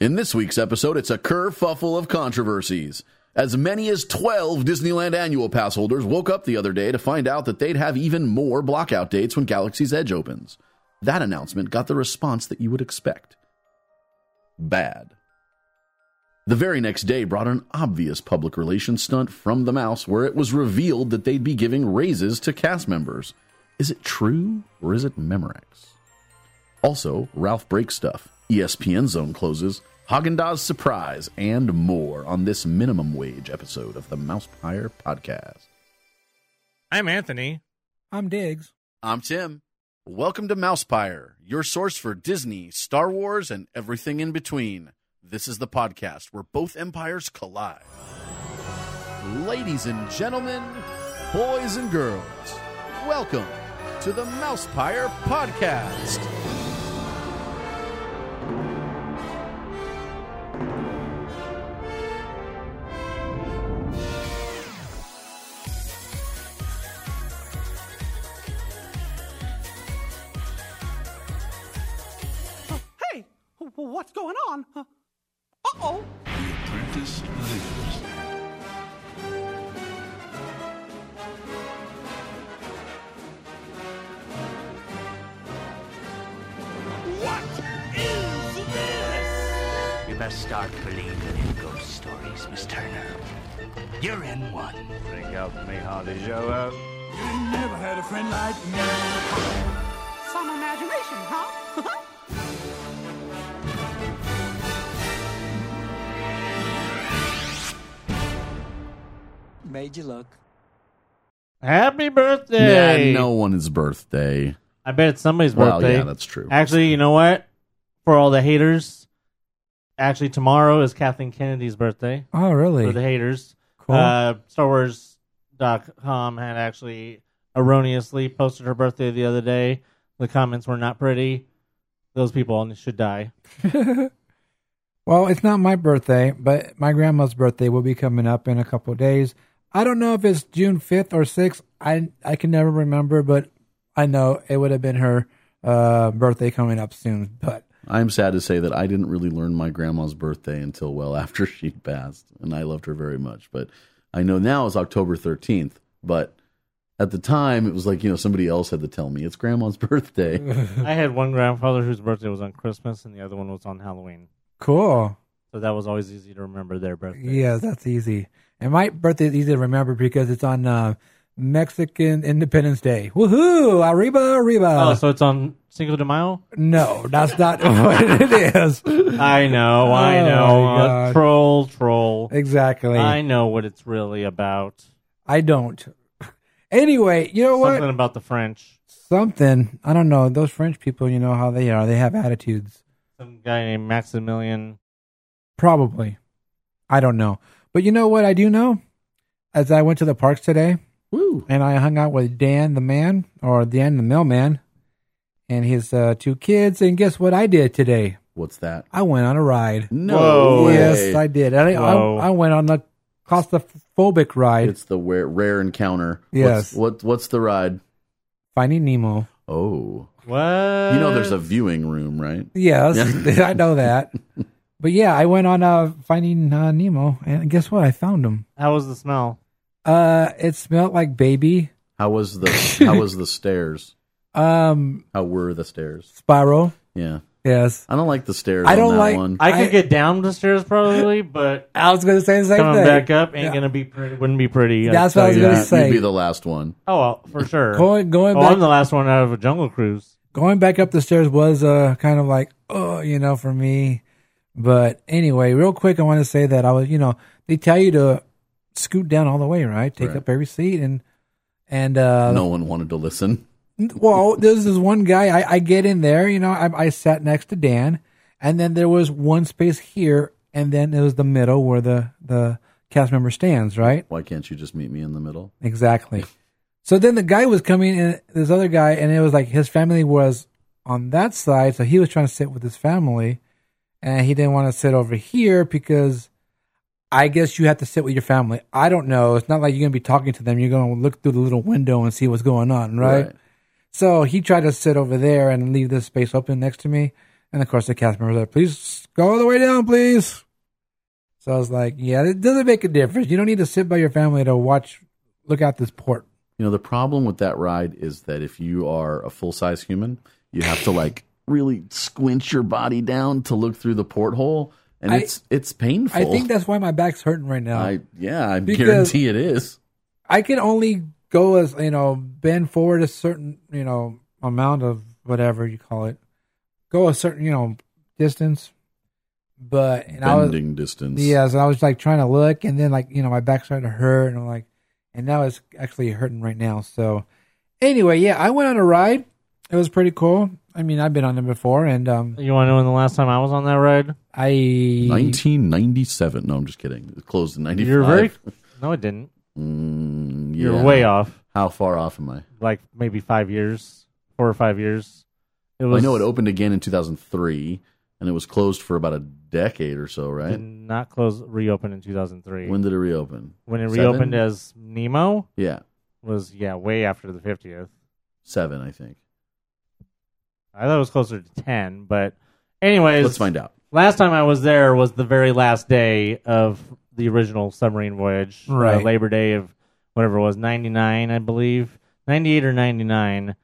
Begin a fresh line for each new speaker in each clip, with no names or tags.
In this week's episode, it's a kerfuffle of controversies. As many as 12 Disneyland annual pass holders woke up the other day to find out that they'd have even more blockout dates when Galaxy's Edge opens. That announcement got the response that you would expect bad. The very next day brought an obvious public relations stunt from the mouse where it was revealed that they'd be giving raises to cast members. Is it true or is it Memorex? Also, Ralph breaks stuff, E ESPN Zone closes, Haagen-Dazs surprise, and more on this minimum wage episode of the Mousepire podcast.
I'm Anthony.
I'm Diggs.
I'm Tim. Welcome to Mousepire, your source for Disney, Star Wars, and everything in between. This is the podcast where both empires collide. Ladies and gentlemen, boys and girls, welcome to the Mousepire podcast.
Hey, wh- what's going on? Uh oh.
The apprentice lives.
You best start believing in ghost stories, Miss Turner. You're in one. Bring up me hardy Joe up.
Never had a friend like me.
Some imagination, huh?
Made you look.
Happy birthday!
Yeah, no one's birthday.
I bet it's somebody's
Well,
birthday.
yeah, that's true.
Actually, you know what? For all the haters, actually tomorrow is Kathleen Kennedy's birthday.
oh,
For the
really?
haters,
Cool.
uh, StarWars.com had actually erroneously posted her birthday the other day. The comments were not pretty. Those people should die.
well, it's not my birthday, but my grandma's birthday will be coming up in a couple of days. I don't know if it's June 5th or 6th. I I can never remember, but I know it would have been her uh, birthday coming up soon. But
I'm sad to say that I didn't really learn my grandma's birthday until well after she passed, and I loved her very much. But I know now it's October 13th, but at the time it was like, you know, somebody else had to tell me it's grandma's birthday.
I had one grandfather whose birthday was on Christmas, and the other one was on Halloween.
cool.
So that was always easy to remember their birthday.
Yeah, that's easy. And my birthday is easy to remember because it's on uh, Mexican Independence Day. Woohoo! Arriba, arriba.
Oh, so it's on Cinco de Mayo.
No, that's not what it is.
I know, I
Oh,
know.
my
Uh,
God.
troll, troll.
Exactly.
I
I,
know what it's really about.
don't. Anyway, you know
Something
what?
about the French.
Something. I don't know. Those French people, you know how they are. They have attitudes.
Some guy named Maximilian.
Probably. I don't know. But you know what I do know? As I went to the parks today
Woo.
and I hung out with Dan the man or Dan the mailman and his uh, two kids. And guess what I did today?
What's that?
I went on a ride.
No.
Whoa.
way.
Yes, I did. And I,
Whoa.
I, I went on a claustrophobic ride,
it's the rare, rare encounter.
Yes.
What's, what what's the ride?
Finding Nemo.
Oh.
What?
You know
Uh.
there's a viewing room, right?
Yes,
Yeah.
I know that. But yeah, I went on uh, Finding uh, Nemo, and guess what? I found him.
How was the smell?
Uh, it smelled like baby.
How was the how was the stairs?
Um,
How were the stairs?
Spyro.
Yeah.
Yes,
I don't like the stairs.
I
on
don't
that
like-
one.
I could
I-
get down the stairs probably, but
I was gonna say the same
coming
thing.
back up ain't
Yeah.
gonna be pretty. Wouldn't be pretty. I'll
That's what I
tell
was
you
gonna
that.
say.
You'd be the last one.
Oh, well, for sure.
Going going
oh,
back
I'm the last one out of a Jungle Cruise.
going back up the stairs was uh kind of like oh you know for me, but anyway, real quick, I want to say that I was you know they tell you to scoot down all the way, right? Take
Right.
up every seat and and uh,
no one wanted to listen.
well, there's this one guy. I, I get in there, you know. I, I sat next to Dan, and then there was one space here, and then it was the middle where the the cast member stands, right?
Why can't you just meet me in the middle?
Exactly. So then the guy was coming in, this other guy, and it was like his family was on that side, so he was trying to sit with his family, and he didn't want to sit over here because I guess you have to sit with your family. I don't know. It's not like you're gonna be talking to them. You're gonna look through the little window and see what's going on, right? So he tried to sit over there and leave this space open next to me. And of course, the cast members are like, please go all the way down, please. So I was like, yeah, it doesn't make a difference. You don't need to sit by your family to watch, look out this port.
You know, the problem with that ride is that if you are a full size human, you have to like really squinch your body down to look through the porthole, and
I-
it's it's painful.
I think that's why my back's hurting right now.
I yeah, I
Because-
guarantee it is.
I can only go as you know, bend forward a certain you know amount of whatever you call it, go a certain you know distance. But and I was
Bending distance.
uh,
yeah, so I was like trying to look, and then like you know my back started to hurt, and I'm like, and now it's actually hurting right now. So anyway, yeah, I went on a ride. It was pretty cool. I mean, I've been on them before, and um,
You want to know when the last time I was on that ride?
I
1997. No, I'm just kidding. It closed in 95.
You're very. No, it didn't.
Mm,
You're
yeah.
way off.
How far off am I?
Like maybe five years, four or five years. It
I know it opened again in 2003, and it was closed for about a decade or so,
Did
right?
not close. Reopen in 2003.
When
When,
did it reopen?
it
seven?
reopened as Nemo
Yeah,
was yeah way after the 50th.
seven, I think.
I thought it was closer to 10, but anyways,
Let's find out.
last time I was there was the very last day of the original submarine voyage, uh,
Right.
Labor Day of whatever it was, ninety nine, I believe, ninety eight or ninety nine.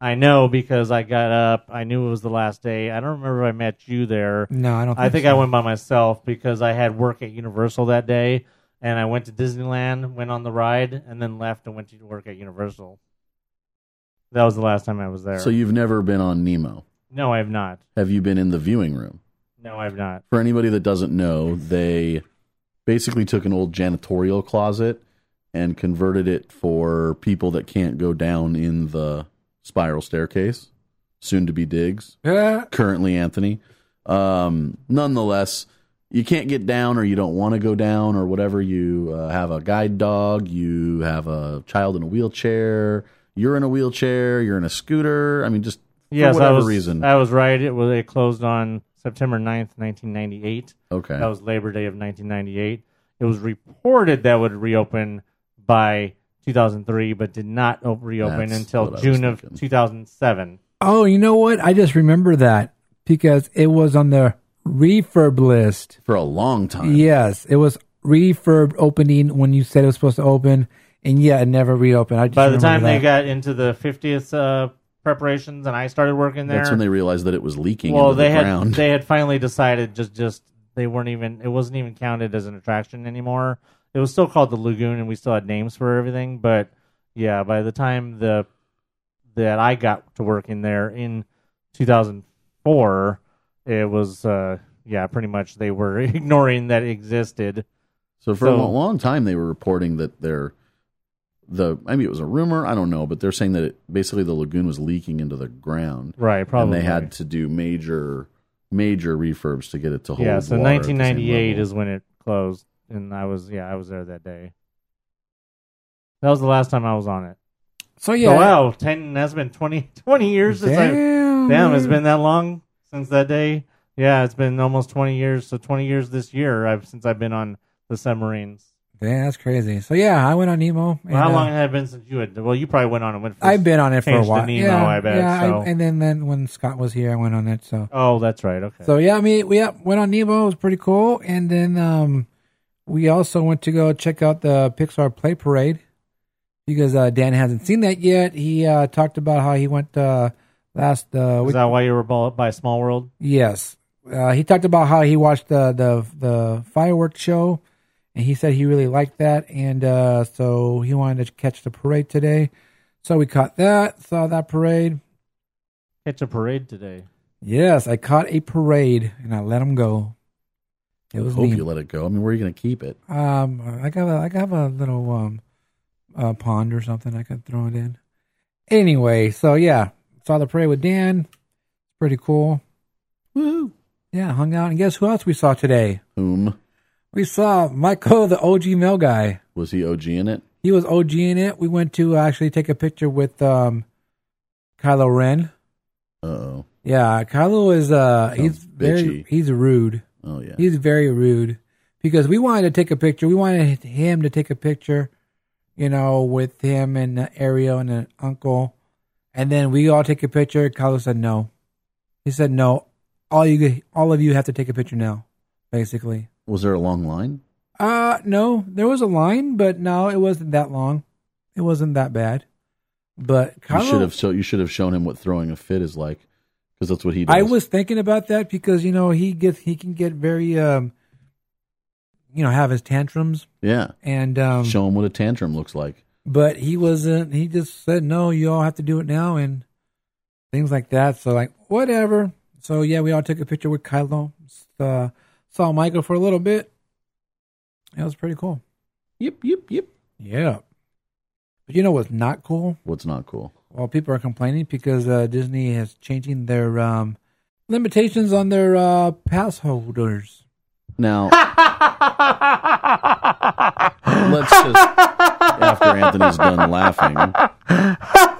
I know because I got up. I knew it was the last day. I don't remember if I met you there.
no, I don't. Think
I think
so.
I went by myself because I had work at Universal that day, and I went to Disneyland, went on the ride, and then left and went to work at Universal. That was the last time I was there.
So you've never been on Nemo.
no, I have not.
Have you been in the viewing room?
No, I have not.
For anybody that doesn't know, they basically took an old janitorial closet and converted it for people that can't go down in the spiral staircase, soon to be digs.
Yeah.
currently Anthony. Um, nonetheless, you can't get down or you don't want to go down or whatever. You uh, have a guide dog, you have a child in a wheelchair, you're in a wheelchair, you're in a scooter. I mean, just
yes,
for whatever
I was,
reason.
I was right. It was it closed on September 9th, 1998.
okay.
That was Labor Day of 1998. It was reported that would reopen by 2003, but did not o- reopen
That's
until
what I was
June of
thinking.
2007.
Oh, you know what? I just remember that because it was on the refurb list.
for a long
Oh,
time.
Yes, it was refurb opening when you said it was supposed to open, and yeah, it never reopened. I just
By the
remember
time they
that.
got into the 50th uh, preparations and I started working there,
That's when they realized that it was leaking
well,
into the
they had
ground.
they had finally decided just just they weren't even it wasn't even counted as an attraction anymore. It was still called the lagoon, and we still had names for everything. But yeah, by the time the that I got to work in there in 2004, it was uh, yeah, pretty much they were ignoring that it existed.
so for a
so-
lo- long time, they were reporting that their the I mean, it was a rumor. I don't know, but they're saying that it, basically the lagoon was leaking into the ground.
Right, probably.
and they had to do major major refurbs to get it to hold
yeah. So
water at the same
1998
level.
is when it closed, and I was yeah, I was there that day. That was the last time I was on it.
so yeah,
Oh, wow, ten. That's been 20, 20 years since I.
damn,
Damn, it's been that long since that day. Yeah, it's been almost twenty years. So twenty years this year I've, since I've been on the submarines.
Damn, that's crazy. So yeah, I went on Nemo.
Well, how
and, uh,
long had it been since you had? Well, you probably went on and went. First.
I've been on it for a
changed to
while.
Nemo,
yeah,
I bet,
yeah,
so.
and then then when Scott was here, I went on it. So
Oh, that's right. Okay.
so yeah, I mean, we yeah, went on Nemo. It was pretty cool, and then um, we also went to go check out the Pixar Play Parade. because uh, Dan hasn't seen that yet. He uh, talked about how he went uh, last uh,
is
week.
that why you were bought by Small World?
yes, uh, he talked about how he watched the the the fireworks show, and he said he really liked that, and uh, so he wanted to catch the parade today. So we caught that, saw that parade.
Catch a parade today.
Yes, I caught a parade, and I let him go. It was
hope
neat.
you let it go i mean where are you going to keep it
Um, I got a, I got a little um, uh, pond or something I could throw it in. Anyway, so yeah, saw the parade with Dan. Pretty cool.
Woo.
Yeah, hung out, and guess who else we saw today?
whom
We saw Michael, the OG male guy.
was he og in it
He was OG in it. We went to actually take a picture with um, Kylo Ren.
uh-oh
Yeah, Kylo is uh, he's
Sounds
very
bitchy.
he's rude.
oh yeah
He's very rude because we wanted to take a picture. We wanted him to take a picture, you know, with him and uh, Ariel and an uncle. And then we all take a picture. Carlos said no. He said, no, all you all of you have to take a picture now, basically.
Was there a long line?
Uh no, there was a line, but no, it wasn't that long. It wasn't that bad. But
You
Kylo,
should have so you should have shown him what throwing a fit is like, because that's what he does.
I was thinking about that because you know he gets he can get very um you know have his tantrums
yeah.
and um
Show him what a tantrum looks like.
but he wasn't he just said no you all have to do it now and things like that so like whatever so yeah we all took a picture with Kylo uh, saw Michael for a little bit it was pretty cool
Yep, yep, yep.
yeah but you know what's not cool
What's not cool?
well people are complaining because uh, Disney is changing their um limitations on their uh pass holders
Now let's just after Anthony's done laughing.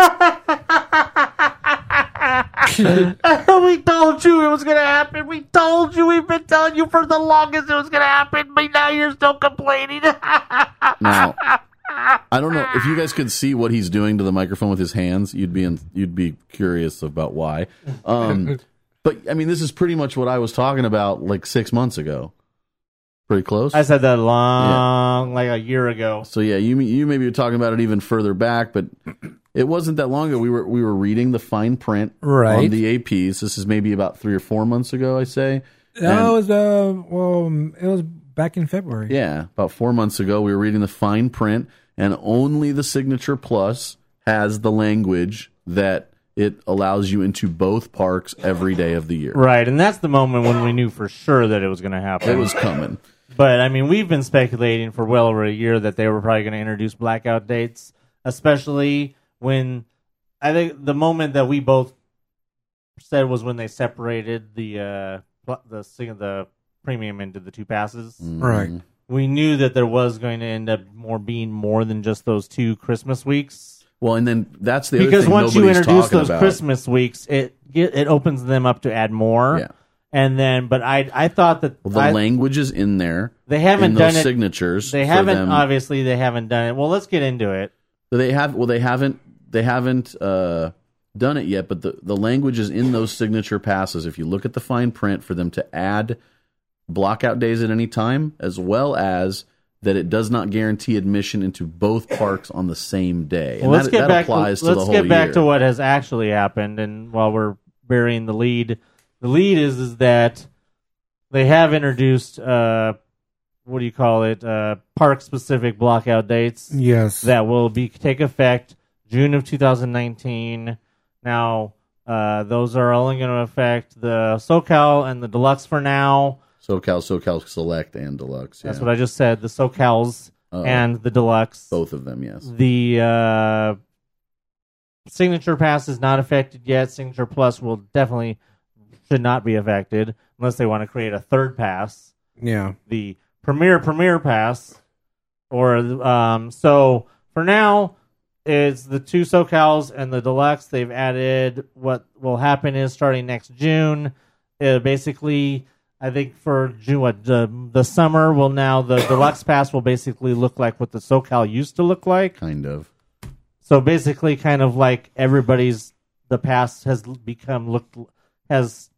we told you it was gonna happen. We told you. We've been telling you for the longest it was gonna happen, but now you're still complaining.
Now, I don't know if you guys could see what he's doing to the microphone with his hands. You'd be in, you'd be curious about why. Um, but I mean, this is pretty much what I was talking about like six months ago. Pretty close.
I said that long, like a year ago.
so yeah, you you maybe were talking about it even further back, but it wasn't that long ago. We were we were reading the fine print on
Right.
the APs. This is maybe about three or four months ago. I say.
that was uh well it was back in February
Yeah, about four months ago, we were reading the fine print, and only the Signature Plus has the language that it allows you into both parks every day of the year.
Right, and that's the moment when we knew for sure that it was gonna happen.
It was coming.
But I mean, we've been speculating for well over a year that they were probably going to introduce blackout dates, especially when I think the moment that we both said was when they separated the uh pl- the sing- the premium into the two passes.
Mm.
right
We knew that there was going to end up more being more than just those two Christmas weeks
Well, and then that's the other
because
thing
once you
nobody's
introduce
talking
those
about.
Christmas weeks, it it opens them up to add more.
Yeah.
And then, but I I thought that
Well, the
I-
language is in there.
They haven't
in those
done it-
signatures.
They
for
haven't.
them.
obviously, they haven't done it. Well, let's get into it.
They have. Well, they haven't. They haven't uh, done it yet. But the the language is in those signature passes. If you look at the fine print for them to add blockout days at any time, as well as that it does not guarantee admission into both parks on the same day.
Well, let's
that,
get
that
back.
applies to
let's
the whole
get back
year.
to what has actually happened. And while we're burying the lead, the lead is is that they have introduced uh, what do you call it? Uh, park specific blockout dates
yes
that will be take effect June of 2019. Now. Uh, those are only going to affect the SoCal and the Deluxe for now.
SoCal, SoCal Select, and Deluxe.
That's
yeah.
what I just said. The SoCals
Uh-oh.
and the Deluxe.
Both of them, yes.
The uh, signature pass is not affected yet. Signature plus will definitely should not be affected unless they want to create a third pass,
yeah
the premier premier pass, or um. So for now, it's the two SoCal's and the deluxe. They've added what will happen is starting next June. Uh, basically, I think for June, what, the the summer will now the deluxe pass will basically look like what the SoCal used to look like.
Kind of.
So basically, kind of like everybody's the past has become looked has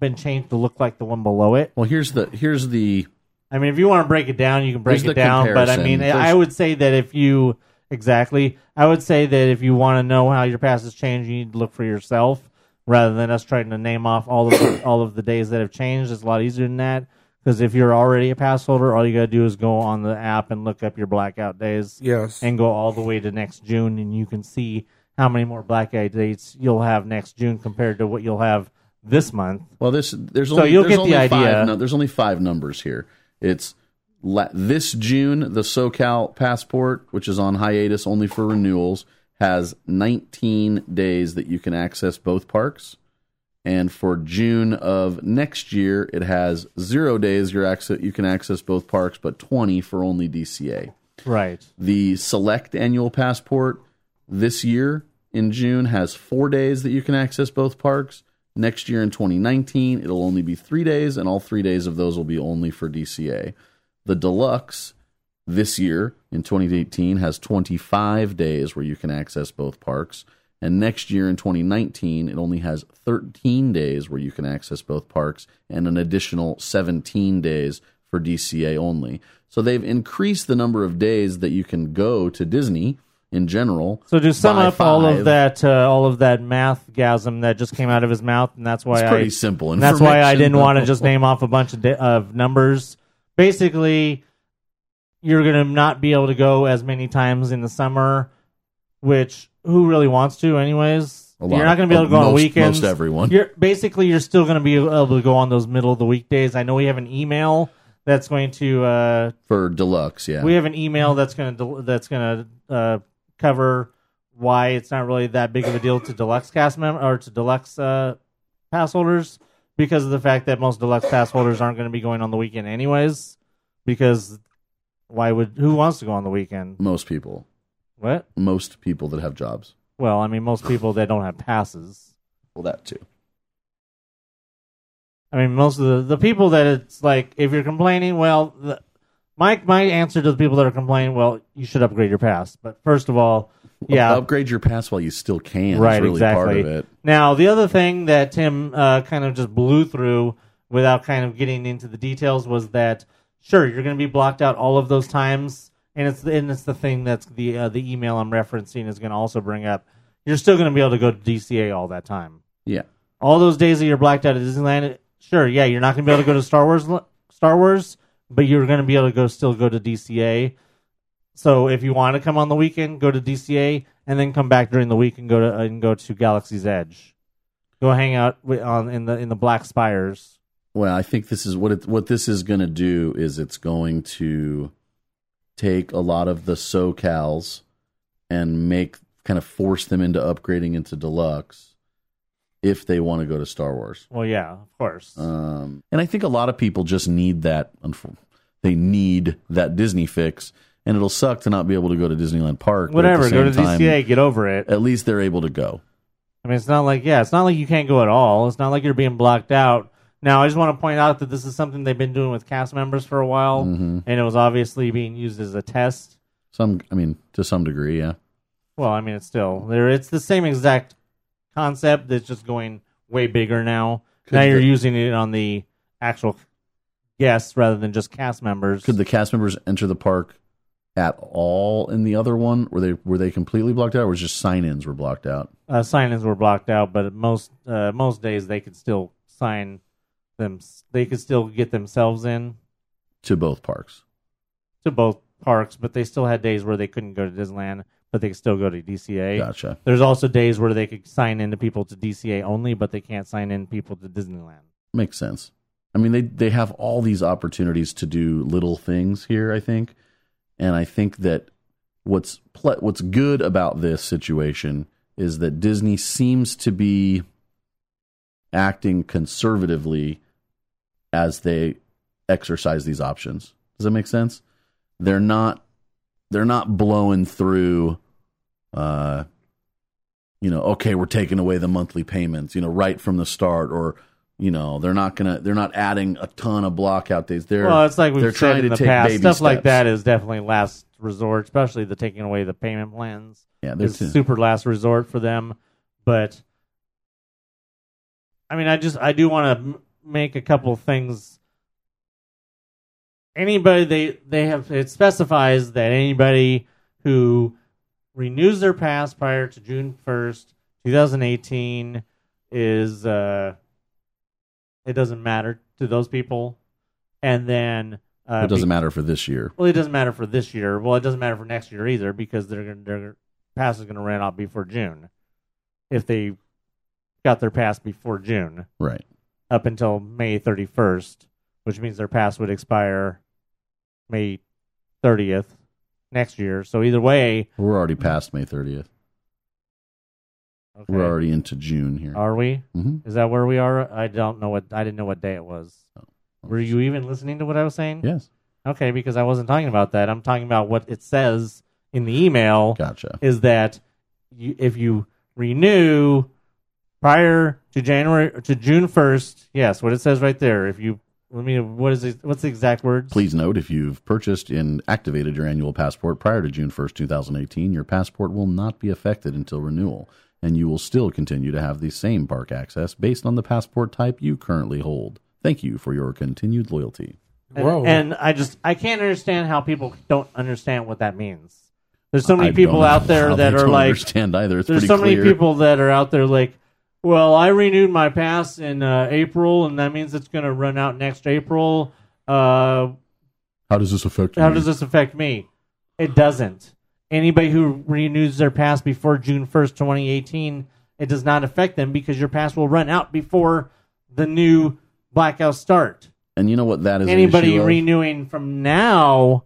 been changed to look like the one below it.
Well, here's the here's the
I mean, if you want to break it down, you can break
There's
it
the
down. But I
comparison.
mean,
There's-
I would say that if you exactly, I would say that if you want to know how your past has changed, you need to look for yourself rather than us trying to name off all of the, all of the days that have changed. It's a lot easier than that because if you're already a pass holder, all you got to do is go on the app and look up your blackout days
yes
and go all the way to next June, and you can see how many more blackout dates you'll have next June compared to what you'll have this month.
Well, this there's
So
only
you'll
there's
get the
only
idea.
Five, no, there's only five numbers here. It's la- this June the SoCal passport, which is on hiatus only for renewals, has 19 days that you can access both parks. And for June of next year, it has zero days your access, you can access both parks, but 20 for only DCA.
Right.
The Select Annual Passport this year in June has four days that you can access both parks. Next year in 2019, it'll only be three days, and all three days of those will be only for DCA. The Deluxe this year in 2018 has 25 days where you can access both parks. And next year in 2019, it only has 13 days where you can access both parks and an additional 17 days for DCA only. So they've increased the number of days that you can go to Disney in general.
So to sum
by
up all
five.
of that, uh, all of that mathgasm that just came out of his mouth, and that's why
It's pretty
I,
simple
And that's why I
information,
didn't
though.
want to just name off a bunch of, da- of numbers. Basically, you're going to not be able to go as many times in the summer, which who really wants to, anyways.
A lot
you're not
of-
going to be able to go
most-
on weekends.
most everyone.
You're basically you're still going to be able to go on those middle of the weekdays. I know we have an email that's going to uh,
for deluxe. Yeah,
we have an email that's going to that's going to uh, cover why it's not really that big of a deal to deluxe cast mem or to deluxe uh, pass holders because of the fact that most deluxe pass holders aren't going to be going on the weekend anyways because why would who wants to go on the weekend
most people,
what
most people that have jobs.
well i mean most people that don't have passes
Well, that too.
I mean, most of the, the people that it's like, if you're complaining, well, the, my my answer to the people that are complaining, well, you should upgrade your pass. But first of all, yeah,
upgrade your pass while you still can.
right,
is really
exactly.
Part of it.
Now, the other thing that Tim uh, kind of just blew through without kind of getting into the details was that sure you're going to be blocked out all of those times, and it's and it's the thing that's the uh, the email I'm referencing is going to also bring up. You're still going to be able to go to DCA all that time
Yeah,
all those days that you're blacked out at Disneyland, sure, yeah, you're not going to be able to go to Star Wars, Star Wars, but you're going to be able to go still go to DCA. So if you want to come on the weekend, go to DCA and then come back during the week and go to and go to Galaxy's Edge. Go hang out with, on in the in the Black Spires.
Well, I think this is what it, what this is going to do is it's going to take a lot of the SoCals and make kind of force them into upgrading into deluxe if they want to go to Star Wars.
Well, yeah, of course.
Um, and I think a lot of people just need that. unfo- They need that Disney fix, and it'll suck to not be able to go to Disneyland Park. but at the
Whatever, go to
same time,
DCA, get over it.
At least they're able to go.
I mean, it's not like yeah, it's not like you can't go at all. It's not like you're being blocked out. Now, I just want to point out that this is something they've been doing with cast members for a while,
Mm-hmm.
and it was obviously being used as a test.
Some, I mean, to some degree, yeah.
Well, I mean, it's still there. It's the same exact concept. It's just going way bigger now. now you're
the-
using it on the actual guests rather than just cast members.
Could the cast members enter the park at all in the other one? Were they were they completely blocked out, or was just sign-ins were blocked out?
uh, sign-ins were blocked out, but most uh, most days they could still sign them. They could still get themselves in.
To both parks,
to both parks, but they still had days where they couldn't go to Disneyland, but they could still go to DCA.
gotcha.
There's also days where they could sign in to people to DCA only, but they can't sign in people to Disneyland.
Makes sense. I mean, they they have all these opportunities to do little things here. I think, and I think that what's ple- what's good about this situation is that Disney seems to be acting conservatively as they exercise these options. Does that make sense? They're not they're not blowing through uh you know, okay, we're taking away the monthly payments, you know, right from the start or you know, they're not going to they're not adding a ton of block out days. They're
well, it's like
they're
we've
trying
said in
to
the
take
past,
baby
stuff like
steps.
that is definitely last resort, especially the taking away the payment plans
Yeah, they're
is super last resort for them. But I mean, I just I do want to m- make a couple things. Anybody they they have it specifies that anybody who renews their pass prior to June first, two thousand eighteen, is uh, it doesn't matter to those people, and then uh,
it
be-
doesn't matter for this year.
well, it doesn't matter for this year. Well, it doesn't matter for next year either because they're gonna, their pass is going to run out before June if they got their pass before June
Right.
up until May 31st, which means their pass would expire May 30th next year. So either way,
We're already past May 30th.
okay,
We're already into June here.
are we?
Mhm.
Is that where we are? I don't know what I didn't know what day it was. Were you even listening to what I was saying?
Yes.
Okay, because I wasn't talking about that. I'm talking about what it says in the email.
Gotcha.
is that you, if you renew prior to January to June first, yes, what it says right there. If you let me, what is it? What's the exact words?
Please note if you've purchased and activated your annual passport prior to June 1st, 2018, your passport will not be affected until renewal. and you will still continue to have the same park access based on the passport type you currently hold. Thank you for your continued loyalty.
And,
Whoa.
and I just I can't understand how people don't understand what that means. There's so many
I don't
people
know
out there
how
that
they
are
don't
like
understand either. It's
there's
pretty
so
clear.
many people that are out there like, well, I renewed my pass in uh, April, and that means it's going to run out next April. Uh,
How does this affect?
how
you?
does this affect me? It doesn't. Anybody who renews their pass before June 1st, 2018, it does not affect them because your pass will run out before the new blackout start.
And you know what that is. an
Anybody
issue of?
renewing from now,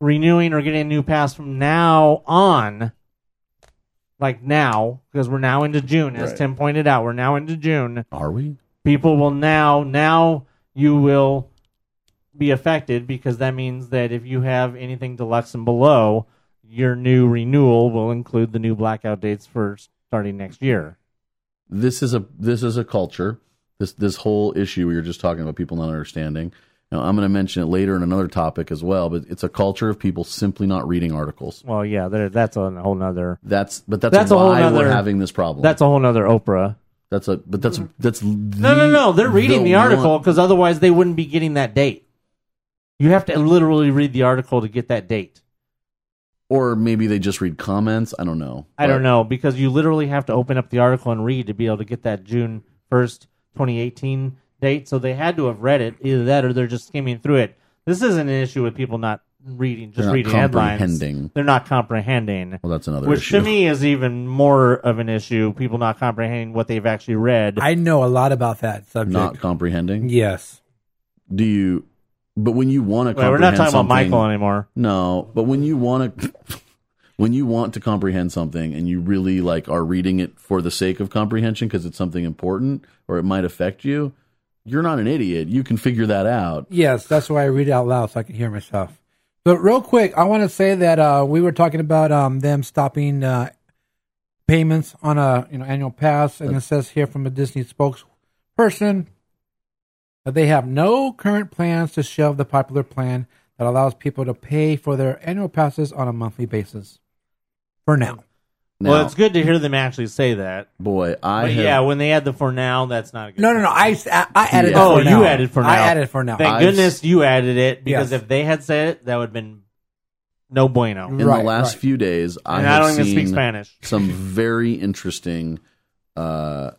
renewing or getting a new pass from now on, like now, because we're now into June, as
Right.
Tim pointed out, we're now into June
Are we?
people will now now you will be affected because that means that if you have anything deluxe and below your new renewal will include the new blackout dates for starting next year
this is a this is a culture. This this whole issue we were just talking about people not understanding. Now I'm going to mention it later in another topic as well, but it's a culture of people simply not reading articles.
well yeah there, that's a whole nother
That's but that's,
That's a whole
why we're
nother-
having this problem.
that's a whole nother oprah
that's a but that's that's
no no no they're reading the, article
one-
because otherwise they wouldn't be getting that date you have to literally read the article to get that date
or maybe they just read comments. I don't know.
i
But
don't know because you literally have to open up the article and read to be able to get that june 1st 2018 date so they had to have read it either that or they're just skimming through it this isn't an issue with people not reading
They're
just
not
reading
comprehending.
headlines they're not comprehending
Well, that's another
which
issue.
to me is even more of an issue people not comprehending what they've actually read
I know a lot about that subject.
not comprehending.
yes.
Do you? But when you want to,
Wait,
comprehend
we're not talking about
something-
michael anymore
No, but when you want to when you want to comprehend something and you really like are reading it for the sake of comprehension because it's something important or it might affect you, you're not an idiot. You can figure that out.
Yes, that's why I read it out loud so I can hear myself. But real quick, I want to say that uh, we were talking about um, them stopping uh, payments on a you know annual pass, and it says here from a Disney spokesperson that they have no current plans to shelve the popular plan that allows people to pay for their annual passes on a monthly basis. For now,
Now,
well it's good to hear them actually say that
boy, I
but
have,
yeah when they add the for now that's not a good
no, no, no. I I, I added.
Yeah.
it
Oh,
for
you
now.
added for now.
I added for now.
Thank
I've-
goodness you added it because
Yes.
if they had said it, that would have been no bueno. And
in
Right,
the last
right.
few days, I
I,
have
don't even
seen
speak Spanish.
some very interesting uh,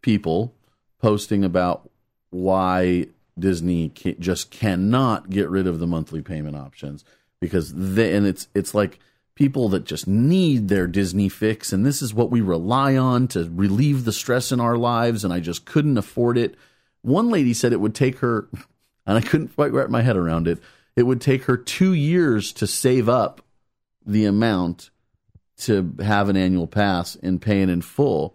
people posting about why Disney ca- just cannot get rid of the monthly payment options because they, and it's it's like people that just need their Disney fix and this is what we rely on to relieve the stress in our lives and I just couldn't afford it. One lady said it would take her and I couldn't quite wrap my head around it. It would take her 2 years to save up the amount to have an annual pass and pay it in full.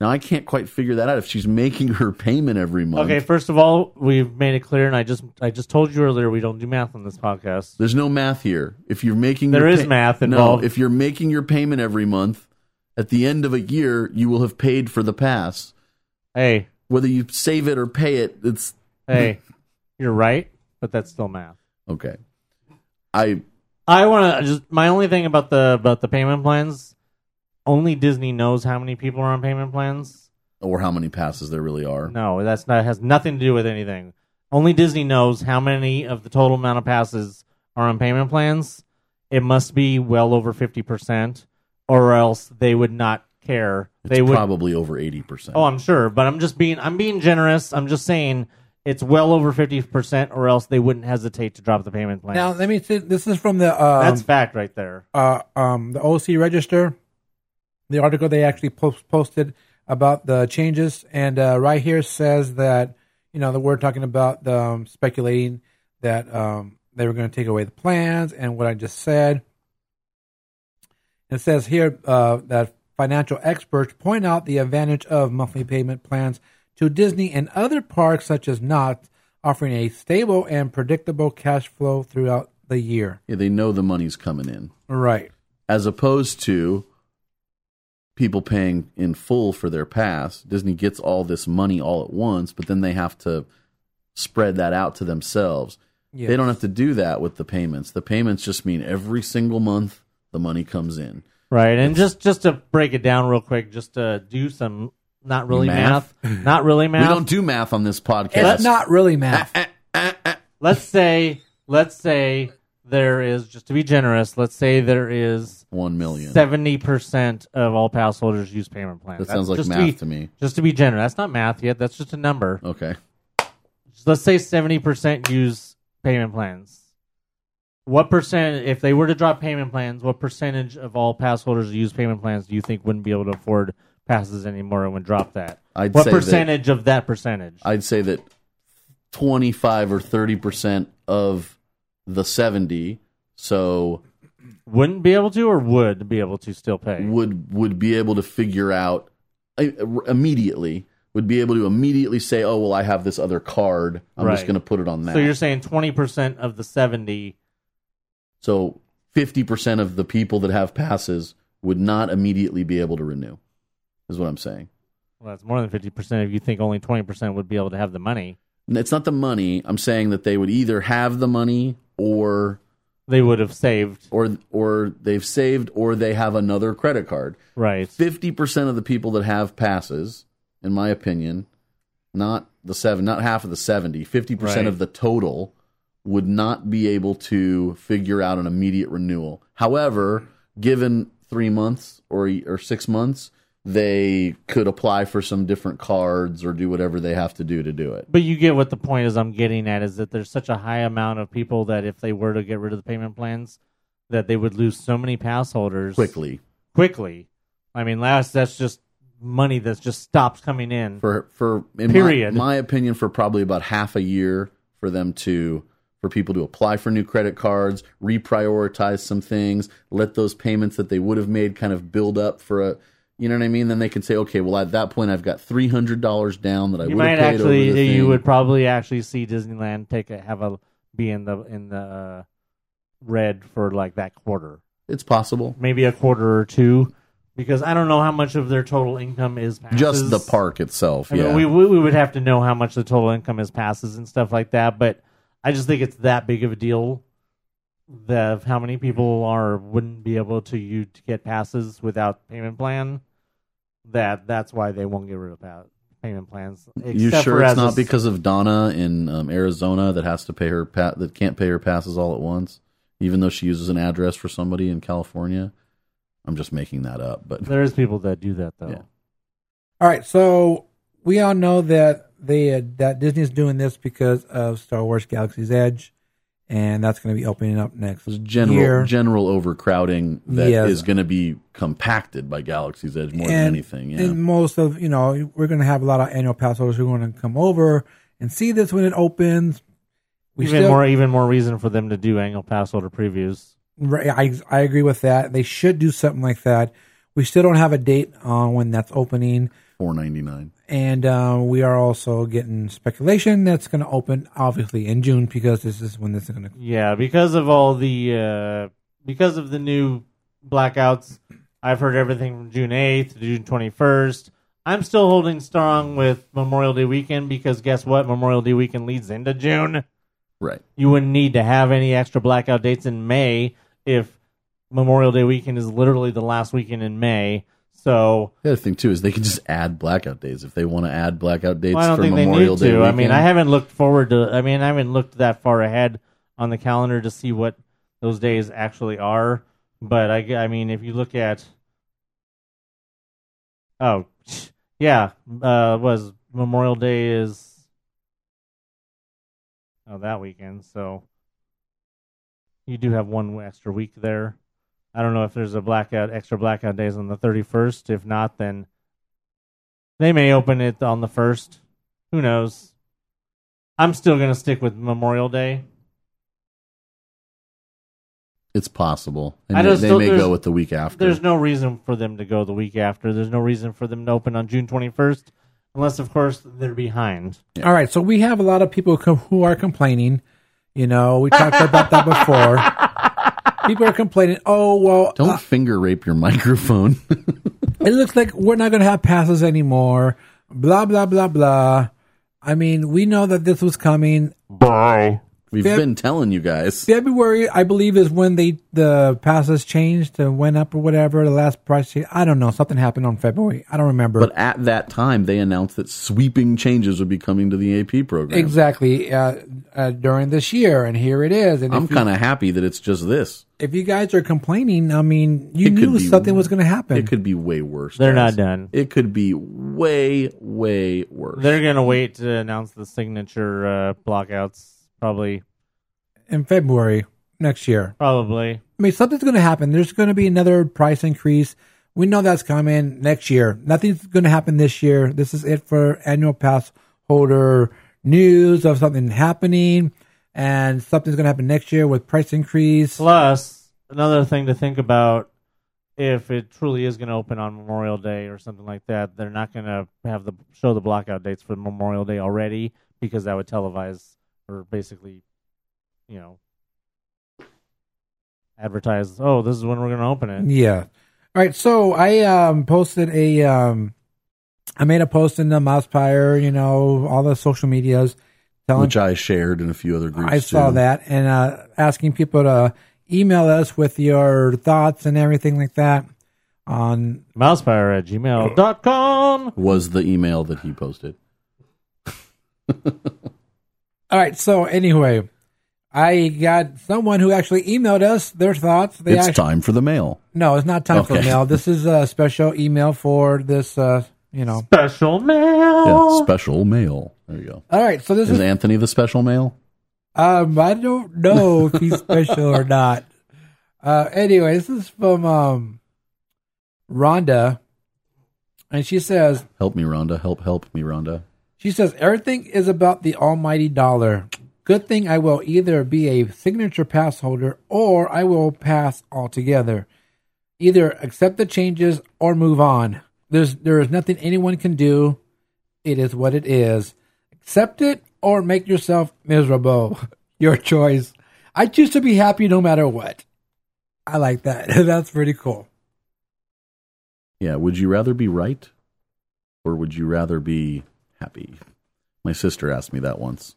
Now I can't quite figure that out if she's making her payment every month.
Okay, first of all, we've made it clear, and I just I just told you earlier we don't do math on this podcast.
There's no math here. If you're making
There
your
is math involved.
No, if you're making your payment every month, at the end of a year, you will have paid for the pass.
Hey,
Whether you save it or pay it, it's
hey, you're right, but that's still math.
okay. I
I want to just my only thing about the about the payment plans. Only Disney knows how many people are on payment plans.
or how many passes there really are.
No, that's not has nothing to do with anything. Only Disney knows how many of the total amount of passes are on payment plans. It must be well over fifty percent, or else they would not care.
It's
they would.
probably over eighty percent.
oh, I'm sure, but I'm just being I'm being generous. I'm just saying it's well over fifty percent, or else they wouldn't hesitate to drop the payment plan.
Uh, Now let me. See, this is from the um,
that's fact right there.
uh, um, the OC Register, the article they actually post- posted about the changes, and uh, right here says that you know that we're talking about the, um, speculating that um, they were going to take away the plans and what I just said. It says here uh, that financial experts point out the advantage of monthly payment plans to Disney and other parks such as Knott's, offering a stable and predictable cash flow throughout the year.
Yeah, they know the money's coming in.
Right.
as opposed to people paying in full for their pass. Disney gets all this money all at once, but then they have to spread that out to themselves. They don't have to do that with the payments. The payments just mean every single month the money comes in.
right? And just just to break it down real quick, just to do some not really math,
Math?
not really
We
math.
don't do math on this podcast.
It's not really math.
uh,
let's say let's say there is just to be generous. Let's say there is
One million.
seventy percent of all pass holders use payment plans.
That sounds like
just
math
be-
to me. Oh.
Just to be generous, that's not math yet. That's just a number.
Okay.
let's say 70% use payment plans. What percent, if they were to drop payment plans, what percentage of all pass holders who use payment plans do you think wouldn't be able to afford passes anymore and would drop that?
I'd
what
say
percentage of that percentage?
I'd say that 25 or 30% of the 70 so
wouldn't be able to or would be able to still pay?
would would be able to figure out I- immediately would be able to immediately say oh well I have this other card I'm just
Right.
going to put it on that
so you're saying 20% of the 70
so 50% of the people that have passes would not immediately be able to renew is what I'm saying
well, that's more than 50% if you think only 20% would be able to have the money.
And it's not the money I'm saying that they would either have the money or
They would have saved.
or or they've saved or they have another credit card
Right.
fifty percent of the people that have passes, in my opinion, not the seven, not half of the seventy, 50
Right.
percent of the total would not be able to figure out an immediate renewal. However, given three months or or six months, they could apply for some different cards or do whatever they have to do to do it.
But you get what the point is I'm getting at is that there's such a high amount of people that if they were to get rid of the payment plans, that they would lose so many pass holders
Quickly
Quickly, I mean, last that's just money that just stops coming in.
for for in my-
Period.
my opinion for probably about half a year for them to for people to apply for new credit cards, reprioritize some things, let those payments that they would have made kind of build up for a you know what I mean? Then they can say, okay, well at that point I've got three hundred dollars down that I
you
would have
might
paid
actually,
over the
you
thing.
would probably actually see Disneyland take a have a be in the in the uh, red for like that quarter,
It's possible.
maybe a quarter or two, because I don't know how much of their total income is passes.
Just the park itself.
I
yeah.
mean, we, we we would have to know how much the total income is passes and stuff like that. But I just think it's that big of a deal that of how many people are wouldn't be able to you to get passes without payment plan. That that's why they won't get rid of pa- payment plans.
you
except
sure
for
it's
as a
not
s-
because of Donna in um, Arizona that has to pay her pa- that can't pay her passes all at once, even though she uses an address for somebody in California? I'm just making that up, but
there is people that do that though.
Yeah.
All right, so we all know that they uh, that Disney's doing this because of Star Wars: Galaxy's Edge, and that's going to be opening up next
There's general
year.
general overcrowding that is
Yes.
going to be compacted by Galaxy's Edge more than
and,
anything. Yeah.
and most of you know we're going to have a lot of annual pass holders who are going to come over and see this when it opens. We
even more even more reason for them to do annual pass holder previews.
Right, I I agree with that. They should do something like that. We still don't have a date on when that's opening,
Four ninety nine.
and uh, we are also getting speculation that's going to open obviously in June because this is when this is going to.
Yeah, because of all the uh, because of the new blackouts, I've heard everything from June eighth to June twenty first. I'm still holding strong with Memorial Day weekend because guess what? Memorial Day weekend leads into June.
Right.
You wouldn't need to have any extra blackout dates in May if Memorial Day weekend is literally the last weekend in May. So
The other thing too is they can just add blackout days if they want to add blackout dates
well, I don't
for
think
Memorial
they need
Day.
to. I mean,
weekend.
I haven't looked forward to. I mean, I haven't looked that far ahead on the calendar to see what those days actually are. But I, g- I mean, if you look at, oh, yeah, uh, was Memorial Day is oh that weekend, so you do have one extra week there. I don't know if there's a blackout, extra blackout days on the 31st. If not, then they may open it on the first. Who knows? I'm still going to stick with Memorial Day.
It's possible. And
I
they,
just
they
don't-
may
there's-
go with the week after.
There's no reason for them to go the week after. There's no reason for them to open on June 21st, unless, of course, they're behind.
All right, so we have a lot of people who, com- who are complaining. You know, we talked about that before. People are complaining. Oh well,
don't
uh,
finger rape your microphone.
it looks like we're not going to have passes anymore. Blah blah blah blah. I mean, we know that this was coming.
Bye.
We've
Feb-
been telling you guys.
February, I believe, is when they the passes changed to went up or whatever. The last price change. I don't know. Something happened on February. I don't remember.
But at that time, they announced that sweeping changes would be coming to the AP program.
exactly uh, uh, during this year, and here it is. And
I'm
if you,
kind of happy that it's just this.
if you guys are complaining, I mean, you
It could
knew
be-
something was going to happen.
It could be way worse.
They're
guys.
not done.
It could be way, way worse.
They're gonna wait to announce the signature uh, blockouts. Probably,
in February next year.
probably.
I mean, something's going to happen. There's going to be another price increase. We know that's coming next year. Nothing's going to happen this year. This is it for annual pass holder news of something happening, and something's going to happen next year with price increase.
Plus, another thing to think about if it truly is going to open on Memorial Day or something like that, they're not going to have the show the blockout dates for Memorial Day already because that would televise or basically, you know, advertise. Oh, this is when we're going to open it.
Yeah. All right. So I um, posted a, um, I made a post in the Mousepire, you know, all the social medias, telling
which I shared in a few other groups.
I saw
too.
that and uh, asking people to email us with your thoughts and everything like that on
Mousepire at gmail.com.
was the email that he posted.
all right so anyway i got someone who actually emailed us their thoughts they
it's
actually,
time for the mail.
no it's not time for
Okay.
mail this is a special email for this uh you know
Special
Yeah,
mail.
special mail. There you go.
all right so this
Is
is
Anthony the special mail?
um i don't know if he's special or not uh anyway this is from um rhonda and she says
Help me, Rhonda. Help, help me, Rhonda.
She says everything is about the almighty dollar. Good thing I will either be a signature pass holder or I will pass altogether. Either accept the changes or move on. There's there is nothing anyone can do. It is what it is. Accept it or make yourself miserable. Your choice. I choose to be happy no matter what. I like that. That's pretty cool.
Yeah. Would you rather be right, or would you rather be happy? My sister asked me that once.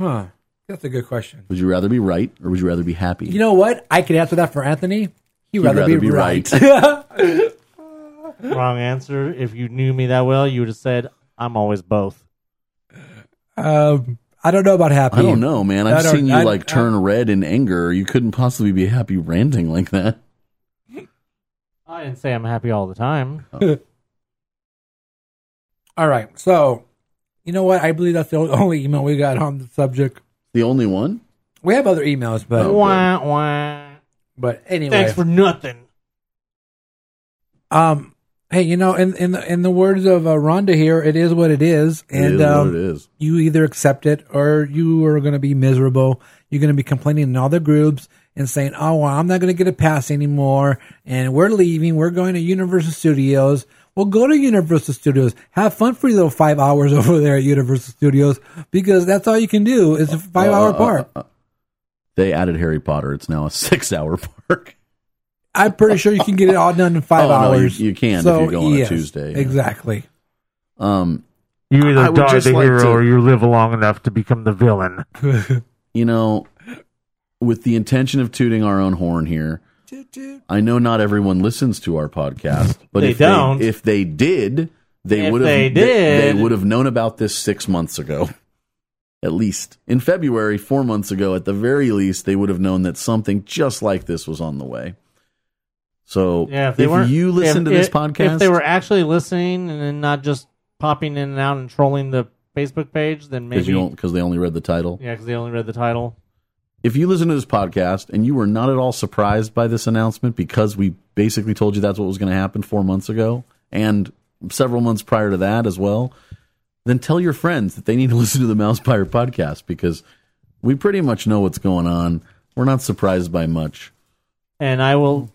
Huh. That's a good question.
Would you rather be right, or would you rather be happy?
You know what? I could answer that for Anthony. He'd rather,
rather
be,
be
right.
Wrong answer. If you knew me that well, you would have said, I'm always both.
Um, I don't know about happy.
I don't know, man.
I
I've
don't-
seen you
I-
like
I-
turn red in anger. You couldn't possibly be happy ranting like that.
I didn't say I'm happy all the time.
All right, so you know what? I believe that's the only email we got on the subject.
The only one.
We have other emails, but
Oh.
Wah, wah.
but anyway.
Thanks for nothing.
um, hey, you know, in in the, in the words of uh, Rhonda here, it is what it is,
It
and
is
um,
what it is.
you either accept it or you are going to be miserable. You're going to be complaining in all the groups and saying, "Oh, well, I'm not going to get a pass anymore, and we're leaving. We're going to Universal Studios." Well, go to Universal Studios. Have fun for your little five hours over there at Universal Studios because that's all you can do is a five hour
uh,
park.
They added Harry Potter. It's now a six-hour park.
I'm pretty sure you can get it all done in five
Oh, no, you-
hours.
you can if you go on a Tuesday, yeah.
Exactly.
Um,
You
either I would die just the like hero to- or
you live long enough to become the villain.
you know, with the intention of tooting our own horn here, I know not everyone listens to our podcast, but
They
if
don't.
they if they did, they
If
would have
they
they,
did.
would have known about this 6 months ago. At least in February, 4 months ago at the very least, they would have known that something just like this was on the way. So,
Yeah, if,
if,
they weren't,
you listen
if-
to this
if-
podcast,
if they were actually listening and then not just popping in and out and trolling the Facebook page, then
because
maybe
you
yeah,
don't because they only read the title.
because they only read the title.
If you listen to this podcast and you were not at all surprised by this announcement because we basically told you that's what was going to happen four months ago and several months prior to that as well, then tell your friends that they need to listen to the Mousepire podcast because we pretty much know what's going on. We're not surprised by much.
And I will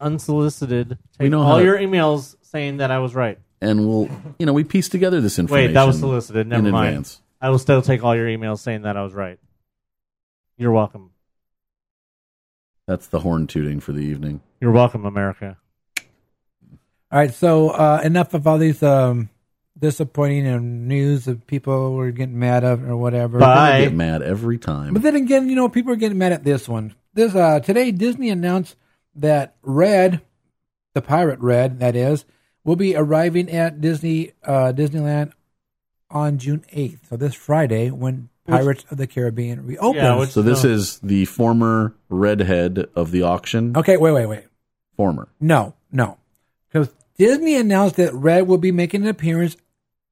unsolicited
We
take
know
all
how to-
your emails saying that I was right.
And we'll, you know, we piece together this information.
Wait, that was solicited. Never
in
mind.
advance.
I will still take all your emails saying that I was right. You're welcome.
That's the horn tooting for the evening.
You're welcome, America.
All right, so uh, enough of all these um, disappointing and news that people were getting mad at or whatever.
I
Bye.
get mad every time.
But then again, you know, people are getting mad at this one. This uh, today, Disney announced that Red, the pirate Red, that is, will be arriving at Disney uh, Disneyland on June eighth. So this Friday, when Pirates of the Caribbean reopens.
Yeah, which-
so this
No.
is the former redhead of the auction.
okay, wait, wait, wait.
Former.
No, no, because Disney announced that Red will be making an appearance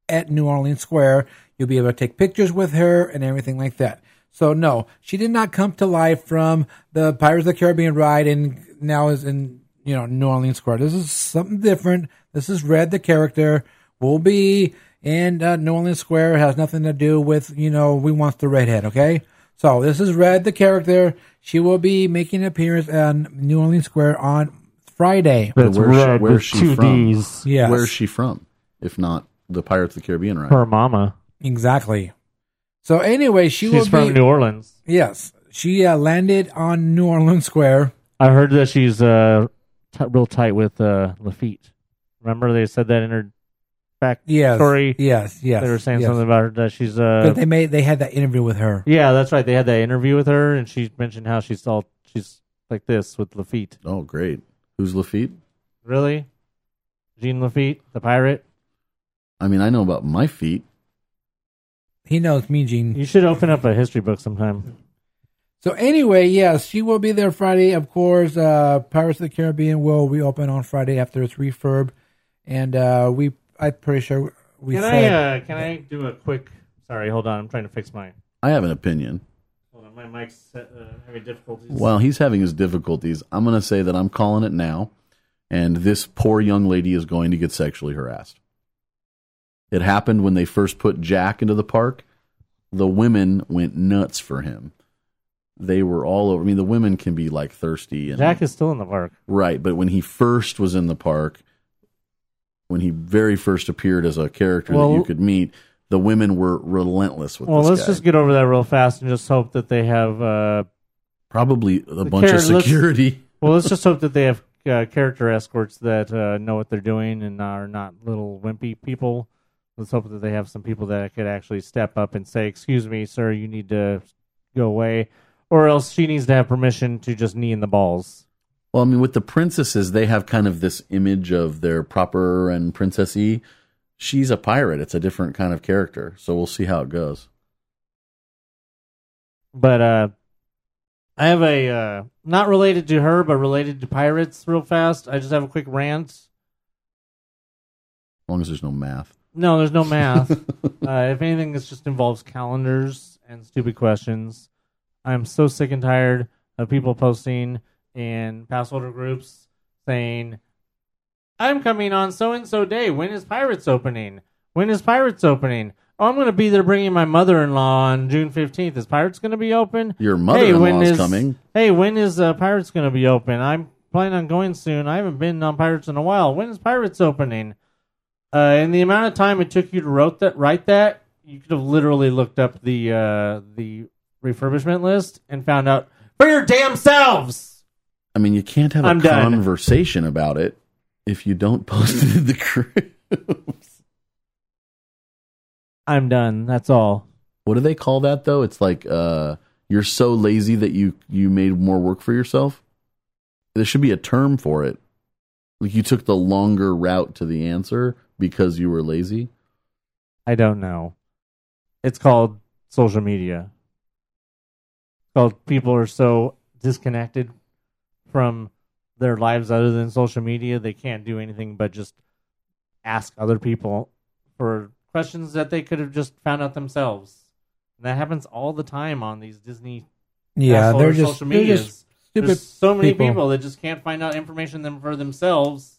at New Orleans Square. You'll be able to take pictures with her and everything like that. So no, she did not come to life from the Pirates of the Caribbean ride and now is in you know New Orleans Square. This is something different. This is Red the character will be in uh, New Orleans Square. It has nothing to do with you know we want the redhead. Okay, so this is Red the character. She will be making an appearance on New Orleans Square on Friday.
That's
where's she-
red
where's
with
she
two
from?
D's.
Yes.
Where is she from? If not the Pirates of the Caribbean, right?
Her mama.
Exactly. So anyway, she
She's
will
from
be.
New Orleans.
yes, she uh, landed on New Orleans Square.
I heard that she's uh, t- real tight with uh, Lafitte. Remember they said that in her back
Yes.
story.
Yes. Yes.
They were saying
yes.
something about her that she's
But
uh,
they made they had that interview with her.
yeah, that's right. They had that interview with her, and she mentioned how she's all she's like this with Lafitte.
Oh, great. Who's Lafitte?
Really, Jean Lafitte, the pirate.
I mean, I know about my feet.
He knows me, Gene.
You should open up a history book sometime.
So anyway, yes, she will be there Friday. Of course, uh, Pirates of the Caribbean will reopen on Friday after its refurb, and uh, we I'm pretty sure we
Can I
said
uh, can I do a quick? Sorry, hold on. I'm trying to fix my
I have an opinion.
hold on. My mic's uh, having difficulties.
While he's having his difficulties, I'm going to say that I'm calling it now, and this poor young lady is going to get sexually harassed. It happened when they first put Jack into the park. The women went nuts for him. They were all over. I mean, the women can be like thirsty and
Jack is still in the park.
Right, but when he first was in the park, when he very first appeared as a character that you
Well-
could meet, the women were relentless with
Well,
this
let's
guy.
just get over that real fast and just hope that they have. Uh,
Probably a bunch
Karen,
of
let's-
security.
well, let's just hope that they have uh, character escorts that uh, know what they're doing and are not little wimpy people. Let's hope that they have some people that could actually step up and say, "Excuse me, sir, you need to go away," or else she needs to have permission to just knee in the balls.
Well, I mean, with the princesses, they have kind of this image of their proper and princessy. She's a pirate. It's a different kind of character. So we'll see how it goes.
But uh, I have a uh, not related to her, but related to pirates. Real fast, I just have a quick rant.
As long as there's no math.
No, there's no math. uh, if anything, this just involves calendars and stupid questions. I'm so sick and tired of people posting in passholder groups saying, I'm coming on so and so day. When is Pirates opening? When is Pirates opening? Oh, I'm going to be there bringing my mother in law on June 15th. Is Pirates going to be open?
Your
Hey,
mother-in-law's
when is
coming.
Hey, when is uh, Pirates going to be open? I'm planning on going soon. I haven't been on Pirates in a while. When is Pirates opening? Uh, and the amount of time it took you to wrote that, write that, you could have literally looked up the uh, the refurbishment list and found out for your damn selves.
I mean, you can't have a
I'm done.
conversation about it if you don't post it in the group.
I'm done. That's all.
what do they call that though? It's like uh, you're so lazy that you you made more work for yourself. There should be a term for it. Like you took the longer route to the answer because you were lazy.
I don't know. It's called social media. It's called people are so disconnected from their lives other than social media, they can't do anything but just ask other people for questions that they could have just found out themselves. And that happens all the time on these Disney
yeah,
assholes
they're
or
just,
social
they're
medias.
just stupid
There's so many
people.
people. that just can't find out information them for themselves.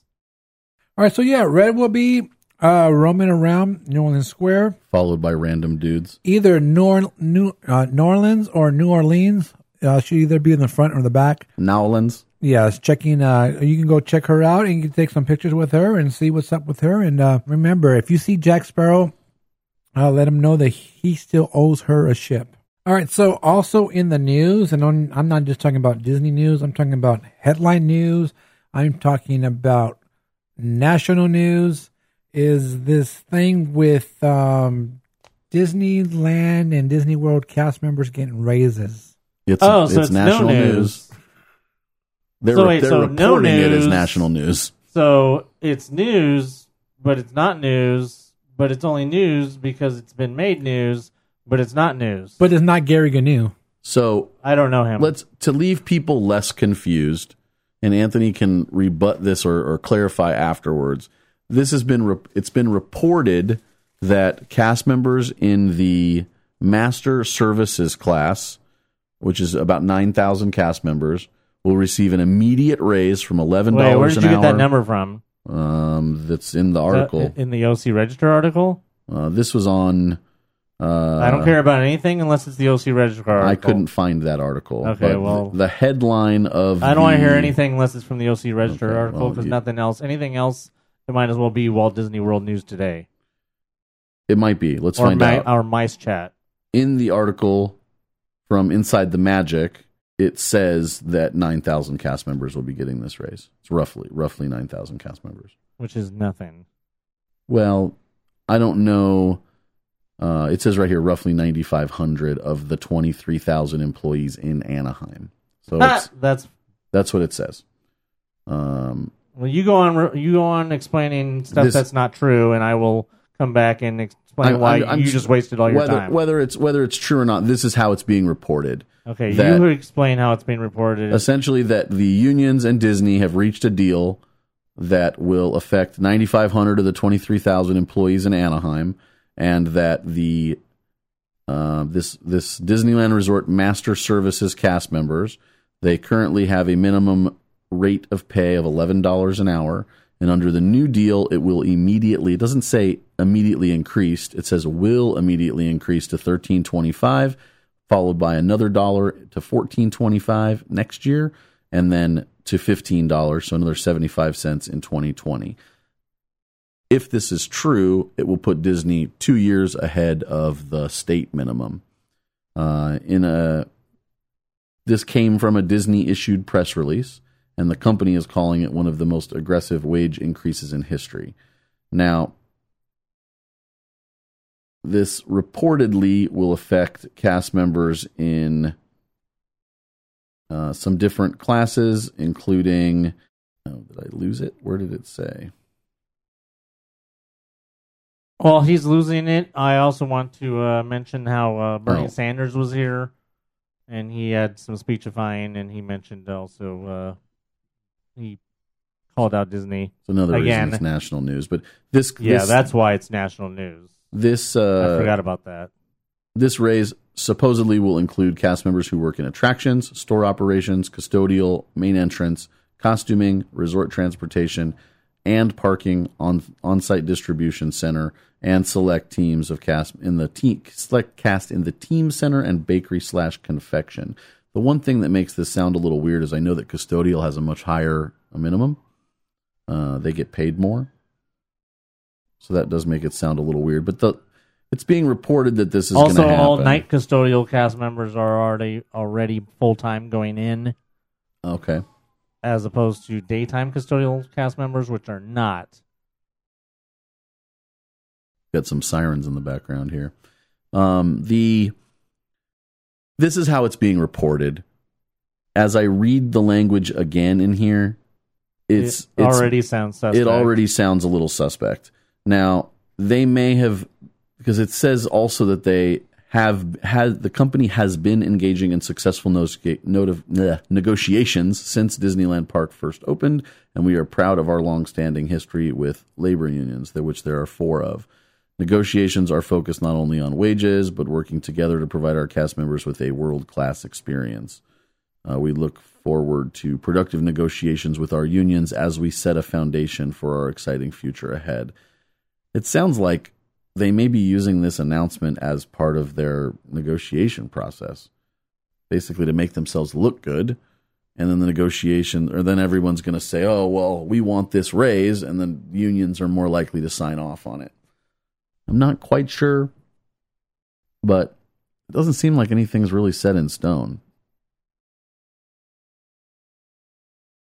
All right, so yeah, Red will be uh, roaming around New Orleans Square,
Followed by random dudes.
either Nor- New uh, New Orleans or New Orleans. Uh, she'll either be in the front or the back.
Nowlands.
Yes, checking. Uh, you can go check her out and you can take some pictures with her and see what's up with her. And uh, remember, if you see Jack Sparrow, uh, let him know that he still owes her a ship. All right. So also in the news, and on, I'm not just talking about Disney news. I'm talking about headline news. I'm talking about national news, is this thing with um, Disneyland and Disney World cast members getting raises.
It's,
Oh, so it's no
national
news.
news. They're,
So wait,
they're
so
reporting
no
it as
news.
national news.
So it's news, but it's not news, but it's only news because it's been made news, but it's not news.
But it's not Gary Ganu.
So
I don't know him.
let's to leave people less confused, and Anthony can rebut this or, or clarify afterwards. This has been re- it's been reported that cast members in the master services class, which is about nine thousand cast members, will receive an immediate raise from eleven
Wait, where
dollars
did
an
you
hour.
get that number from?
Um, that's in the article.
Uh, in the OC Register article.
Uh, this was on. Uh,
I don't care about anything unless it's the OC Register article.
I couldn't find that article.
Okay,
but th-
well-
the headline of
I don't want to hear
the-
anything unless it's from the OC Register
Okay,
article
well,
because
you-
nothing else, anything else, it might as well be Walt Disney World News Today
It might be. Let's
or uh,
find
my,
out.
our Mice Chat.
In the article from Inside the Magic, it says that nine thousand cast members will be getting this raise. It's roughly roughly nine thousand cast members.
which is nothing.
Well, I don't know. Uh, it says right here, roughly ninety five hundred of the twenty three thousand employees in Anaheim. So it's,
That's
that's what it says. Um,
well, you go on, you go on explaining stuff
This-
that's not true, and I will come back and explain
I'm-
why
I'm- I'm
you
just-
just wasted all your
whether,
time.
Whether it's whether it's true or not, this is how it's being reported.
okay,
that-
you explain how it's being reported.
Essentially, that the unions and Disney have reached a deal that will affect 9,500 of the 23,000 employees in Anaheim, and that the uh, this this Disneyland Resort Master Services cast members they currently have a minimum rate of pay of eleven dollars an hour, and under the new deal, it will immediately. It doesn't say immediately increased. It says will immediately increase to thirteen twenty five, followed by another dollar to fourteen twenty five next year, and then to fifteen dollars, so another seventy five cents in twenty twenty. If this is true, it will put Disney two years ahead of the state minimum. Uh, in a this came from a Disney issued press release, and the company is calling it one of the most aggressive wage increases in history. Now, this reportedly will affect cast members in uh, some different classes, including. Oh, did I lose it? Where did it say?
While he's losing it, I also want to uh, mention how uh, Bernie
Oh.
Sanders was here, and he had some speechifying, and he mentioned also uh, he called out Disney.
It's another reason
Again.
it's national news, but this
Yeah,
this,
that's why it's national news.
this
I
uh,
forgot about that.
This raise supposedly will include cast members who work in attractions, store operations, custodial, main entrance, costuming, resort transportation, and parking on on-site distribution center and select teams of cast in the team select cast in the team center and bakery slash confection. The one thing that makes this sound a little weird is I know that custodial has a much higher minimum. Uh, they get paid more, so that does make it sound a little weird. But the it's being reported that this is going to
also,
happen.
all night custodial cast members are already already full time going in,
Okay.
as opposed to daytime custodial cast members, which are not.
got some sirens in the background here. Um, the this is how it's being reported. As I read the language again in here, it's,
it
it's
already sounds suspect.
it already sounds a little suspect. Now they may have because it says also that they have had the company has been engaging in successful nos- note of- bleh, negotiations since Disneyland Park first opened, and we are proud of our long-standing history with labor unions, there which there are four of. Negotiations are focused not only on wages, but working together to provide our cast members with a world-class experience. Uh, we look forward to productive negotiations with our unions as we set a foundation for our exciting future ahead. It sounds like they may be using this announcement as part of their negotiation process, basically to make themselves look good. And then the negotiation, or then everyone's going to say, oh, well, we want this raise. And then unions are more likely to sign off on it. I'm not quite sure, but it doesn't seem like anything's really set in stone.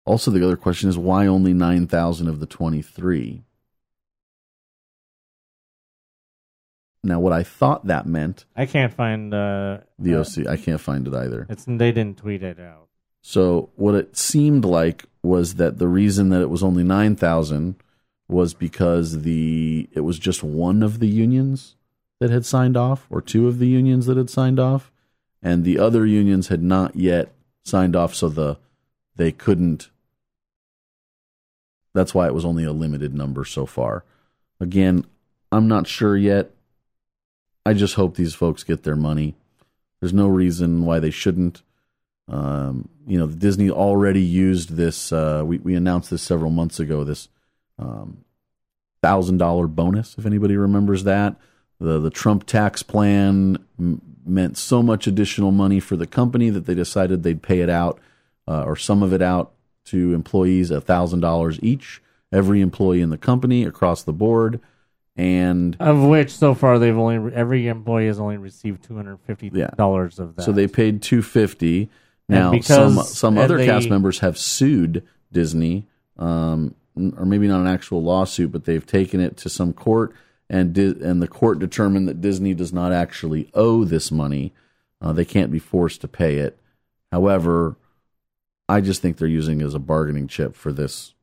Also, the other question is why only 9,000 of the 23? Now, what I thought that meant,
I can't find uh,
the OC, I can't find it either.
It's they didn't tweet it out.
So what it seemed like was that the reason that it was only nine thousand was because the it was just one of the unions that had signed off, or two of the unions that had signed off, and the other unions had not yet signed off, so the they couldn't. That's why it was only a limited number so far. Again, I'm not sure yet. I just hope these folks get their money. There's no reason why they shouldn't. Um, you know, Disney already used this. Uh, we we announced this several months ago. This um, thousand dollar bonus, if anybody remembers that, the the Trump tax plan m- meant so much additional money for the company that they decided they'd pay it out uh, or some of it out to employees a thousand dollars each, every employee in the company across the board, and
Of which, so far, they've only every employee has only received two hundred fifty dollars of that.
So they paid two fifty.
And
Now
because-
some some
and
other
they-
cast members have sued Disney, um, n- or maybe not an actual lawsuit, but they've taken it to some court, and Di- and the court determined that Disney does not actually owe this money. Uh, they can't be forced to pay it. However, I just think they're using it as a bargaining chip for this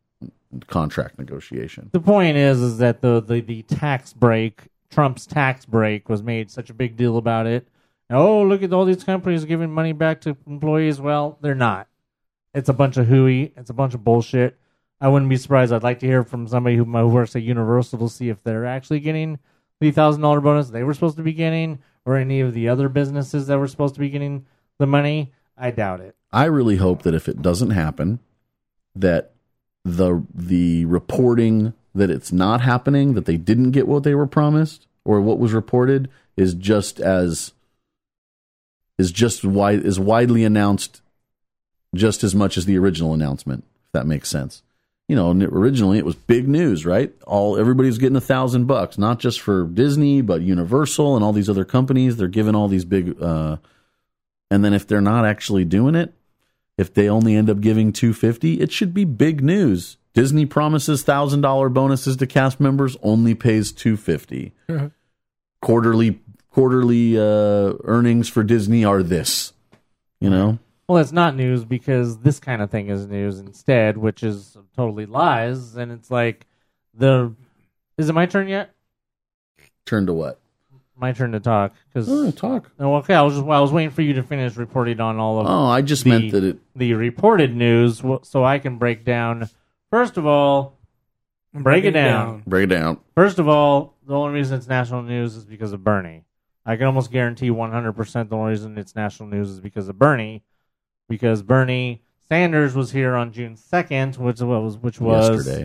contract negotiation.
the point is is that the, the the tax break trump's tax break was made such a big deal about it oh look at all these companies giving money back to employees well they're not it's a bunch of hooey it's a bunch of bullshit i wouldn't be surprised i'd like to hear from somebody who, who works at universal to see if they're actually getting the thousand dollar bonus they were supposed to be getting or any of the other businesses that were supposed to be getting the money i doubt it
I really hope that if it doesn't happen, that the the reporting that it's not happening, that they didn't get what they were promised or what was reported, is just as is just wide is widely announced just as much as the original announcement. If that makes sense, you know. and Originally, it was big news, right? All everybody's getting a thousand bucks, not just for Disney, but Universal and all these other companies. They're giving all these big. Uh, and then if they're not actually doing it, if they only end up giving 250 it should be big news disney promises $1000 bonuses to cast members only pays 250 quarterly quarterly uh, earnings for disney are this you know
Well, it's not news because this kind of thing is news instead, which is totally lies. And it's like the is it my turn yet?
turn to what
My turn to talk because
oh talk
okay, I was just well, I was waiting for you to finish reporting on all of
oh i just
The-
meant that it
the reported news, wh- so I can break down. First of all, break it down.
break it down
First of all, the only reason it's national news is because of Bernie. I can almost guarantee 100% the only reason it's national news is because of Bernie, because Bernie Sanders was here on June 2nd, which was which was
yesterday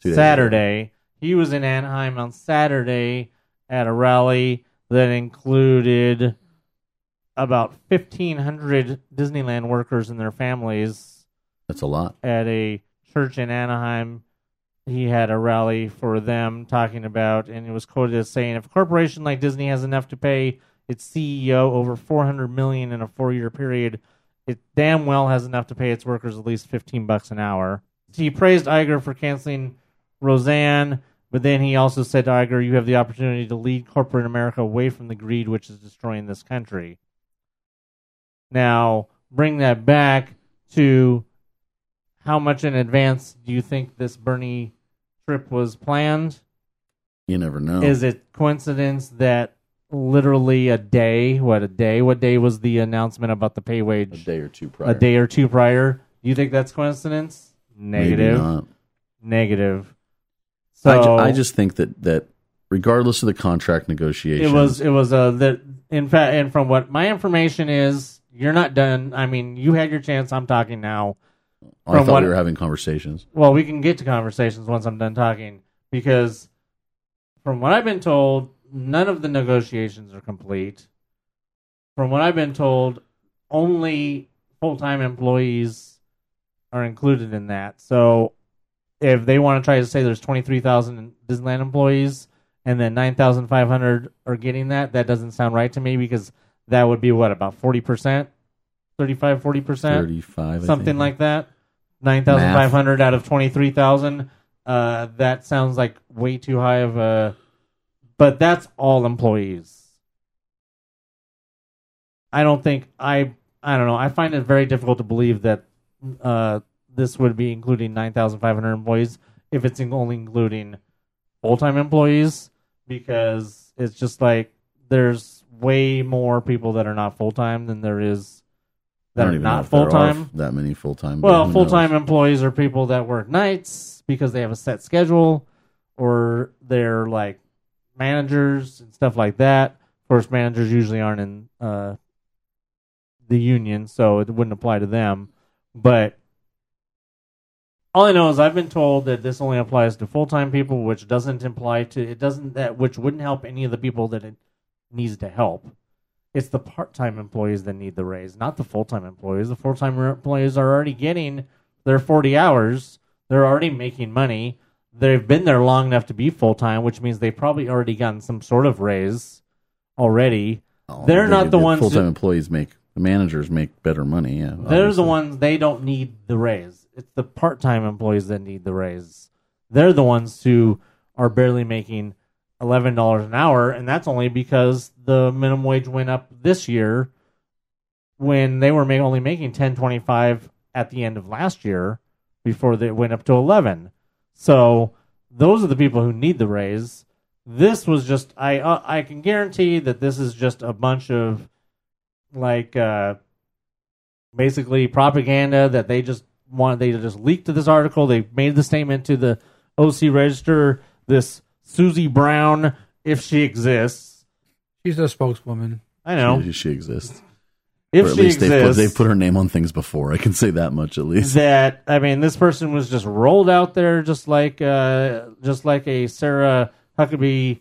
Two days ago.
Saturday. He was in Anaheim on Saturday at a rally that included about 1,500 Disneyland workers and their families
that's a lot
at a church in Anaheim. He had a rally for them talking about, and it was quoted as saying, "If a corporation like Disney has enough to pay its CEO over 400 million in a four-year period, it damn well has enough to pay its workers at least 15 bucks an hour." He praised Iger for canceling Roseanne, but then he also said to Iger, "You have the opportunity to lead corporate America away from the greed which is destroying this country." Now, bring that back to how much in advance do you think this Bernie trip was planned?
you never know
Is it coincidence that literally a day, what a day, what day was the announcement about the pay
a
wage?
day or two prior
A day or two prior. Do you think that's coincidence?
Maybe
Negative.
not.
Negative. So
I, ju- I just think that that regardless of the contract
it
negotiations
was it was uh the in fact and from what my information is, you're not done. I mean, you had your chance. I'm talking now.
i
from
thought
what-
we were having conversations
Well, we can get to conversations once I'm done talking because, from what I've been told, none of the negotiations are complete. From what I've been told, only full time employees are included in that. So, if they want to try to say there's 23,000 Disneyland employees and then 9,500 are getting that, that doesn't sound right to me because that would be what, about 40%? 35, 40%?
35 I
something
think.
like that. Nine thousand five hundred out of twenty three thousand. Uh, that sounds like way too high of a But that's all employees. I don't think I I don't know. I find it very difficult to believe that uh, this would be including 9,500 employees if it's in- only including full-time employees because it's just like there's way more people that are not full-time than there is
I
that
don't
are
even know
not
if there are
full-time.
That many full time.
Well, full time employees are people that work nights because they have a set schedule, or they're like managers and stuff like that. Of course, managers usually aren't in uh, the union, so it wouldn't apply to them. But all I know is I've been told that this only applies to full time people, which doesn't imply to it doesn't that which wouldn't help any of the people that it needs to help. It's the part time employees that need the raise, not the full time employees. The full time employees are already getting their forty hours. They're already making money. They've been there long enough to be full time, which means they've probably already gotten some sort of raise already.
Oh,
they're not the ones
Full time
who-
employees make the managers make better money. Yeah,
They're the
obviously.
ones they don't need the raise. It's the part-time employees that need the raise. They're the ones who are barely making eleven dollars an hour, and that's only because the minimum wage went up this year when they were ma- only making ten twenty-five at the end of last year before they went up to eleven. So those are the people who need the raise. This was just I uh, I can guarantee that this is just a bunch of like. uh basically propaganda that they just want they just leaked to this article they made the statement to the oc register this susie brown if she exists
She's a spokeswoman.
i know
She, she exists.
if
or at
she
least they've put,
exists
they've put her name on things before. I can say that much at least.
that i mean this person was just rolled out there just like uh just like a sarah huckabee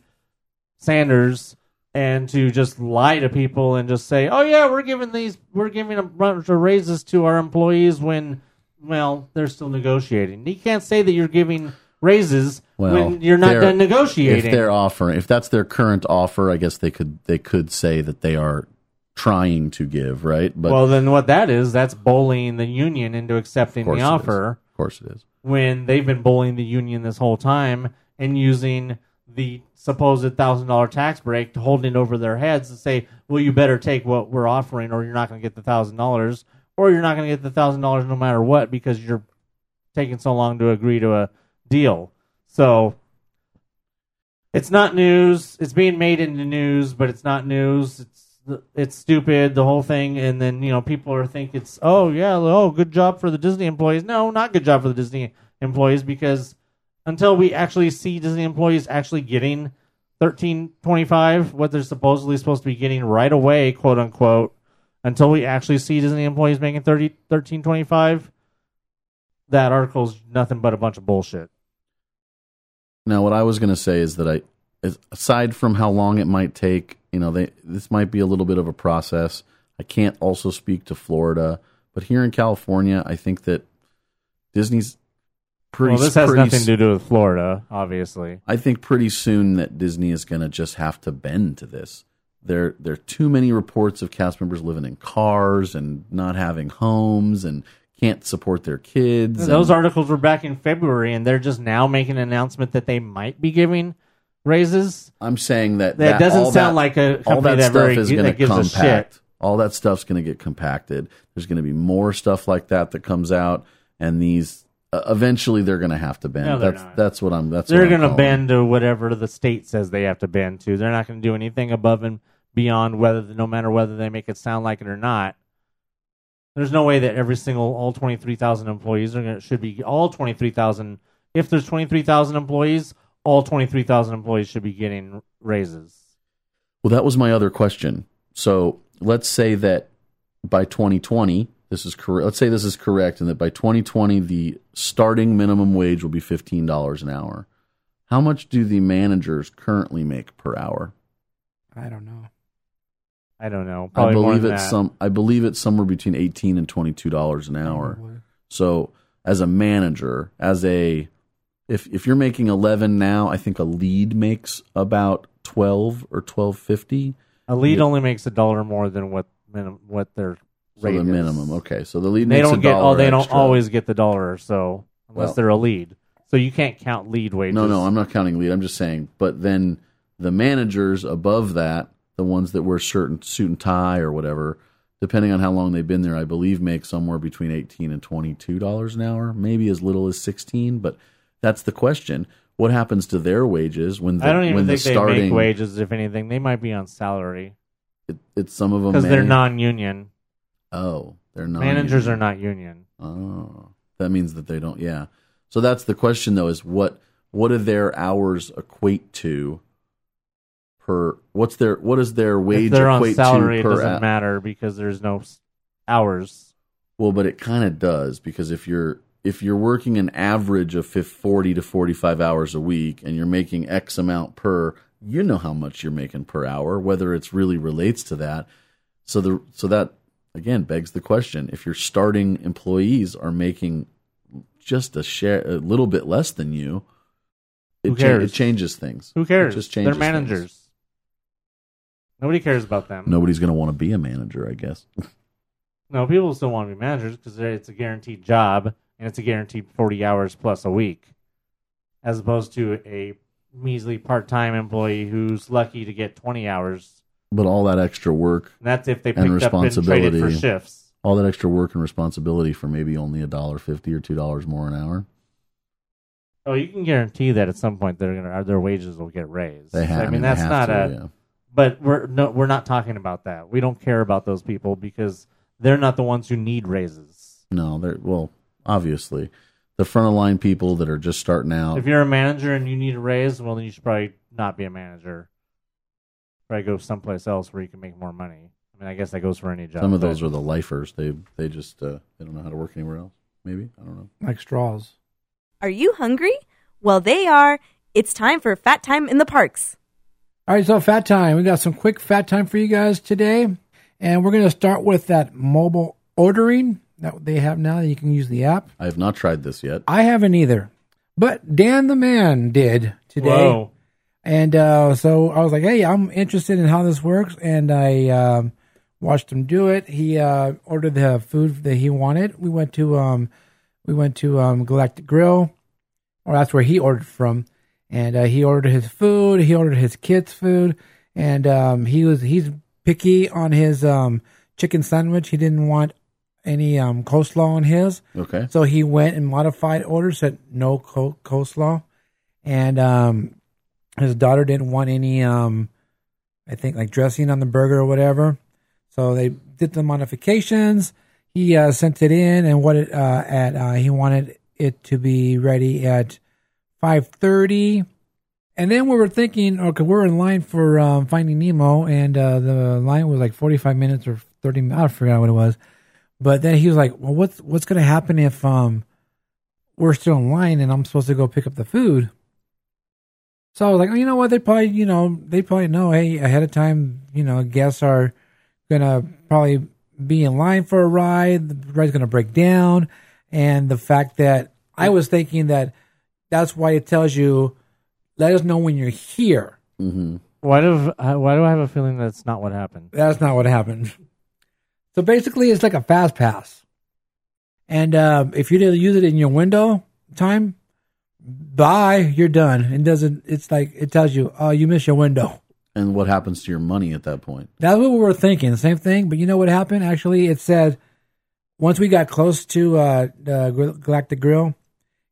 sanders and to just lie to people and just say oh yeah we're giving these we're giving a bunch of raises to our employees when well they're still negotiating you can't say that you're giving raises
Well,
when you're not
they're-
done
if
negotiating
they're offering, if that's their current offer, I guess they could they could say that they are trying to give right. But
well then what that is that's bullying the union into accepting
course
the
it is.
offer
of course it is.
when they've been bullying the union this whole time and using the supposed thousand dollar tax break to hold it over their heads and say, "Well, you better take what we're offering, or you're not going to get the thousand dollars, or you're not going to get the thousand dollars no matter what because you're taking so long to agree to a deal." So it's not news. It's being made into news, but it's not news. It's it's stupid the whole thing, and then you know people are think it's oh yeah oh good job for the Disney employees. No, not good job for the Disney employees because until we actually see Disney employees actually getting thirteen twenty five what they're supposedly supposed to be getting right away, quote unquote, until we actually see Disney employees making thirty thirteen twenty five, that article's nothing but a bunch of bullshit.
Now, what I was going to say is that I, as- aside from how long it might take, you know, they this might be a little bit of a process. I can't also speak to Florida, but here in California, I think that Disney's pretty.
well, this has
pretty
nothing to do with Florida, obviously.
I think pretty soon that Disney is going to just have to bend to this. There, there are too many reports of cast members living in cars and not having homes and can't support their kids.
Those
and-
articles were back in February, and they're just now making an announcement that they might be giving raises.
I'm saying that
That doesn't
all
sound like a
all that,
company that
stuff
very-
is
that
going to
gives a shit.
compact. All that stuff's going to get compacted. There's going to be more stuff like that that comes out, and these uh, eventually they're going to have to bend.
No, they're
that's
not.
that's what I'm. That's what
They're
I'm
going to
calling.
bend to whatever the state says they have to bend to. They're not going to do anything above and beyond, whether no matter whether they make it sound like it or not. There's no way that every single all 23,000 employees are going should be all 23,000. If there's 23,000 employees, all 23,000 employees should be getting raises.
Well, that was my other question. So let's say that by 2020, this is correct. Let's say this is correct, and that by 2020, the starting minimum wage will be fifteen dollars an hour. How much do the managers currently make per hour?
I don't know.
I don't know.
I
Probably more
believe
than
it's
that.
some. I believe it's somewhere between eighteen and twenty-two dollars an hour. So as a manager, as a if if you're making eleven now, I think a lead makes about twelve or twelve fifty.
A lead
Yeah.
only makes a dollar more than what minim- what their
So
rate
the
is.
minimum. Okay, so the lead
They
makes a
don't get.
dollar
Oh, they don't
extra.
always get the dollar. or So unless
Well-
they're a lead, so you can't count lead wages.
No, no, I'm not counting lead. I'm just saying. But then the managers above that, the ones that wear certain suit and tie or whatever, depending on how long they've been there, I believe make somewhere between eighteen and twenty two dollars an hour, maybe as little as sixteen. But that's the question: what happens to their wages when the,
I don't even
when
think
the
they
starting
make wages. If anything, they might be on salary
It, it's some of them
because they're
may-
non-union.
Oh, they're not.
Managers are not union.
Oh, that means that they don't. Yeah. So that's the question, though: is what what do their hours equate to per? What's their what does their wage
if they're on
equate
salary,
to
it
per?
doesn't
hou-
matter because there's no s- hours.
Well, but it kind of does because if you're if you're working an average of fif- forty to forty five hours a week and you're making X amount per, you know how much you're making per hour, whether it's really relates to that. So the so that again begs the question: if your starting employees are making just a share a little bit less than you, it,
Who
cha- it
cares?
changes things.
Who cares?
It just
they're
changes. things.
managers. Nobody cares about them.
Nobody's going to want to be a manager, I guess.
No, people still want to be managers because it's a guaranteed job and it's a guaranteed 40 hours plus a week, as opposed to a measly part time employee who's lucky to get 20 hours.
But all that extra work
And that's if they
And
picked up and traded for
responsibility.
shifts.
all that extra work and responsibility for maybe only a dollar fifty or two dollars more an hour.
Oh, you can guarantee that at some point they're gonna their wages will get raised.
They have.
I mean,
they
that's
have
not
to,
a.
yeah.
But we're no, we're not talking about that. We don't care about those people because they're not the ones who need raises.
no. They're well, obviously, the front of line people that are just starting out.
If you're a manager and you need a raise, well, then you should probably not be a manager. Probably go someplace else where you can make more money. I mean, I guess that goes for any job.
Some of
but-
those are the lifers. They they just uh, they don't know how to work anywhere else. Maybe I don't know.
like straws.
Are you hungry? Well, they are. It's time for Fat Time in the Parks.
All right, so fat time. We got some quick fat time for you guys today, and we're going to start with that mobile ordering that they have now. that You can use the app.
I have not tried this yet.
I haven't either, but Dan the man did today,
Whoa.
and uh, so I was like, "Hey, I'm interested in how this works," and I um, watched him do it. He uh, ordered the food that he wanted. We went to um, we went to um, Galactic Grill, or that's where he ordered from, and uh, he ordered his food. He ordered his kids' food, and um, he was he's picky on his um, chicken sandwich. He didn't want any um, coleslaw on his,
Okay.
so he went and modified order, said no co- coleslaw, and um, his daughter didn't want any, um, I think, like dressing on the burger or whatever. So they did the modifications. He uh, sent it in, and what it uh, at uh, he wanted it to be ready at five thirty. And then we were thinking, okay, we're in line for um, Finding Nemo, and uh, the line was like forty-five minutes or thirty. I forgot what it was. But then he was like, "Well, what's what's going to happen if um we're still in line and I'm supposed to go pick up the food?" So I was like, oh, "You know what? They probably, you know, they probably know. Hey, ahead of time, you know, guests are going to probably be in line for a ride. The ride's going to break down, and the fact that I was thinking that that's why it tells you, let us know when you're here.
hmm
Why do I- why do I have a feeling that's not what happened?
That's not what happened. So basically, it's like a fast pass, and uh, if you didn't use it in your window time, bye, you're done. It doesn't. It's like it tells you, oh, you missed your window.
And what happens to your money at that point?
That's what we were thinking. Same thing, but you know what happened? Actually, it said once we got close to uh, the Gr- Galactic Grill,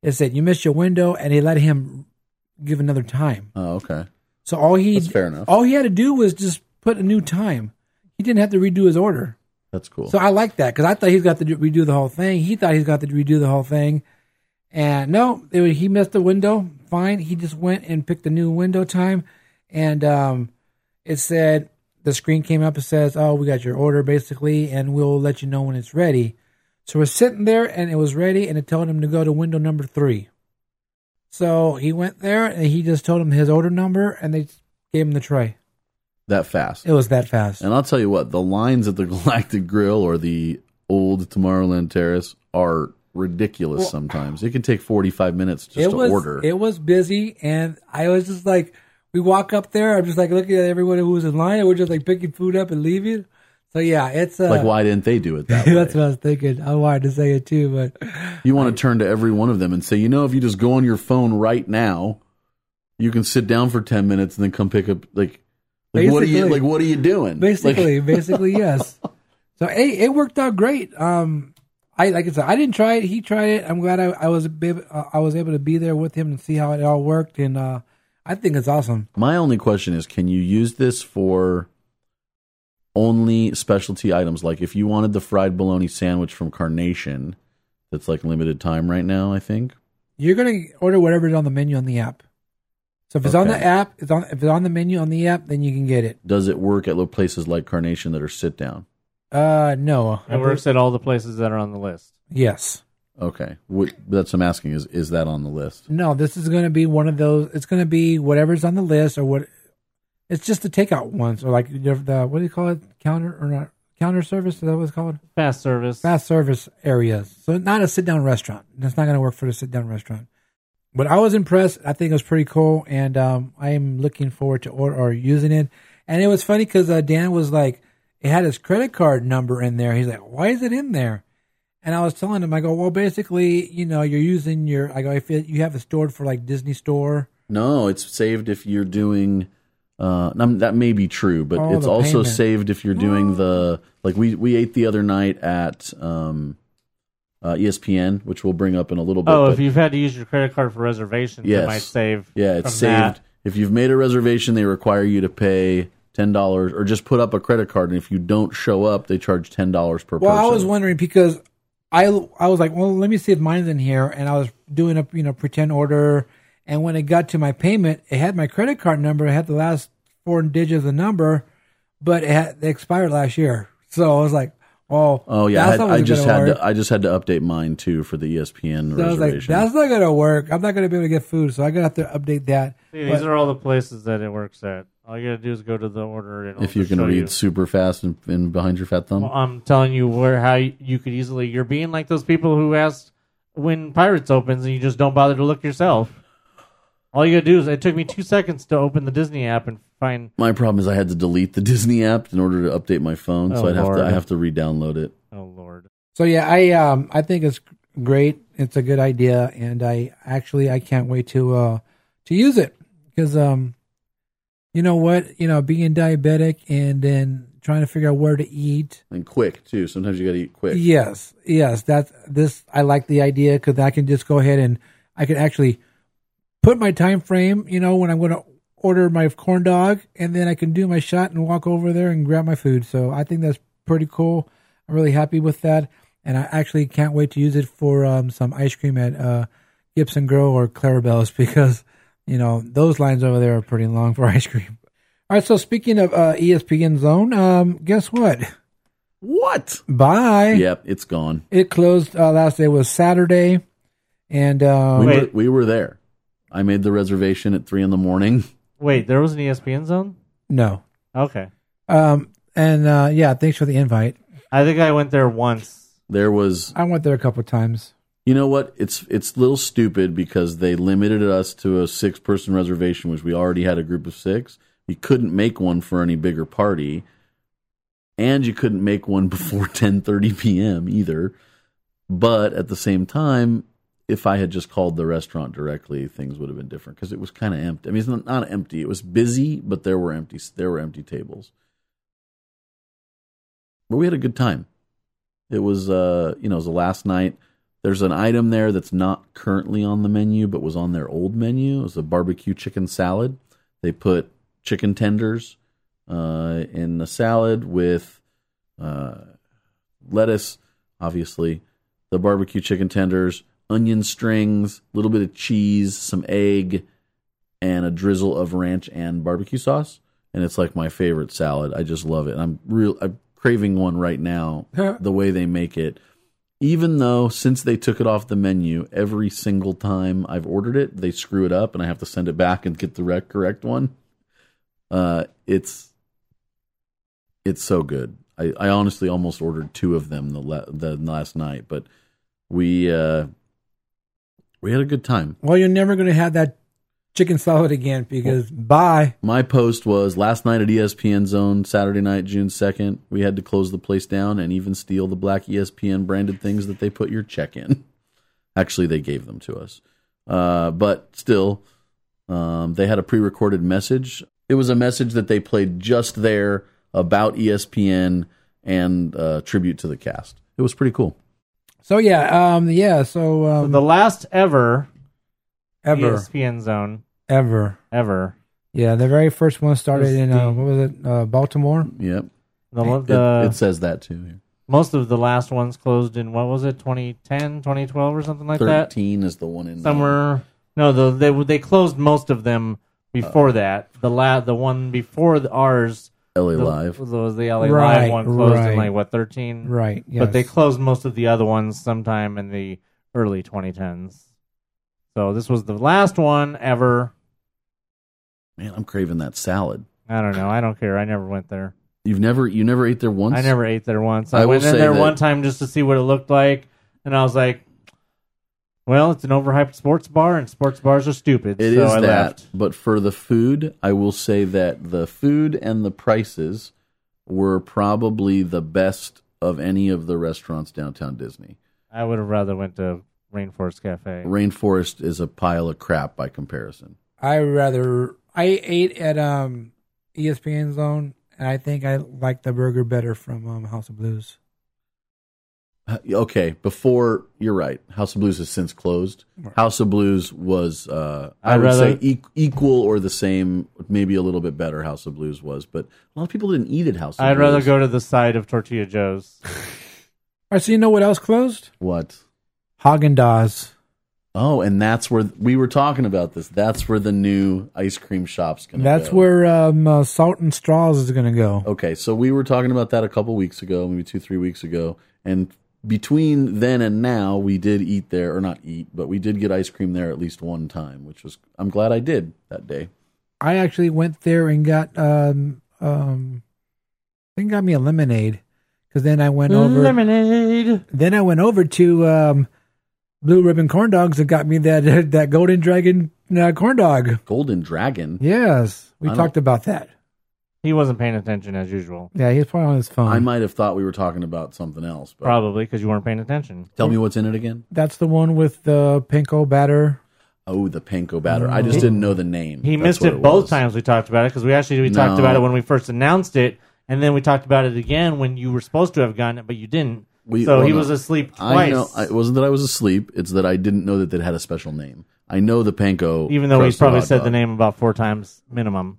it said you missed your window, and they let him give another time.
Oh, okay.
So all he
That's fair enough.
all he had to do was just put a new time. He didn't have to redo his order.
That's cool.
So I like that because I thought he's got to do, redo the whole thing. He thought he's got to redo the whole thing, and no, it, was- he missed the window. Fine, he just went and picked the new window time, and um, it said the screen came up. It says, "Oh, we got your order basically, and we'll let you know when it's ready." So we're sitting there, and it was ready, and it told him to go to window number three. So he went there, and he just told him his order number, and they gave him the tray.
that fast.
It was that fast.
And I'll tell you what, the lines at the Galactic Grill or the old Tomorrowland Terrace are ridiculous sometimes. It can take 45 minutes just
it
to
was,
order.
It was busy, and I was just like, we walk up there. I'm just like looking at everyone who was in line, and we're just like picking food up and leaving. So yeah, it's uh,
like, why didn't they do it that way?
that's what I was thinking. I wanted to say it too, but
You want to turn to every one of them and say, you know, if you just go on your phone right now you can sit down for ten minutes and then come pick up like like what are you
Basically.
like what are you doing?
Basically,
Like,
basically, yes. So hey, it worked out great. Um, I like I said, I didn't try it. He tried it. I'm glad I, I was a bit, uh, I was able to be there with him and see how it all worked. And uh, I think it's awesome.
my only question is can you use this for only specialty items? Like if you wanted the fried bologna sandwich from Carnation, that's like limited time right now, I think.
You're gonna order whatever's on the menu on the app. So if it's on the
Okay.
app, it's on. If it's on the menu on the app, then you can get it.
Does it work at places like Carnation that are sit down?
Uh, no,
It works at all the places that are on the list.
Yes.
Okay, Wh- that's what I'm asking. Is is that on the list?
No, this is going to be one of those. It's going to be whatever's on the list or what. It's just the takeout ones or like the the- what do you call it counter or not counter service? Is that what it's called?
Fast service.
Fast service areas. So not a sit down restaurant. That's not going to work for the sit down restaurant. But I was impressed. I think it was pretty cool, and um, I am looking forward to order or using it. And it was funny because uh, Dan was like, it had his credit card number in there. He's like, why is it in there? And I was telling him, I go, well, basically, you know, you're using your. I go, if it, you have it stored for like Disney Store,
No, it's saved if you're doing. Uh, and I'm- that may be true, but
Oh,
it's
the
also
payment.
saved if you're doing the like we we ate the other night at um, uh, ESPN, which we'll bring up in a little bit.
Oh,
but
if you've had to use your credit card for reservations,
Yes.
it might save.
yeah, it's
from
saved.
that.
If you've made a reservation, they require you to pay ten dollars or just put up a credit card, and if you don't show up, they charge ten dollars per
Well,
person.
I was wondering because I I was like, well, let me see if mine's in here, and I was doing a you know pretend order, and when it got to my payment, it had my credit card number, it had the last four digits of the number, but it, had, it expired last year, so I was like, oh,
Oh yeah, I,
that's
had,
not
I
gonna
just had
work.
to, I just had to update mine too for the E ESPN
So I was like,
reservation.
that's not gonna work. I'm not gonna be able to get food, so I gotta have to update that.
See, these are all the places that it works at. All you gotta do is go to the order. And
if you can read super fast and, and behind your fat thumb,
I'm telling you where how you, you could easily. You're being like those people who asked when Pirates opens and you just don't bother to look yourself. All you gotta do is it took me two seconds to open the Disney app and find.
My problem is I had to delete the Disney app in order to update my phone, so
Oh,
I'd have
Lord.
to I have to re-download it.
Oh lord.
So yeah, I um I think it's great. It's a good idea, and I actually I can't wait to uh to use it because um you know what you know being diabetic and then trying to figure out where to eat.
And quick too. Sometimes you got to eat quick.
Yes, yes, that's this. I like the idea because I can just go ahead and I can actually put my time frame. You know when I'm going to order my corn dog, and then I can do my shot and walk over there and grab my food. So I think that's pretty cool. I'm really happy with that, and I actually can't wait to use it for um, some ice cream at uh, Gibson Grill or Clarabelle's because you know those lines over there are pretty long for ice cream. All right, so speaking of uh, ESPN Zone, um, guess what?
What?
Bye.
Yep, it's gone.
It closed uh, last day was Saturday, and
we
um,
were,
Wait.
we were there. I made the reservation at three in the morning.
Wait, there was an E ESPN zone.
no,
Okay,
um, and uh, yeah, thanks for the invite.
I think I went there once.
There was,
I went there a couple of times.
you know what? It's it's a little stupid because they limited us to a six person reservation, which we already had a group of six. You couldn't make one for any bigger party, and you couldn't make one before ten thirty p.m. either. But at the same time, if I had just called the restaurant directly, things would have been different because it was kind of empty. I mean, it's not, not empty; it was busy, but there were empty there were empty tables. But we had a good time. It was, uh, you know, it was the last night. There's an item there that's not currently on the menu, but was on their old menu. It was a barbecue chicken salad. They put chicken tenders uh, in the salad with uh, lettuce, obviously, the barbecue chicken tenders, onion strings, a little bit of cheese, some egg, and a drizzle of ranch and barbecue sauce. And it's like my favorite salad. I just love it. And I'm real. I'm craving one right now. the way they make it. Even though since they took it off the menu, every single time I've ordered it, they screw it up, and I have to send it back and get the rec- correct one. Uh, it's it's so good. I, I honestly almost ordered two of them the la- the last night, but we uh, we had a good time.
Well, you're never going to have that chicken salad again because bye.
My post was last night at E ESPN Zone, Saturday night, June second. We had to close the place down and even steal the black E ESPN branded things that they put your check in. Actually, they gave them to us, uh, but still, Um, they had a pre recorded message. It was a message that they played just there about E ESPN and uh, tribute to the cast. It was pretty cool.
So yeah, um, yeah. So
So
um,
the last ever E
ever,
ESPN zone
ever.
ever.
Yeah, the very first one started
This
in uh,
thing.
what was it? Uh, Baltimore.
Yep.
The,
It,
the,
it says that too. here.
most of the last ones closed in what was it 2010 2012 or something like that
13 is the one in uh,
somewhere no the, they they closed most of them
Uh,
before that the la, the one before the, ours
LA
the,
Live.
was the LA
Right,
Live one closed
right.
in like what 13
Right. Yes.
but they closed most of the other ones sometime in the early 2010s so this was the last one ever
Man, I'm craving that salad.
I don't know I don't care I never went there
You've never you never ate there once.
I never ate there once. I,
I will
went in
say
there
that-
one time just to see what it looked like, and I was like, "Well, it's an overhyped sports bar, and sports bars are stupid."
It is
so I
that,
left.
but for the food, I will say that the food and the prices were probably the best of any of the restaurants downtown Disney.
I would have rather went to Rainforest Cafe.
Rainforest is a pile of crap by comparison.
I rather I ate at um ESPN Zone, and I think I liked the burger better from um, House of Blues.
Uh, Okay, before you're right. House of Blues has since closed. House of Blues was uh, I
I'd
would
rather-
say e- equal or the same, maybe a little bit better. House of Blues was, but a lot of people didn't eat at House. of
I'd rather
Blues.
go to the side of Tortilla Joe's.
All right. So you know what else closed?
what?
Haagen Dazs.
Oh, and that's where we were talking about this. That's where the new ice cream shop's going to
That's
go.
where um, uh, Salt and Straws is going to go.
Okay, so we were talking about that a couple weeks ago, maybe 2 3 weeks ago, and between then and now we did eat there or not eat, but we did get ice cream there at least one time, which was I'm glad I did that day.
I actually went there and got um um I think got me a lemonade because then I went over
Mm, Lemonade.
then I went over to um Blue Ribbon Corn Dogs and got me that that Golden Dragon uh, corn dog.
Golden Dragon.
Yes, we
I don't-
talked about that.
He wasn't paying attention as usual,
Yeah, he's probably on his phone.
I might have thought we were talking about something else, but
probably because you weren't paying attention.
tell me what's in it again.
That's the one with the panko batter.
Oh, the panko batter. I just didn't know the name.
He
That's
missed
what
it, both
was.
times we talked about it because we actually we talked
No.
about it when we first announced it, and then we talked about it again when you were supposed to have gotten it but you didn't.
We-
so
well,
he
no.
was asleep twice.
I know it wasn't that I was asleep. It's that I didn't know that it had a special name. I know the panko,
even though he's
crusted
probably
hot
said
dog.
the name about four times minimum.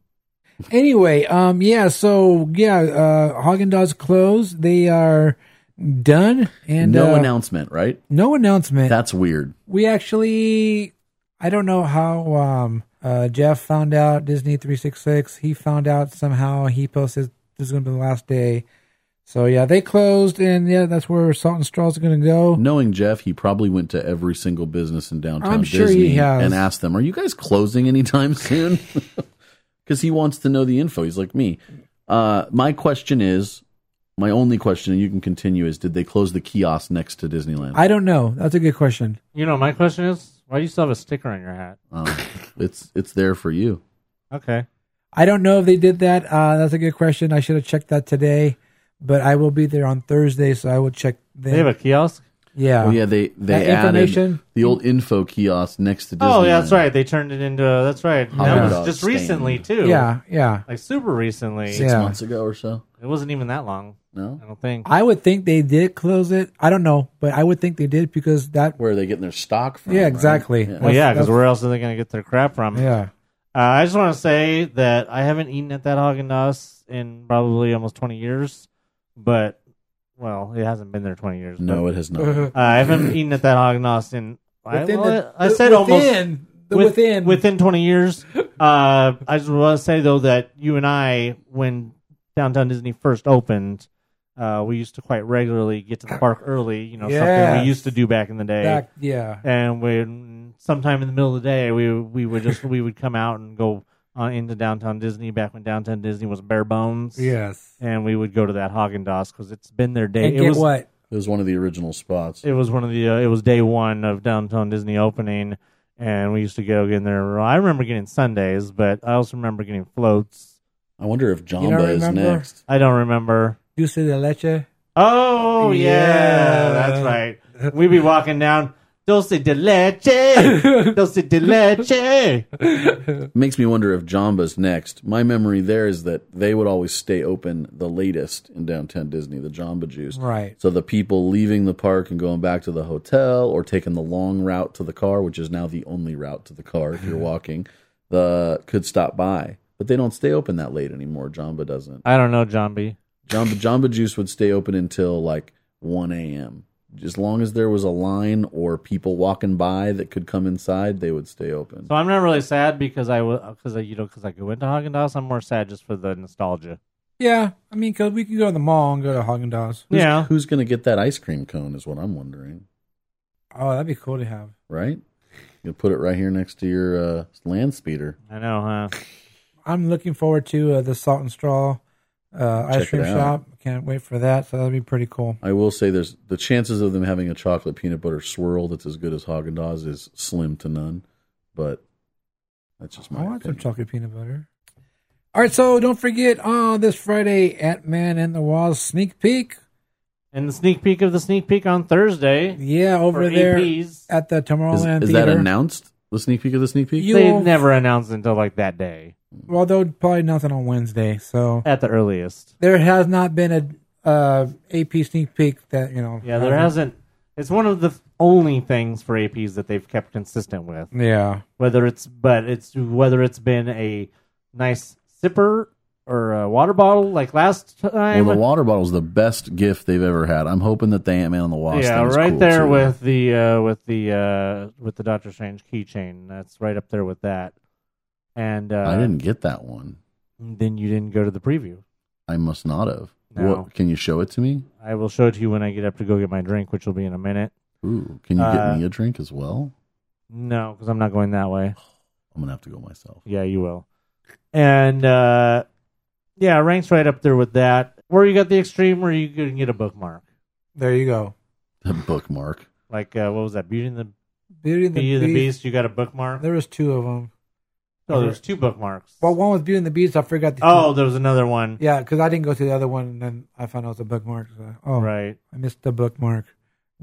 Anyway, um yeah, so yeah, uh Haagen Dazs closed. They are done and
no
uh,
announcement, right?
no announcement.
That's weird.
we actually i don't know how um uh jeff found out disney 366 he found out somehow he posted this is gonna be the last day so yeah they closed and yeah that's where salt and straws are gonna go
Knowing Jeff, he probably went to every single business in downtown
I'm sure
Disney
he has.
and asked them, "Are you guys closing anytime soon?" Because he wants to know the info. He's like me. Uh, my question is, my only question, and you can continue, is did they close the kiosk next to Disneyland?
i don't know that's a good question
You know, my question is, why do you still have a sticker on your hat?
Um, it's it's there for you.
Okay,
i don't know if they did that uh that's a good question i should have checked that today but i will be there on thursday so i will check then.
they have a kiosk.
yeah
Oh yeah, they they
Uh, That
added
information-
the old info kiosk next to Disneyland.
Oh yeah, that's right. They turned it into a, that's right.
Hot
That
dog
was just
stand.
recently too.
yeah yeah
like super recently.
Six
Yeah.
months ago or so.
It wasn't even that long.
No,
I don't think.
i would think they did close it i don't know but i would think they did because that
where are they getting their stock from?
yeah
right?
exactly
Yeah.
well, yeah, because
That's-
where else are they going to get their crap from?
yeah
Uh, I just want to say that I haven't eaten at that Haagen Dazs in probably almost twenty years, but well, it hasn't been there twenty years.
No,
but,
it has not.
uh, I haven't eaten at that Haagen Dazs in. I,
Within
well,
the-
I
the-
said almost
within, the
With-
within
within 20 years. Uh, I just want to say though that you and I, when Downtown Disney first opened, uh, we used to quite regularly get to the park early. You know, something
Yes.
we used to do back in the day.
back, yeah.
And when sometime in the middle of the day, we we would just we would come out and go on into Downtown Disney back when Downtown Disney was bare bones.
Yes.
And we would go to that Haagen Dazs because it's been their day.
And
it
get
was
what?
It was one of the original spots.
it was one of the uh, it was day one of downtown Disney opening, and we used to go in there. I remember getting Sundays, but I also remember getting floats.
I wonder if
You don't
Jamba is
remember?
next.
I don't remember.
Dulce de leche.
Oh yeah,
Yeah.
that's right. We'd be walking down. Dulce de leche. Dulce de leche.
Makes me wonder if Jumba's next. My memory there is that they would always stay open the latest in downtown Disney, the Jamba Juice.
Right.
So the people leaving the park and going back to the hotel or taking the long route to the car, which is now the only route to the car if you're walking, the could stop by. But they don't stay open that late anymore. Jamba doesn't.
I don't know, Jambi.
Jamba, Jamba Juice would stay open until like 1 a.m. As long as there was a line or people walking by that could come inside, they would stay open.
So I'm not really sad because I because I you know because I go into Haagen Dazs. I'm more sad just for the nostalgia.
Yeah, I mean, 'cause we can go to the mall and go to Haagen Dazs.
Who's,
yeah.
Who's going to get that ice cream cone is what I'm wondering,
Oh, that'd be cool to have.
right? You'll put it right here next to your uh, land speeder.
I know, huh?
I'm looking forward to uh, the Salt and Straw uh,
Check
ice
it
cream
out.
shop. Can't wait for that. So that'd be pretty cool.
I will say there's the chances of them having a chocolate peanut butter swirl that's as good as Haagen Dazs is slim to none, but that's just my
Oh,
I want some
opinion.
chocolate peanut butter. All right, so don't forget on this Friday, Ant Man and the Wasp sneak peek.
And the sneak peek of the sneak peek on Thursday.
Yeah, over
For E
there
APs.
at the
Is,
Tomorrowland
is that
Theater.
announced? The sneak peek of the sneak peek?
You
they
will-
never announced until like that day
well, they'll probably nothing on Wednesday, so
at the earliest.
there has not been a uh, AP sneak peek that you know.
Yeah, there hasn't. It's one of the only things for APs that they've kept consistent with.
Yeah,
Whether it's but it's whether it's been a nice sipper or a water bottle like last
well,
time.
the water bottle's the best gift they've ever had. I'm hoping that the Ant Man and the Wasp.
yeah,
thing is
right
cool,
there
too.
with the uh, with the uh, with the Doctor Strange keychain. That's right up there with that. And uh,
I didn't get that one.
Then you didn't go to the preview.
I must not have.
No.
What, can you show it to me?
I will show it to you when I get up to go get my drink, which will be in a minute.
Ooh, can you get
Uh,
me a drink as well?
No, because I'm not going that way.
I'm gonna have to go myself.
Yeah, you will. And uh yeah, ranks right up there with that. Where you got the extreme where you can get a bookmark.
there you go.
Bookmark.
Like uh what was that? Beauty and the
Beauty and the,
Beauty and the
Beast.
Beast, you got a bookmark.
There was two of them.
No, there's two bookmarks.
Well, one was Beauty and the Beast. I forgot the.
Oh, there was another one.
yeah, because I didn't go to the other one, and then I found out it was a bookmark. So, oh,
Right.
I missed the bookmark.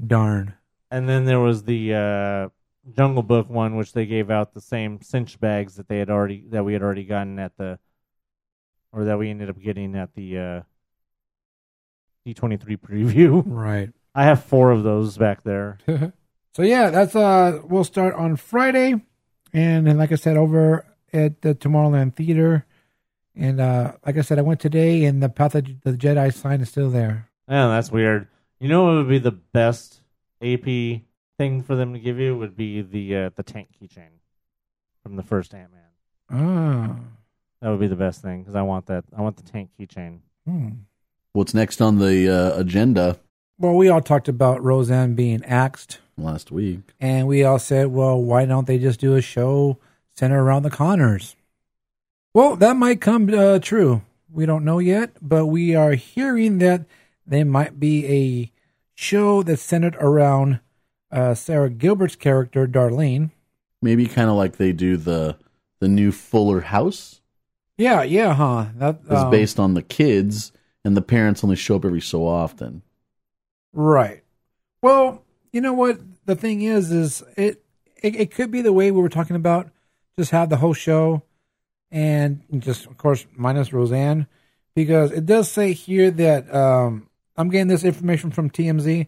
Darn.
And then there was the uh Jungle Book one, which they gave out the same cinch bags that they had already that we had already gotten at the or that we ended up getting at the uh D twenty three preview.
Right.
I have four of those back there.
So yeah, that's uh we'll start on Friday and, then like I said over at the Tomorrowland Theater and uh like I said I went today and the path of the Jedi sign is still there.
Yeah, that's weird. You know what would be the best AP thing for them to give you would be the uh, the tank keychain from the first Ant Man.
Ah.
That would be the best thing because I want that. I want the tank keychain.
Hmm.
What's next on the uh, agenda?
Well, we all talked about Roseanne being axed
Last week,
and we all said, well, why don't they just do a show centered around the Connors? Well, that might come uh, true. We don't know yet, but we are hearing that there might be a show that's centered around uh, Sarah Gilbert's character, Darlene.
maybe kind of like they do the the new Fuller House
Yeah, yeah, huh? That
is
um,
based on the kids, and the parents only show up every so often.
Right. Well, you know what the thing is is it it, it could be the way we were talking about just have the whole show and just of course minus Roseanne because it does say here that um I'm getting this information from TMZ and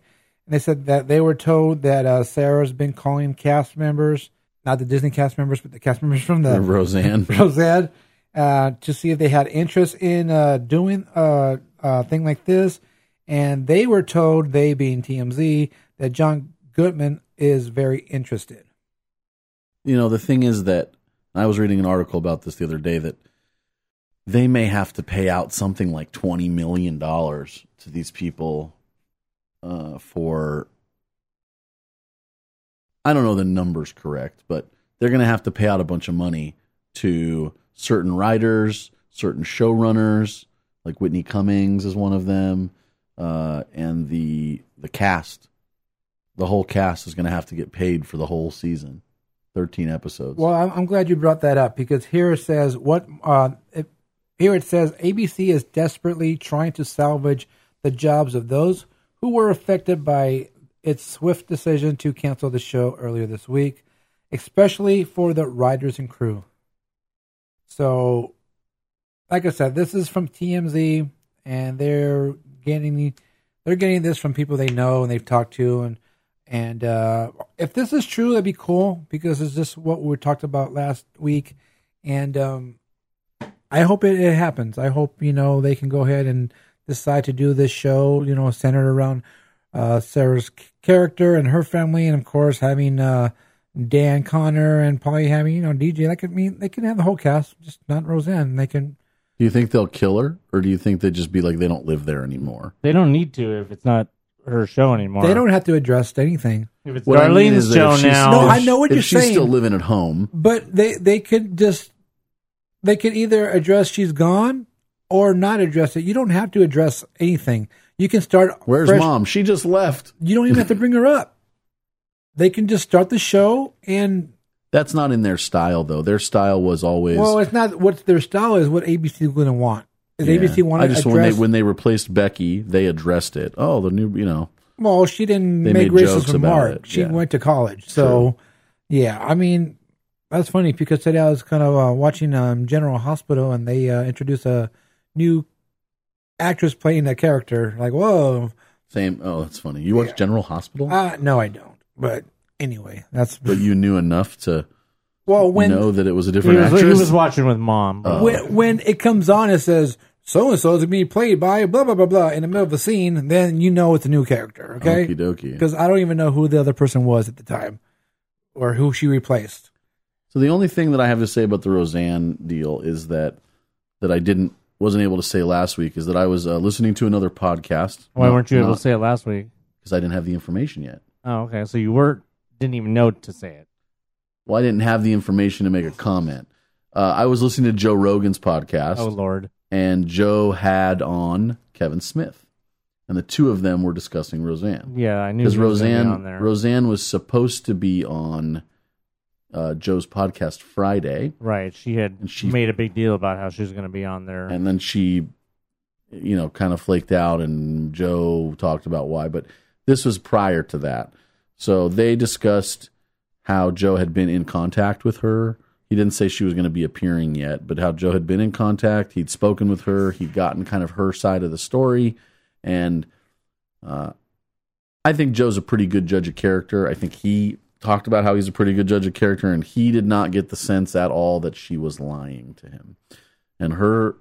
they said that they were told that uh, Sarah's been calling cast members, not the Disney cast members, but the cast members from the
Roseanne,
Rosette uh, to see if they had interest in uh, doing a, a thing like this. And they were told, they being TMZ, that John Goodman is very interested.
you know the thing is that I was reading an article about this the other day that they may have to pay out something like twenty million dollars to these people uh, for. I don't know the numbers correct, but they're going to have to pay out a bunch of money to certain writers, certain showrunners, like Whitney Cummings is one of them, uh, and the the cast. The whole cast is going to have to get paid for the whole season, thirteen episodes.
Well, I'm, I'm glad you brought that up because here it says what uh, it, here it says ABC is desperately trying to salvage the jobs of those who were affected by its swift decision to cancel the show earlier this week, especially for the riders and crew. So, like I said, this is from TMZ, and they're getting they're getting this from people they know and they've talked to, and and uh, if this is true, that'd be cool because it's just what we talked about last week, and um, I hope it, it happens. I hope you know they can go ahead and decide to do this show, you know, centered around uh, Sarah's c- character and her family, and of course having uh, Dan Connor and probably having you know DJ. That could mean they can have the whole cast, just not Roseanne. They can.
Do you think they'll kill her, or do you think they just be like they don't live there anymore?
They don't need to if it's not her show anymore.
They don't have to address anything,
If it's
What I
Darlene's
mean is that
show
if she's-
now,
No, I know what
if
you're
she's
saying.
still living at home,
but they they could just they could either address she's gone or not address it. You don't have to address anything. You can start.
where's
fresh-
mom? She just left.
You don't even have to bring her up. They can just start the show and
That's not in their style, though. Their style was always.
Well, it's not what their style is. What ABC is going to want is
Yeah.
ABC want
I
to
just
address.
when they when they replaced Becky, they addressed it. Oh, the new, you know,
well, she didn't
they
make
made
racist
jokes about
remark.
it,
She
yeah.
went to college, so yeah. I mean, that's funny because today I was kind of uh, watching um, General Hospital, and they uh, introduced a new actress playing that character. Like, whoa,
same. Oh, that's funny. You watched General Hospital,
uh, no, I don't. But anyway, that's
but you knew enough to
well when
know that it was a
he
different
was, he
actress. uh,
was watching with mom. but-
when, when it comes on, it says so and so is going to be played by blah blah blah blah in the middle of a scene. Then you know it's a new character. Okay,
Okie dokie.
because I don't even know who the other person was at the time or who she replaced.
So the only thing that I have to say about the Roseanne deal is that that I didn't wasn't able to say last week is that I was uh, listening to another podcast.
Why weren't you able to say it last week?
Because I didn't have the information yet.
Oh, okay. So you were didn't even know to say it.
Well, I didn't have the information to make a comment. Uh, I was listening to Joe Rogan's podcast,
Oh Lord.
and Joe had on Kevin Smith, and the two of them were discussing Roseanne
Yeah, I knew
because
he was gonna be
Roseanne
on there.
Roseanne was supposed to be on uh, Joe's podcast Friday,
right. She had
And she-
made a big deal about how she was going to be on there.
and then she you know kind of flaked out and joe talked about why but this was prior to that so they discussed how joe had been in contact with her he didn't say she was going to be appearing yet but how joe had been in contact he'd spoken with her he'd gotten kind of her side of the story and uh, i think joe's a pretty good judge of character i think he talked about how he's a pretty good judge of character and he did not get the sense at all that she was lying to him and her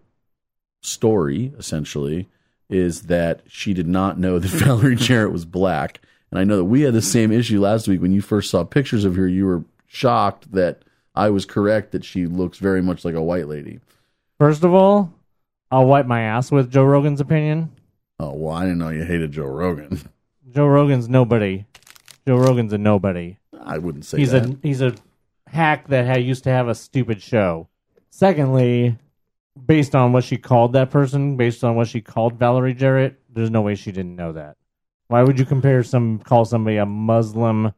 story essentially is that she did not know that Valerie Jarrett was black. And I know that we had the same issue last week when you first saw pictures of her. You were shocked that I was correct that she looks very much like a white lady.
First of all, I'll wipe my ass with Joe Rogan's opinion.
Oh well, I didn't know you hated Joe Rogan.
Joe Rogan's nobody. Joe Rogan's a nobody.
I wouldn't say
he's
that.
a he's a hack that had used to have a stupid show. Secondly, based on what she called that person, based on what she called Valerie Jarrett, there's no way she didn't know that. Why would you compare some call somebody a Muslim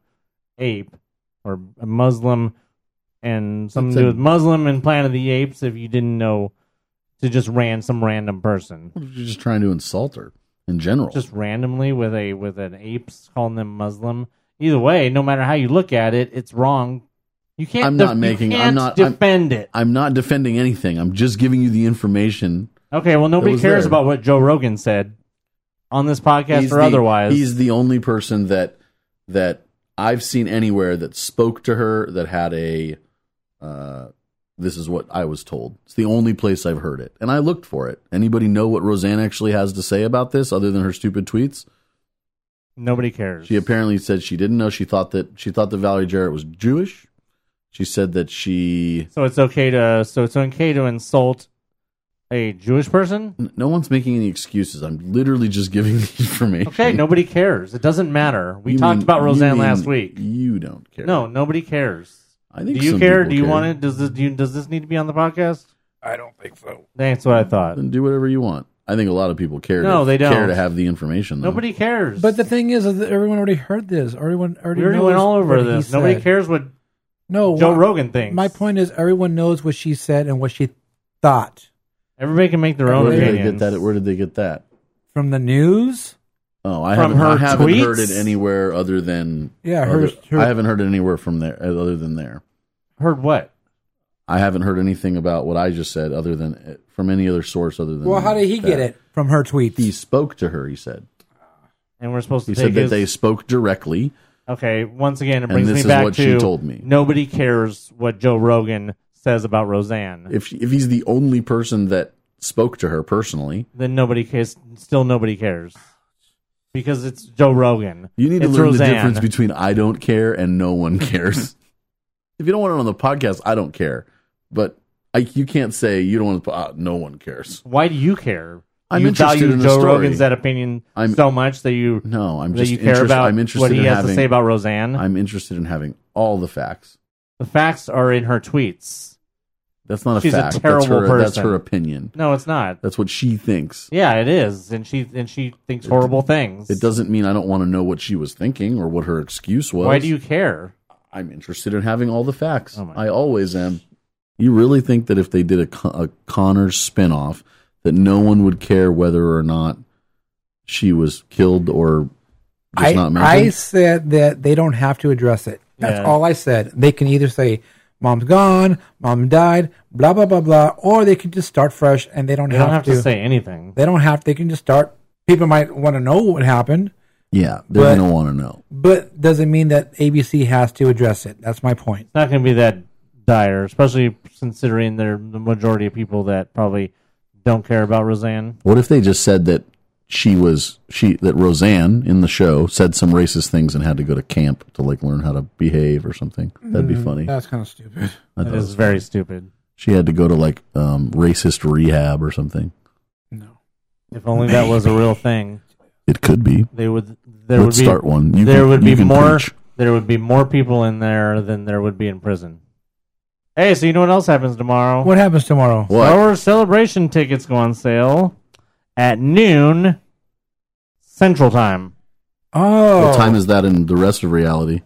ape or a Muslim and something to
That's
do
a-
with Muslim and Planet of the Apes if you didn't know to just ran some random person
You're just trying to insult her in general.
just randomly with a with an apes calling them Muslim. Either way, no matter how you look at it, it's wrong. You can't.
I'm
def-
not making-
You
I'm
can't
not- I'm-
defend it.
I'm not defending anything. I'm just giving you the information.
Okay. Well, nobody
was
cares
there.
about what Joe Rogan said on this podcast or
the,
otherwise.
He's the only person that that I've seen anywhere that spoke to her that had a uh, this is what I was told. It's the only place I've heard it. And I looked for it. Anybody know what Roseanne actually has to say about this other than her stupid tweets?
nobody cares.
She apparently said she didn't know. She thought that she thought that Valerie Jarrett was Jewish. She said that she
so it's okay to so it's okay to insult a Jewish person.
n- no one's making any excuses. I'm literally just giving the information.
Okay, nobody cares. It doesn't matter. We
You
talked
mean-
about
you
Roseanne
mean
last week.
You don't care.
No, nobody cares.
I think
do you
some
care?
people
Do you want it? Does this do you, does this need to be on the podcast?
I don't think so.
That's what I thought.
Then do whatever you want. I think a lot of people care.
No,
to,
they don't.
care to have the information. Though.
Nobody cares.
But the thing is, is that everyone already heard this. Everyone already
We already
knows
went all over
what he
this. Nobody
said.
cares what
No,
Joe
wha-
Rogan thinks.
My point is, everyone knows what she said and what she thought
Everybody can make their own
Where did they
opinions.
get that? Where did they get that?
from the news.
Oh, I
From
haven't, I
her
haven't
tweets?
heard it anywhere other than
Yeah, her-
Other,
her-
I haven't heard it anywhere from there other than there.
Heard what?
I haven't heard anything about what I just said other than eh, from any other source other than.
Well, how did he get
that.
it from her tweets?
He spoke to her. He said
And we're supposed to
he
take
said that
his-
they spoke directly.
Okay, once again, it
And
brings
this
me
is
back
what
to
she told me.
nobody cares what Joe Rogan says about Roseanne.
If if he's the only person that spoke to her personally,
then nobody cares. Still, nobody cares because it's Joe Rogan.
you need to
It's
learn
Roseanne.
the difference between "I don't care" and "No one cares." if you don't want it on the podcast, I don't care. But I, you can't say you don't want to. Uh, no one cares.
Why do you care?
I'm
you
interested
value
in the
Joe
story.
Rogan's that opinion
I'm-
so much that you
No, I'm
that
just
you care
interest-
about
I'm interested
what he
in
has to
having-
say about Roseanne.
I'm interested in having all the facts.
the facts are in her tweets.
That's not a
She's a
fact.
terrible
that's her, That's
person.
her opinion.
No, it's not.
That's what she thinks.
Yeah, it is, and she and she thinks horrible things.
It doesn't mean I don't want to know what she was thinking or what her excuse was.
Why do you care?
I'm interested in having all the facts.
Oh my
I always am. You really think that if they did a, Con- a Connors spinoff, that no one would care whether or not she was killed or just
I,
not
I
mentioned?
said that they don't have to address it. That's
Yeah.
all I said. They can either say, "Mom's gone," "Mom died," blah blah blah blah, or they can just start fresh and they don't,
They
have,
don't have
to.
to say anything.
They don't have. They can just start. People might want to know what happened,
yeah, they're
But-
going to want to know.
but doesn't mean that ABC has to address it. That's my point.
it's not going to be that dire, especially considering there the majority of people that probably don't care about Roseanne.
What if they just said that she was she that Roseanne in the show said some racist things and had to go to camp to like learn how to behave or something? That'd be funny.
That's kind of stupid.
I
That
thought
is very stupid.
she had to go to like um, racist rehab or something.
No.
If only that was a real thing,
It could be.
they would. There
Let's
would be,
start one. You
there
can-
would
you
be
can
more.
preach.
There would be more people in there than there would be in prison. Hey, so you know what else happens tomorrow?
What happens tomorrow?
What?
Star Wars Celebration tickets go on sale at noon Central Time.
Oh,
What time is that in the rest of reality?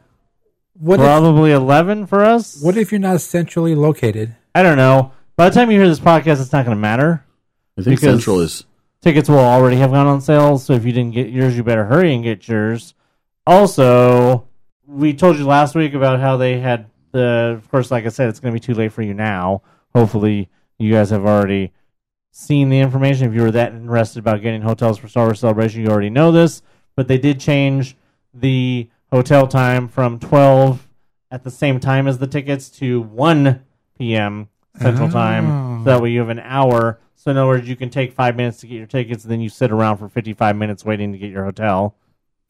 what? If,
Probably eleven for us.
what if you're not centrally located?
I don't know. By the time you hear this podcast, it's not going to matter.
I think
Because-
Central is.
Tickets will already have gone on sale, so if you didn't get yours, you better hurry and get yours. Also, we told you last week about how they had the. Of course, like I said, it's going to be too late for you now. Hopefully, you guys have already seen the information. If you were that interested about getting hotels for Star Wars Celebration, you already know this. But they did change the hotel time from 12 at the same time as the tickets to 1 p.m. Central Time. So that way you have an hour. So, in other words, you can take five minutes to get your tickets, and then you sit around for 55 minutes waiting to get your hotel.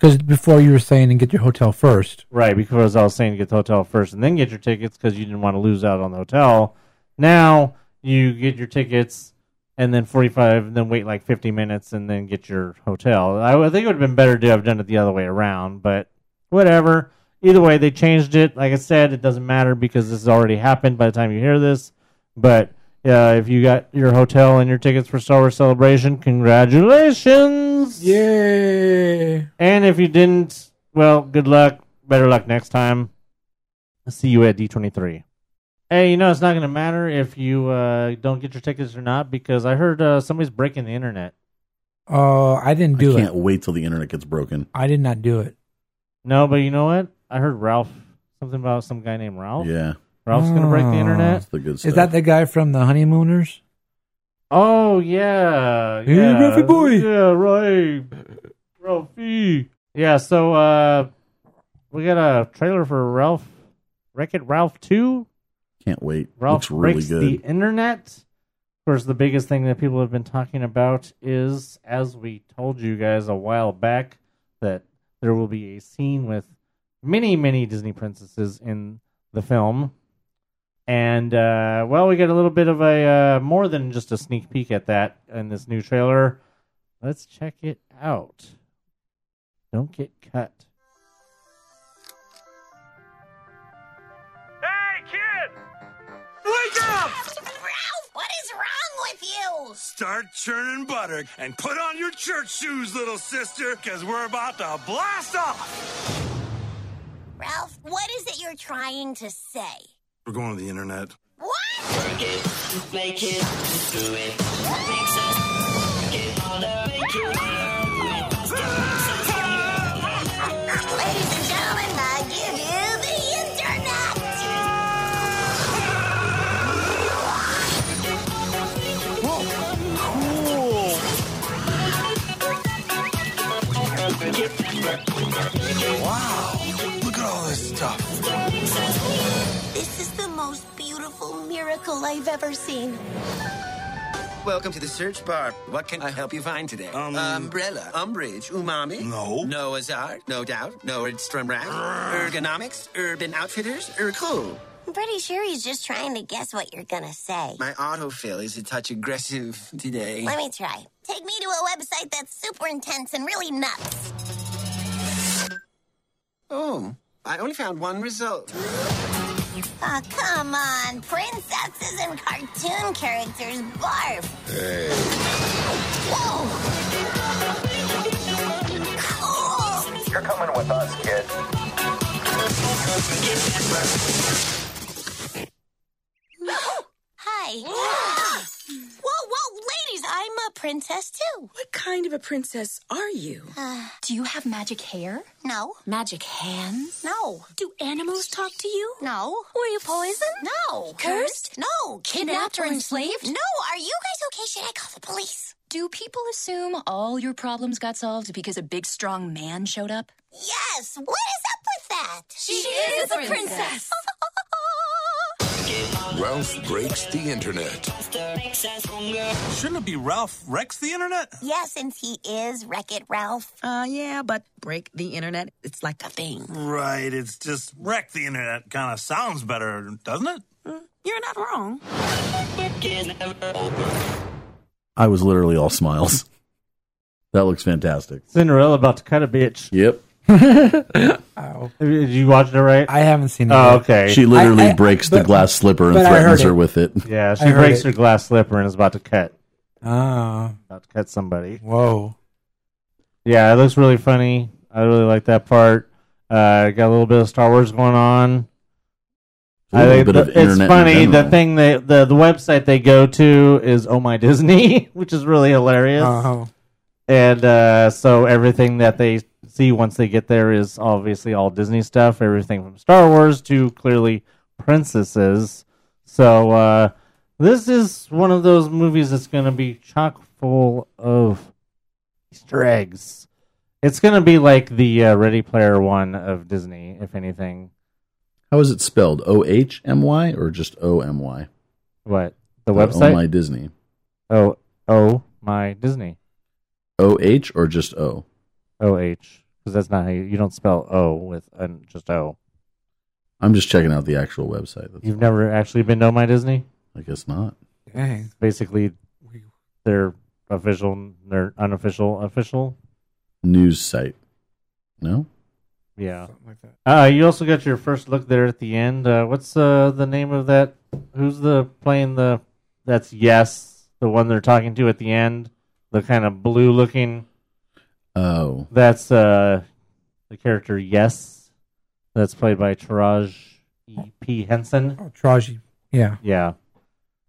Because before you were saying and get your hotel first.
Right, because I was saying get the hotel first and then get your tickets because you didn't want to lose out on the hotel. Now you get your tickets and then 45, and then wait like 50 minutes and then get your hotel. I, would- I think it would have been better to have done it the other way around, but whatever. Either way, they changed it. Like I said, it doesn't matter because this has already happened by the time you hear this. But uh, if you got your hotel and your tickets for Star Wars Celebration, congratulations!
Yay!
And if you didn't, well, good luck. Better luck next time. See you at D23. Hey, you know, it's not going to matter if you uh, don't get your tickets or not because I heard uh, somebody's breaking the internet.
Oh, I didn't
I
do
can't
it.
wait till the internet gets broken.
I did not do it.
No, but you know what? I heard Ralph, something about some guy named Ralph.
Yeah,
Ralph's going to break the
Oh.
internet.
that's the good stuff.
Is that the guy from the Honeymooners?
Oh, yeah.
Hey,
yeah.
Ralphie boy.
Yeah, right. Ralphie. Yeah, so uh, we got a trailer for Ralph, Wreck It Ralph 2.
Can't wait. Looks
Ralph
really
breaks
good.
the internet. Of course, the biggest thing that people have been talking about is, as we told you guys a while back, that there will be a scene with many, many Disney princesses in the film. And uh, well, we get a little bit of a uh, more than just a sneak peek at that in this new trailer. Let's check it out. Don't get cut.
Hey, kid!
Wake up!
Ralph, what is wrong with you?
Start churning butter and put on your church shoes, little sister, because we're about to blast off!
Ralph, what is it you're trying to say?
We're going to the internet.
What?
Make it do it. Fix it. Get on the make it. With us,
Wow, look at all this stuff.
This is the most beautiful miracle I've ever seen.
Welcome to the search bar. What can I help you find today?
Um,
Umbrella, umbrage, umami.
No.
No azard, no doubt. No Nordstrom rack. Ergonomics, urban outfitters, Urkel.
I'm pretty sure he's just trying to guess what you're gonna say.
My autofill is a touch aggressive today.
Let me try. Take me to a website that's super intense and really nuts.
Oh, I only found one result.
Aw, come on. Princesses and cartoon characters barf. Whoa! Cool!
You're coming with us, kid.
Hi. whoa, whoa, ladies, I'm a princess too.
What kind of a princess are you? Uh, Do you have magic hair?
No,
Magic hands?
no,
Do animals talk to you?
no. Were you poisoned? No.
Cursed?
No.
Oh, Kidnapped or enslaved?
No. Are you guys okay? Should I call the police?
Do people assume all your problems got solved because a big strong man showed up?
Yes. What is up with that? Oh, She,
is a princess.
Ralph breaks the internet.
Shouldn't it be Ralph Rex the Internet?
yeah, since he is Wreck It Ralph.
Uh, yeah, but break the internet, it's like a thing.
Right, it's just Wreck the Internet kind of sounds better, doesn't it?
You're not wrong.
I was literally all smiles. That looks fantastic.
Cinderella about to cut a bitch.
Yep.
Did you watch it right?
I haven't seen it.
oh,
yet.
okay.
She literally
I- I-
breaks the
but-
glass slipper and
but I heard
threatens her
it.
with it.
yeah, she
I heard
breaks
it.
her glass slipper and is about to cut.
Oh,
About to cut somebody.
whoa.
Yeah, it looks really funny. I really like that part. Uh, got a little bit of Star Wars going on.
A little bit
the-
of
it's
internet in
funny. The
general.
thing they the, the website they go to is Oh My Disney, which is really hilarious.
Oh,
And uh, so everything that they see once they get there is obviously all Disney stuff. Everything from Star Wars to clearly princesses. So uh, this is one of those movies that's going to be chock full of Easter eggs. It's going to be like the uh, Ready Player One of Disney, if anything.
How is it spelled? O H M Y or just O M Y?
What the
Oh my
website?
Disney.
Oh, oh my Disney.
O H or just O?
O H because that's not how you, you don't spell O with an, just O.
I'm just checking out the actual website. That's,
You've never actually been to Oh My Disney.
I guess not.
dang.
basically their official, their unofficial, official.
News site. No?
Yeah.
Something like that.
Uh, you also got your first look there at the end. Uh, what's uh, the name of that? Who's the playing the? That's yes, the one they're talking to at the end. The kind of blue looking.
Oh.
That's uh, the character yes. That's played by Taraj E. P. Henson.
Oh, Traji. Yeah.
Yeah,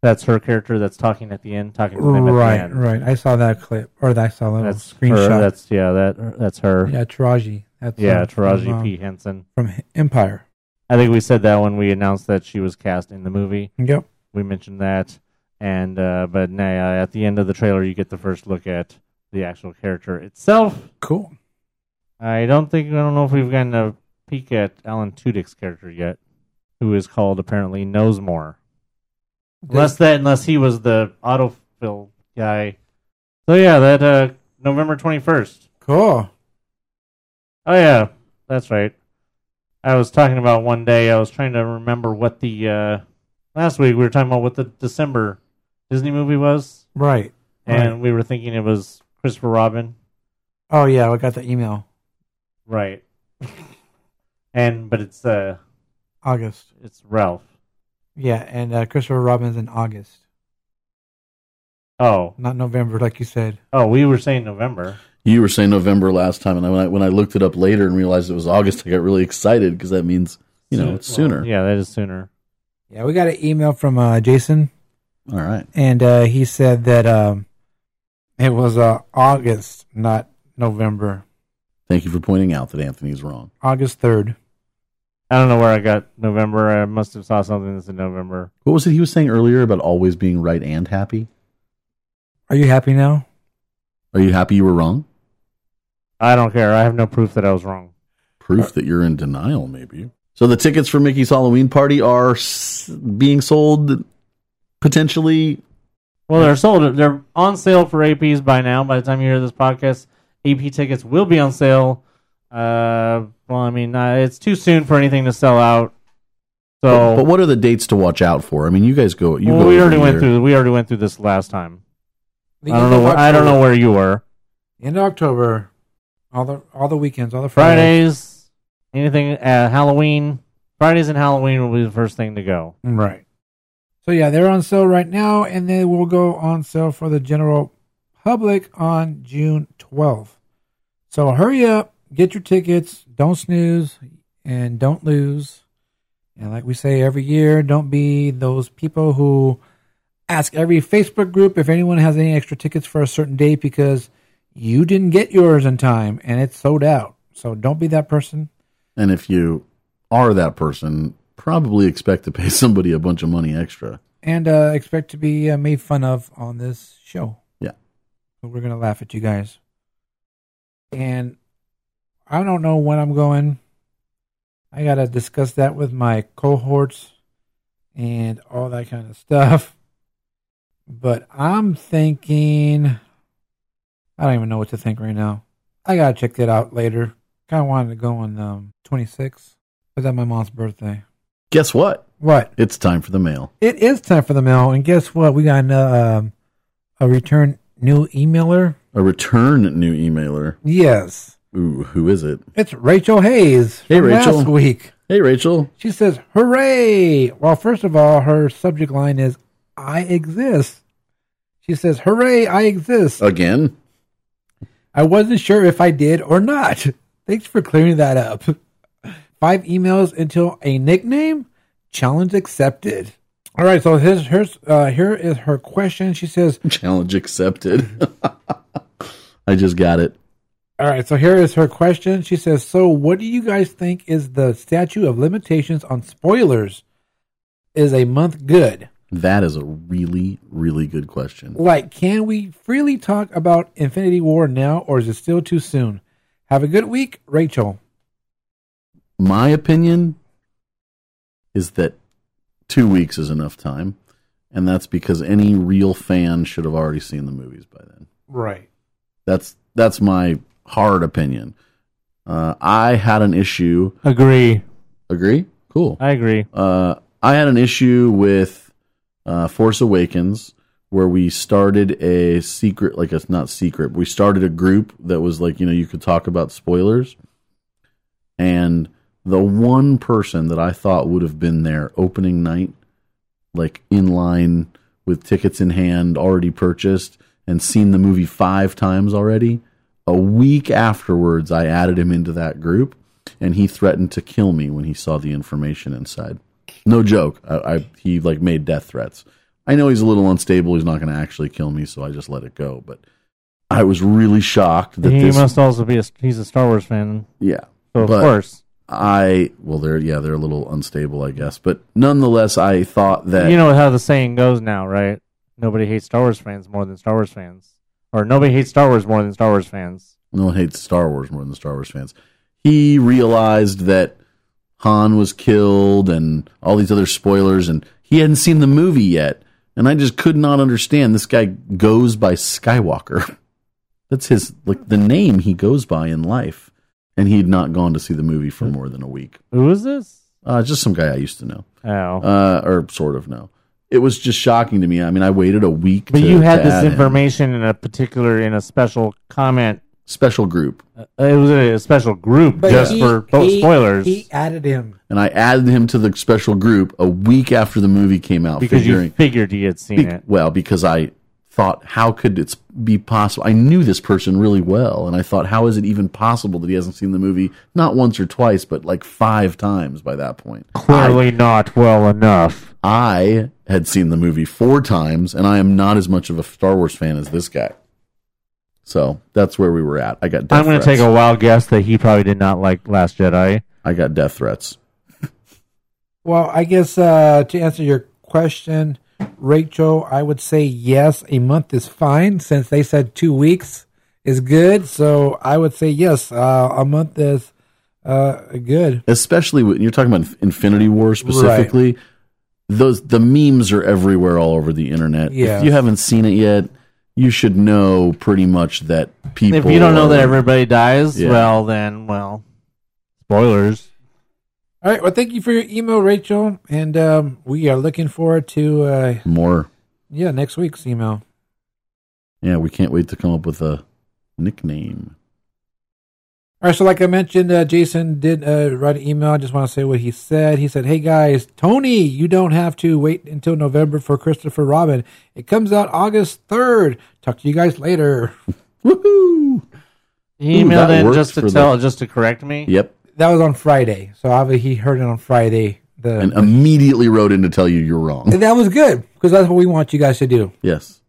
that's her character. That's talking at the end, talking to them at the
Right,
end.
right. I saw that clip, or I saw that
That's Oh,
screenshot.
her. That's yeah. That that's her.
yeah, Taraji. That's
Yeah,
uh, from,
Taraji
uh,
P. Henson.
from Empire.
I think we said that when we announced that she was cast in the movie.
Yep.
We mentioned that, and uh, but now at the end of the trailer, you get the first look at the actual character itself.
Cool.
I don't think I don't know if we've gotten a peek at Alan Tudyk's character yet, who is called apparently Knows More. Unless that, unless he was the autofill guy. So yeah, that uh, November twenty first.
Cool.
Oh yeah, that's right. I was talking about one day. I was trying to remember what the uh, last week we were talking about what the December Disney movie was,
Right.
and we were thinking it was Christopher Robin,
Oh yeah, I got the email.
right? and but it's uh
August.
it's Ralph.
Yeah, and uh, Christopher Robin's in August,
Oh
not November, like you said.
oh, we were saying November.
You were saying November last time, and I, when, I, when I looked it up later and realized it was August, I got really excited because that means, you know, it's sooner.
Yeah, that is sooner.
Yeah, we got an email from uh, Jason,
All right.
and uh, he said that um, it was uh, August, not November.
Thank you for pointing out that Anthony's wrong.
August third.
I don't know where I got November. I must have saw something that's in November.
What was it he was saying earlier about always being right and happy?
Are you happy now?
Are you happy you were wrong?
I don't care. I have no proof that I was wrong.
Proof that you're in denial, maybe. So the tickets for Mickey's Halloween party are s- being sold potentially.
Well, they're sold. They're on sale for APs by now. By the time you hear this podcast, AP tickets will be on sale. Uh, well, I mean, uh, it's too soon for anything to sell out. So
But what are the dates to watch out for? I mean, you guys go. You
Well,
go
we
every
already went
year.
through. We already went through this last time.
The
I
end
don't know.
of
Where, I don't know
October.
where you were.
End of October, all the all the weekends, all the Fridays.
Fridays, anything? Uh, Halloween. Fridays and Halloween will be the first thing to go.
Right. So yeah, they're on sale right now, and they will go on sale for the general public on June 12th. So hurry up, get your tickets. Don't snooze and don't lose. And like we say every year, don't be those people who ask every Facebook group if anyone has any extra tickets for a certain date because you didn't get yours in time and it's sold out. So don't be that person.
And if you are that person, probably expect to pay somebody a bunch of money extra.
and uh, expect to be uh, made fun of on this show.
Yeah.
But we're gonna laugh at you guys. And I don't know when I'm going. I gotta discuss that with my cohorts and all that kind of stuff. But I'm thinking, I don't even know what to think right now. I gotta check that out later. Kind of wanted to go on um, 26, but that's my mom's birthday.
Guess what?
What?
It's time for the mail.
It is time for the mail, and guess what? We got uh, um, a return new emailer.
A return new emailer.
Yes,
Ooh, who is it?
it's Rachel Hayes.
Hey,
from
Rachel.
Last week
Hey, Rachel.
she says, "Hooray!" Well, first of all, her subject line is "I exist." She says, "Hooray! I exist."
Again?
I wasn't sure if I did or not. Thanks for clearing that up. Five emails until a nickname challenge accepted. All right, so here's, here's uh, here is her question. She says,
Challenge accepted. I just got it.
All right, so here is her question. She says, "So, what do you guys think is the statute of limitations on spoilers? Is a month good?
That is a really, really good question.
Like, can we freely talk about Infinity War now, or is it still too soon? Have a good week, Rachel."
My opinion is that two weeks is enough time, and that's because any real fan should have already seen the movies by then.
Right.
That's that's my hard opinion. Uh, I had an issue.
Agree.
Agree? Cool.
I agree.
Uh, I had an issue with uh, Force Awakens where we started a secret, like it's not secret. We started a group that was like you know you could talk about spoilers, and the one person that I thought would have been there opening night, like in line with tickets in hand, already purchased and seen the movie five times already. A week afterwards, I added him into that group, and he threatened to kill me when he saw the information inside. No joke. I, I he like made death threats. I know he's a little unstable. He's not going to actually kill me, so I just let it go. But I was really shocked that
He
this.
must also be a he's a Star Wars fan,
yeah,
so of
But-
course
I well, they're yeah, they're a little unstable, I guess. But nonetheless, I thought that
you know how the saying goes now, right? Nobody hates Star Wars fans more than Star Wars fans, or nobody hates Star Wars more than Star Wars fans.
no one hates Star Wars more than Star Wars fans. He realized that Han was killed and all these other spoilers, and he hadn't seen the movie yet. And I just could not understand. This guy goes by Skywalker. That's his like the name he goes by in life, and he had not gone to see the movie for more than a week.
Who is this?
Uh, just some guy I used to know,
Oh,
uh, or sort of know. It was just shocking to me. I mean, I waited a week.
but
to-
you had
to
this
add him.
information in a particular in a special comment.
special group
Uh, it was a special group just
he-
for both
he-
spoilers
He added him.
and I added him to the special group a week after the movie came out
because you
figuring
figured he had seen
be-
it.
well because I thought how could it be possible I knew this person really well and I thought how is it even possible that he hasn't seen the movie not once or twice but like 5 times by that point
Clearly not well enough.
I had seen the movie 4 times and I am not as much of a Star Wars fan as this guy so that's where we were at I got death
I'm going to
threats.
take a wild guess that he probably did not like Last Jedi.
I got death threats
Well, I guess uh, to answer your question, Rachel, I would say yes, a month is fine since they said two weeks. is good. So I would say yes, uh, a month is uh, good.
especially when you're talking about Infinity War specifically. Those the memes are everywhere all over the internet.
Yes.
If you haven't seen it yet, you should know pretty much that people.
If you don't know that
are-
everybody dies,
Yeah.
well then, well, spoilers.
All right. Well, thank you for your email, Rachel, and um, we are looking forward to uh,
more,
yeah next week's email.
yeah, we can't wait to come up with a nickname.
All right, so like I mentioned, uh, Jason did uh, write an email. I just want to say what he said. He said, "Hey guys, Tony, you don't have to wait until November for Christopher Robin. It comes out August third. Talk to you guys later."
Woohoo!
He
Ooh,
emailed
that
in
works
just to
for
tell,
the-
just to correct me.
Yep,
That was on Friday, so obviously he heard it on Friday. The
and immediately wrote in to tell you you're wrong.
and that was good because that's what we want you guys to do.
Yes,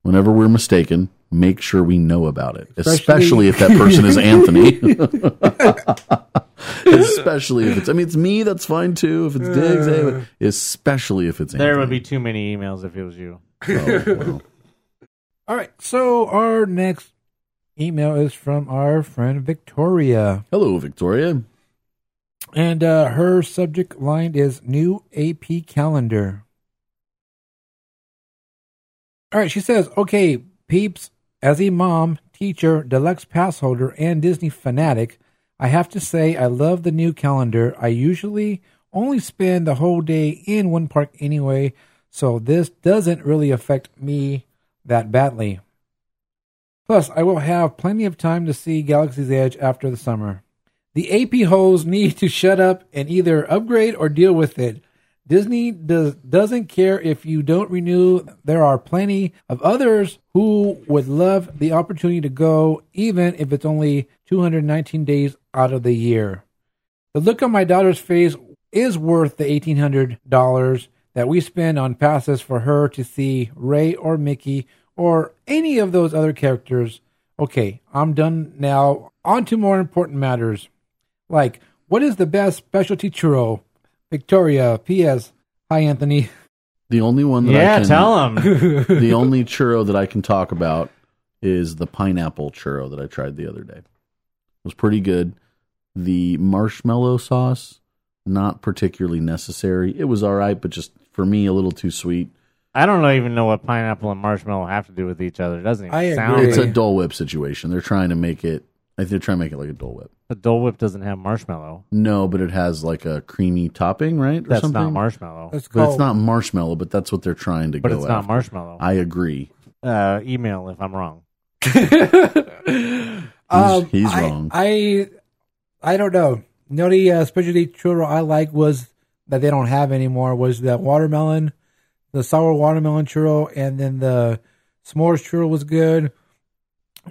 whenever we're mistaken, make sure we know about it,
Especially-
especially if that person is Anthony. especially if it's, I mean, it's me. That's fine too. If it's Diggs, hey, but especially if it's
There
Anthony.
would be too many emails if it was you.
Oh, well.
All right, so our next email is from our friend Victoria.
Hello, Victoria.
And uh, her subject line is new AP calendar. All right, she says, okay, peeps, as a mom, teacher, deluxe pass holder, and Disney fanatic, I have to say I love the new calendar. I usually only spend the whole day in one park anyway, so this doesn't really affect me that badly. Plus, I will have plenty of time to see Galaxy's Edge after the summer. The AP hoes need to shut up and either upgrade or deal with it. Disney does doesn't care if you don't renew. There are plenty of others who would love the opportunity to go, even if it's only 219 days out of the year. The look on my daughter's face is worth the $1,800 that we spend on passes for her to see Ray or Mickey or any of those other characters. Okay, I'm done now. On to more important matters. Like, what is the best specialty churro? Victoria, P.S. Hi, Anthony.
The only one that I
Yeah,
can,
tell him.
the only churro that I can talk about is the pineapple churro that I tried the other day. It was pretty good. The marshmallow sauce, not particularly necessary. It was all right, but just for me, a little too sweet.
I don't know- even know what pineapple and marshmallow have to do with each other. It doesn't even
I
sound.
agree.
It's a
like-
Dole Whip situation. They're trying to make it. I think they're trying to make it like a Dole Whip.
the Dole Whip doesn't have marshmallow.
No, but it has like a creamy topping, right? Or
That's
something.
not marshmallow.
That's
But
called,
it's not marshmallow. But that's what they're trying to
But
go
it's not
after.
marshmallow.
I agree.
uh, email if I'm wrong.
He's,
Um,
he's
I-
wrong.
I, I don't know. The only uh, specialty churro I like was that they don't have anymore was that watermelon, the sour watermelon churro, and then the s'mores churro was good.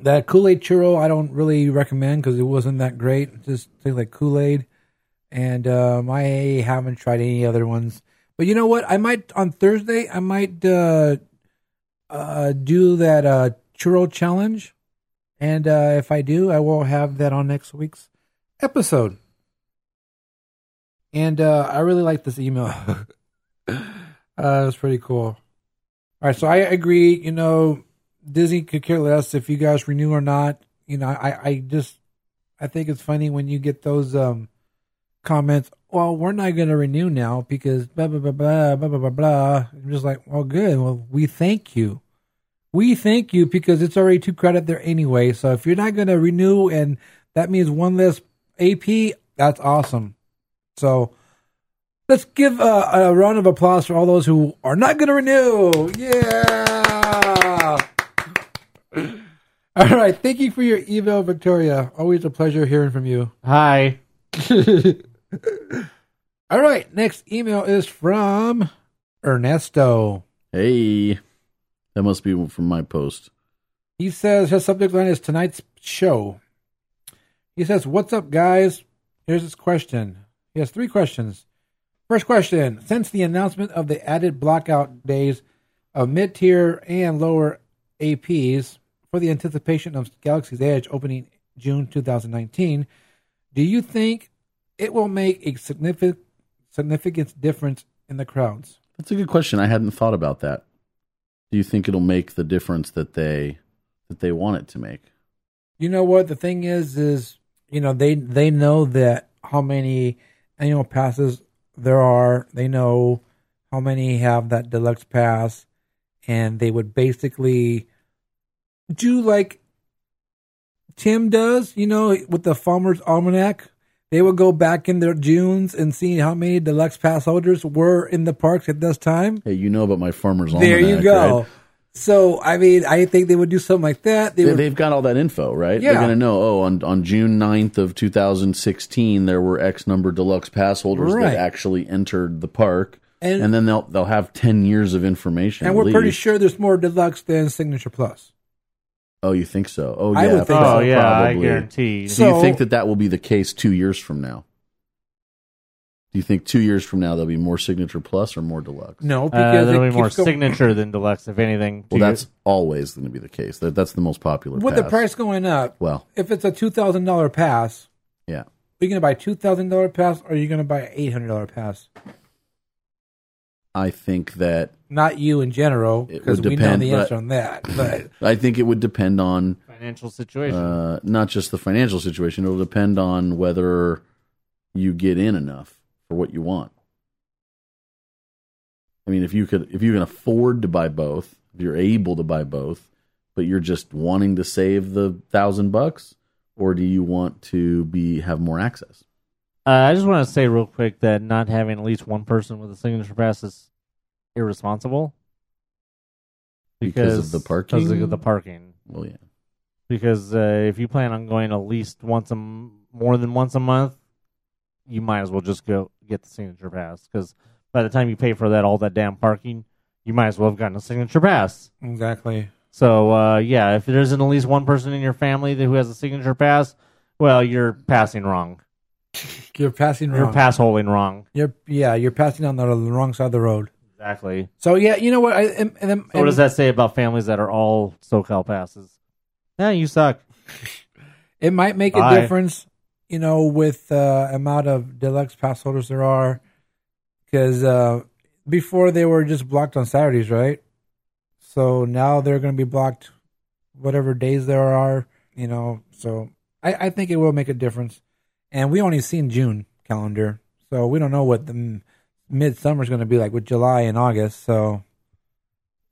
That Kool Aid churro I don't really recommend because it wasn't that great. It just tastes like Kool Aid, and um, I haven't tried any other ones. But you know what? I might on Thursday. I might uh, uh, do that uh, churro challenge. And uh, if I do, I will have that on next week's episode. And uh, I really like this email. uh, it's pretty cool. All right, so I agree. You know, Disney could care less if you guys renew or not. You know, I, I just I think it's funny when you get those um comments. Well, we're not going to renew now because blah blah blah blah blah blah blah. blah. I'm just like, well, good. Well, we thank you we thank you because it's already two credit there anyway. So if you're not going to renew and that means one less AP, that's awesome. So let's give a, a round of applause for all those who are not going to renew. Yeah. All right. Thank you for your email, Victoria. Always a pleasure hearing from you.
Hi.
All right. Next email is from Ernesto.
hey, that must be from my post.
He says his subject line is tonight's show. He says, What's up, guys? Here's his question. He has three questions. First question Since the announcement of the added blockout days of mid tier and lower APs for the anticipation of Galaxy's Edge opening June 2019, do you think it will make a significant, significant difference in the crowds?
That's a good question. I hadn't thought about that. Do you think it'll make the difference that they that they want it to make?
You know what the thing is is you know they they know that how many annual passes there are. They know how many have that deluxe pass, and they would basically do like Tim does. You know, with the Farmer's Almanac, they would go back in their Junes and see how many deluxe pass holders were in the parks at this time.
Hey, you know about my farmer's
There you
almanac,
go.
right?
So I mean, I think they would do something like that. They
They
would
have got all that info, right?
Yeah.
They're going to know, oh, on, on June 9th of 2016, there were X number deluxe pass holders
Right.
that actually entered the park.
And-
And, then they'll they'll have 10 years of information.
And
at
we're pretty
least.
sure there's more deluxe than Signature Plus.
Oh, you think so? Oh, yeah.
I would think
so. Oh, yeah, I
probably.
guarantee. Uh,
So,
So-
you think that that will be the case two years from now? Do you think two years from now there'll be more Signature Plus or more Deluxe?
No,
Uh,
because it
there'll be
keeps
more
going-
signature than deluxe, if anything.
Well,
to-
that's always going to be the case. That that's the most popular.
With the
pass.
price going up,
Well,
if it's a two thousand dollar pass,
yeah.
are you gonna buy a two thousand dollar pass or are you gonna buy an eight hundred dollar pass?
I think that
Not you in general,
It
because
would
we know
depend,
the
but-
answer on that. But
I think it would depend on
financial situation.
uh, not just the financial situation. It'll depend on whether you get in enough for what you want. I mean, if you could, if you can afford to buy both, if you're able to buy both, but you're just wanting to save the thousand bucks, or do you want to be have more access?
Uh, I just want to say real quick that not having at least one person with a signature pass is irresponsible
Because of the parking?
Because of the parking.
Well, yeah,
Because uh, if you plan on going at least once a m- more than once a month, you might as well just go get the signature pass. Because by the time you pay for that, all that damn parking, you might as well have gotten a signature pass.
exactly.
So uh, yeah, if there isn't at least one person in your family that who has a signature pass, well, you're passing wrong.
You're passing
You're
wrong.
pass holding wrong.
You're- yeah, you're passing on the wrong side of the road.
Exactly.
So yeah, you know what? I, and, and, and,
So what does that say about families that are all SoCal passes? Yeah, you suck.
It might make a
Bye.
difference, you know, with uh, amount of deluxe pass holders there are, because uh, before they were just blocked on Saturdays, right? So now they're going to be blocked, whatever days there are, you know. So I, I think it will make a difference, and we only seen June calendar, so we don't know what the m- midsummer is going to be like with July and August. So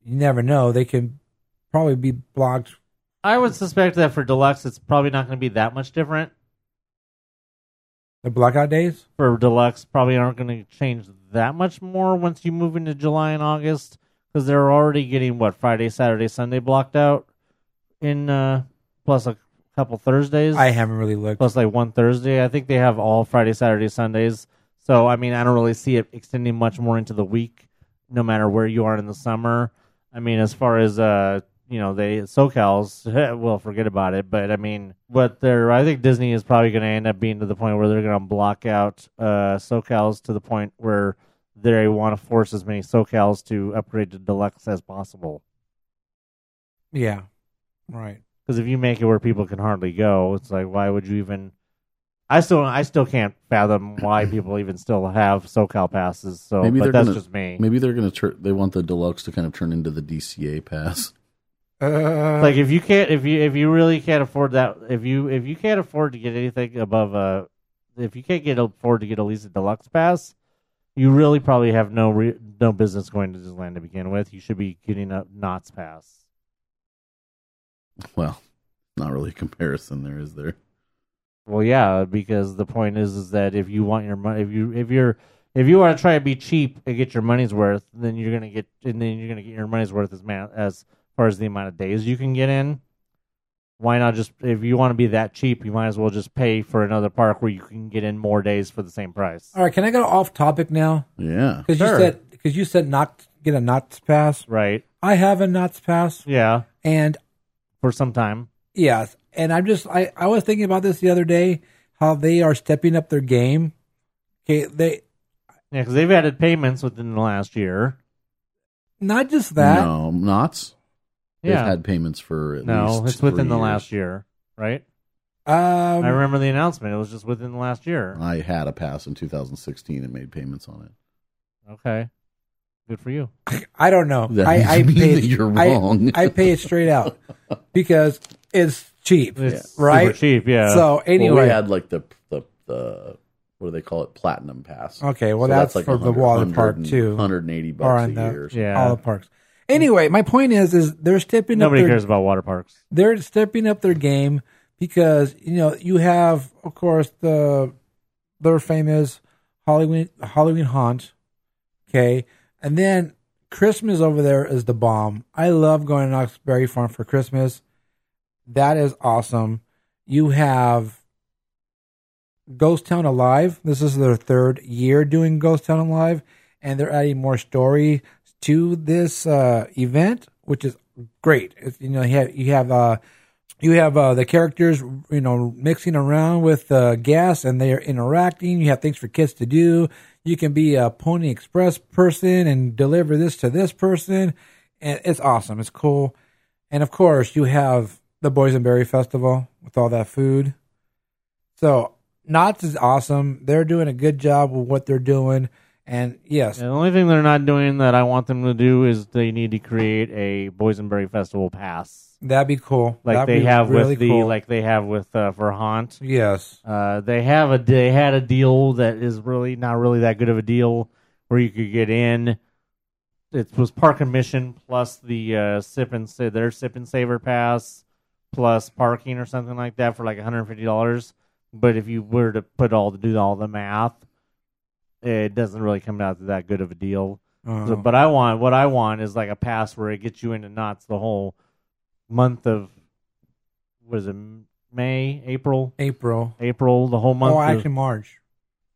you never know; they can probably be blocked.
I would suspect that for deluxe, it's probably not going to be that much different.
The blackout days.
For deluxe, probably aren't going to change that much more once you move into July and August because they're already getting what Friday, Saturday, Sunday blocked out in uh, plus a couple Thursdays.
I haven't really looked.
plus like one Thursday. I think they have all Friday, Saturday, Sundays. So I mean, I don't really see it extending much more into the week, no matter where you are in the summer. I mean, as far as uh, you know, they SoCal's well, forget about it. But I mean, what they're I think Disney is probably going to end up being to the point where they're going to block out uh SoCal's to the point where they want to force as many SoCal's to upgrade to deluxe as possible.
Yeah, right.
Because if you make it where people can hardly go, it's like why would you even? I still I still can't fathom why people even still have SoCal passes. So
maybe
but
they're
that's
gonna,
just me.
Maybe they're going to tur- they want the deluxe to kind of turn into the DCA pass.
Uh,
like if you can't if you if you really can't afford that if you if you can't afford to get anything above a if you can't get afford to get at least a deluxe pass, you really probably have no re, no business going to Disneyland to begin with. You should be getting a Knott's pass.
Well, not really a comparison there, is there?
Well, yeah, because the point is, is that if you want your money, if you if you're if you want to try to be cheap and get your money's worth, then you're gonna get and then you're gonna get your money's worth as man as far as the amount of days you can get in. Why not just if you want to be that cheap, you might as well just pay for another park where you can get in more days for the same price.
All right, can I go off topic now?
Yeah.
Because you
Sure.
said because you said not get a knots pass.
Right?
I have a knots pass,
Yeah,
and
for some time.
yes, and I'm just I I was thinking about this the other day how they are stepping up their game. Okay, they
Yeah, because they've added payments within the last year.
not just that.
No, knots.
Yeah,
They've had payments for at
no,
least
it's within
three
the
years.
last year, right?
Um,
I remember the announcement. It was just within the last year.
I had a pass in 2016 and made payments on it.
Okay. Good for you.
I don't know.
That
I, I
means
pay
that you're
I-
wrong.
I, pay it straight out because it's cheap,
It's
right?
super cheap, yeah.
So anyway,
well, we had like the the the what do they call it? Platinum pass.
Okay, well, that's for the water park, too.
Hundred and eighty bucks
Or
a
in the-
year. or
Yeah.
all the parks. Anyway, my point is, is they're stepping
Nobody
up. Their,
cares about water parks.
They're stepping up their game because you know you have, of course, the their famous Halloween Halloween haunt. Okay, and then Christmas over there is the bomb. I love going to Knox Berry Farm for Christmas. That is awesome. You have Ghost Town Alive. This is their third year doing Ghost Town Alive, and they're adding more story to this uh, event, which is great. It's, you know, you have you have uh, you have uh, the characters, you know, mixing around with uh, gas, and they are interacting. You have things for kids to do. You can be a Pony Express person and deliver this to this person, and it's awesome. It's cool, and of course, you have the Boysenberry Festival with all that food. So Knott's is awesome. They're doing a good job with what they're doing. And yes,
Yeah, the only thing they're not doing that I want them to do is they need to create a Boysenberry Festival pass,
that'd be cool.
like
That'd
they
be
have
really
with the
cool.
like they have with uh, for Haunt.
yes,
Uh, they have a they had a deal that is really not really that good of a deal where you could get in. It was park admission plus the uh, sip and sa- their sip and saver pass plus parking or something like that for like one hundred fifty dollars. But if you were to put all to do all the math, it doesn't really come out to that good of a deal.
Uh,
So, but I want what I want is like a pass where it gets you into knots the whole month of was it May, April,
April.
April, the whole month.
oh,
of-
actually March.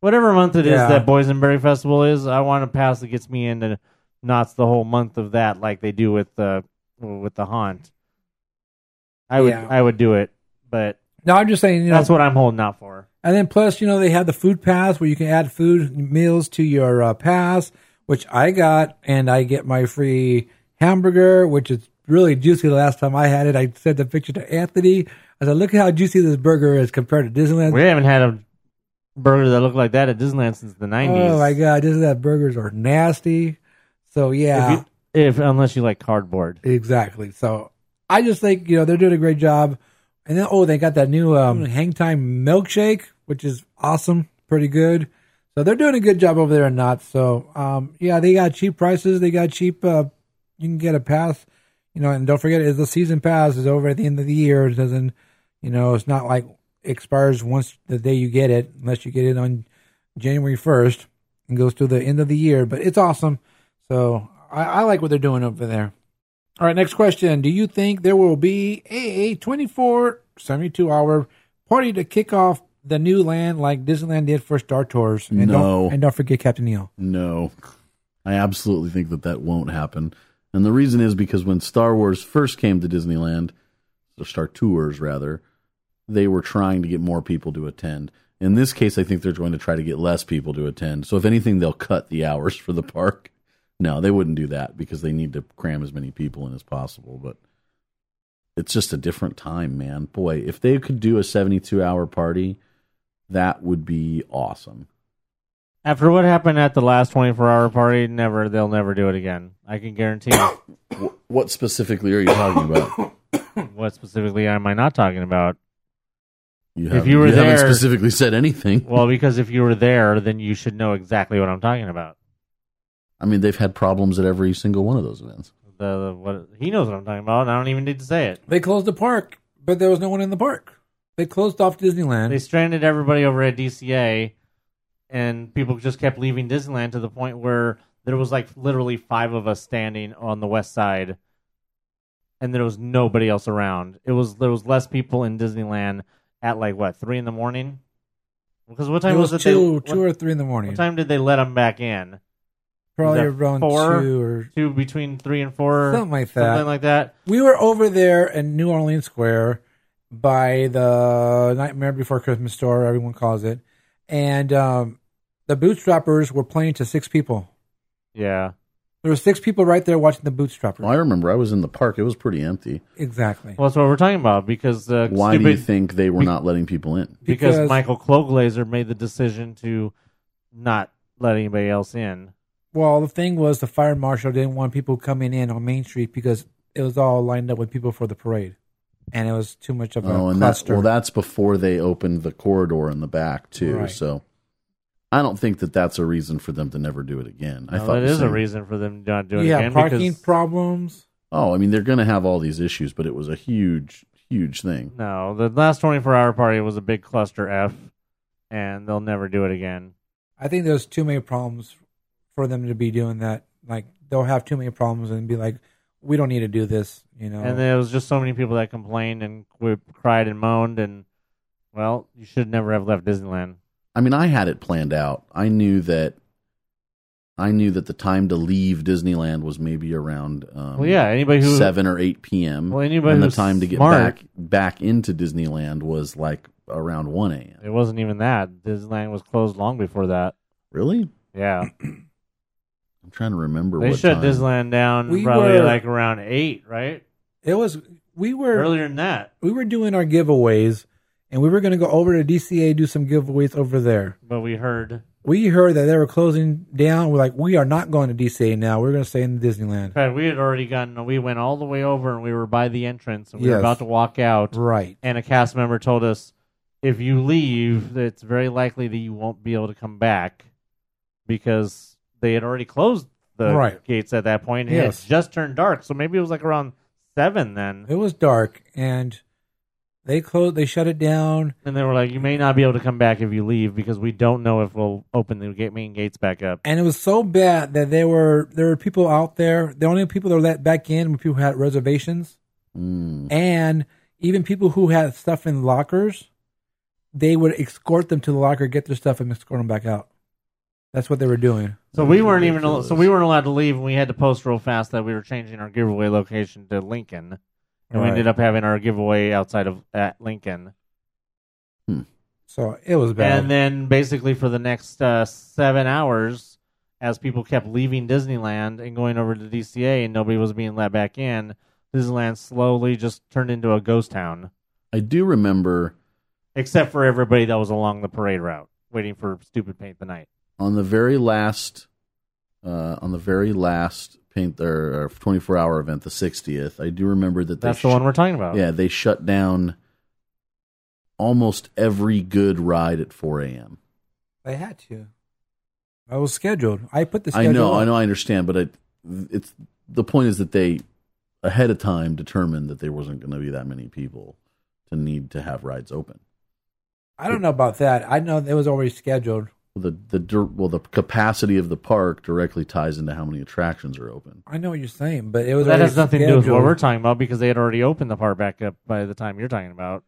whatever month it is
Yeah.
that Boysenberry Festival is, I want a pass that gets me into knots the whole month of that, like they do with the with the haunt. I would
Yeah.
I would do it, but
No, I'm just saying. You know,
that's what I'm holding out for.
And then plus, you know, they have the food pass where you can add food meals to your uh, pass, which I got, and I get my free hamburger, which is really juicy. The last time I had it, I sent the picture to Anthony. I said, "Look at how juicy this burger is compared to Disneyland."
We haven't had a burger that looked like that at Disneyland since the '90s.
Oh my god, Disneyland burgers are nasty. So yeah,
If, you, if unless you like cardboard,
Exactly. So I just think you know they're doing a great job, and then oh they got that new um, hang time milkshake, which is awesome, pretty good. So they're doing a good job over there in Knott's. So um, yeah, they got cheap prices. They got cheap. Uh, you can get a pass, you know, and don't forget is the season pass is over at the end of the year. It doesn't, you know, it's not like expires once the day you get it, unless you get it on January first and goes to the end of the year. But it's awesome. So I, I like what they're doing over there. All right, next question. Do you think there will be a 24, 72 hour party to kick off the new land like Disneyland did for Star Tours?
No.
And Don't, and don't forget Captain Neil.
No, I absolutely think that that won't happen. And the reason is because when Star Wars first came to Disneyland, or Star Tours rather, they were trying to get more people to attend. In this case, I think they're going to try to get less people to attend. So if anything, they'll cut the hours for the park. No, they wouldn't do that because they need to cram as many people in as possible. But it's just a different time, man. Boy, if they could do a 72 hour party, that would be awesome.
after what happened at the last 24 hour party, never they'll never do it again. I can guarantee. it.
Wh- What specifically are you talking about?
what specifically am I not talking about?
You
If
haven't-
you were
haven't
there-
specifically said anything.
Well, because if you were there, then you should know exactly what I'm talking about.
I mean, they've had problems at every single one of those events.
The, the what he knows what I'm talking about. And I don't even need to say it.
They closed the park, but there was no one in the park. They closed off Disneyland.
They stranded everybody over at DCA, and people just kept leaving Disneyland to the point where there was like literally five of us standing on the west side, and there was nobody else around. It was there was less people in Disneyland at like what three in the morning? Because what time
it was,
was, it? they-
two,
what-
two or three in the morning.
what time did they let them back in?
Probably
was that
around
four?
two or
Two between three and four,
Something like that.
Something like that.
We were over there in New Orleans Square by the Nightmare Before Christmas store, everyone calls it, and um, the Bootstrappers were playing to six people.
Yeah.
There were six people right there watching the Bootstrappers.
Well, I remember I was in the park. It was pretty empty.
Exactly.
Well, that's what we're talking about because uh,
Why
stupid,
do you think they were not letting people in?
because,
Because-
Michael Kloglazer made the decision to not let anybody else in.
Well, the thing was, the fire marshal didn't want people coming in on Main Street because it was all lined up with people for the parade. and it was too much of a
Oh, and that's
cluster.
well, that's before they opened the corridor in the back too.
Right.
So I don't think that that's a reason for them to never do it again. I
No,
thought
that
the
is a
same-
reason for them not doing it
you have
again
parking
because
problems.
Oh, I mean, they're going to have all these issues, but it was a huge, huge thing.
no, the last twenty four hour party was a big cluster f, and they'll never do it again.
I think there's too many problems for them to be doing that. Like they'll have too many problems and be like, we don't need to do this. You know.
And there was just so many people that complained and qu- cried and moaned, and well, you should never have left Disneyland.
I mean, I had it planned out. I knew that. I knew that the time to leave Disneyland was maybe around um,
Well, yeah, anybody who-
seven or eight p.m.
Well, anybody
and the
who's
time to get
smart-
back back into Disneyland was like around one a.m.
It wasn't even that. Disneyland was closed long before that.
Really?
Yeah,
I'm trying to remember.
they
what
shut
time.
Disneyland down
We
probably
were-
like around eight, right?
it was we were
Earlier than that,
we were doing our giveaways, and we were going to go over to DCA do some giveaways over there.
but we heard.
We heard that they were closing down. We're like, we are not going to DCA now. We're going to stay in
In
Disneyland.
fact, we had already gotten. We went all the way over, and we were by the entrance, and we were
Yes.
about to walk out.
Right.
and a cast member told us if you leave, it's very likely that you won't be able to come back because they had already closed the
Right.
gates at that point. and
Yes.
It just turned dark, so maybe it was like around seven then.
It was dark, and they closed. They shut it down.
And they were like, "You may not be able to come back if you leave because we don't know if we'll open the gate, main gates back up."
and it was so bad that there were there were people out there. The only people that were let back in were people who had reservations,
Mm.
and even people who had stuff in lockers, they would escort them to the locker, get their stuff, and escort them back out. That's what they were doing.
So we weren't even al- so we weren't allowed to leave, and we had to post real fast that we were changing our giveaway location to Lincoln, and we
Right.
ended up having our giveaway outside of at Lincoln.
So it was bad.
And then basically for the next uh, seven hours, as people kept leaving Disneyland and going over to DCA and nobody was being let back in, Disneyland slowly just turned into a ghost town,
I do remember
except for everybody that was along the parade route waiting for stupid paint the night.
on the very last uh, on the very last paint or, or 24 hour event the 60th i do remember that they
That's the one we're talking about.
yeah they shut down almost every good ride at 4 a.m
they had to. I was scheduled. I put the
i
schedule.
know i
up.
know i understand but it, it's the point is that they ahead of time determined that there wasn't going to be that many people to need to have rides open
I don't know about that. I know it was already scheduled.
the the dir- well the capacity of the park directly ties into how many attractions are open
I know what you're saying, but it was
that
already
has nothing to do with what
scheduled.
we're talking about because they had already opened the park back up by the time you're talking about.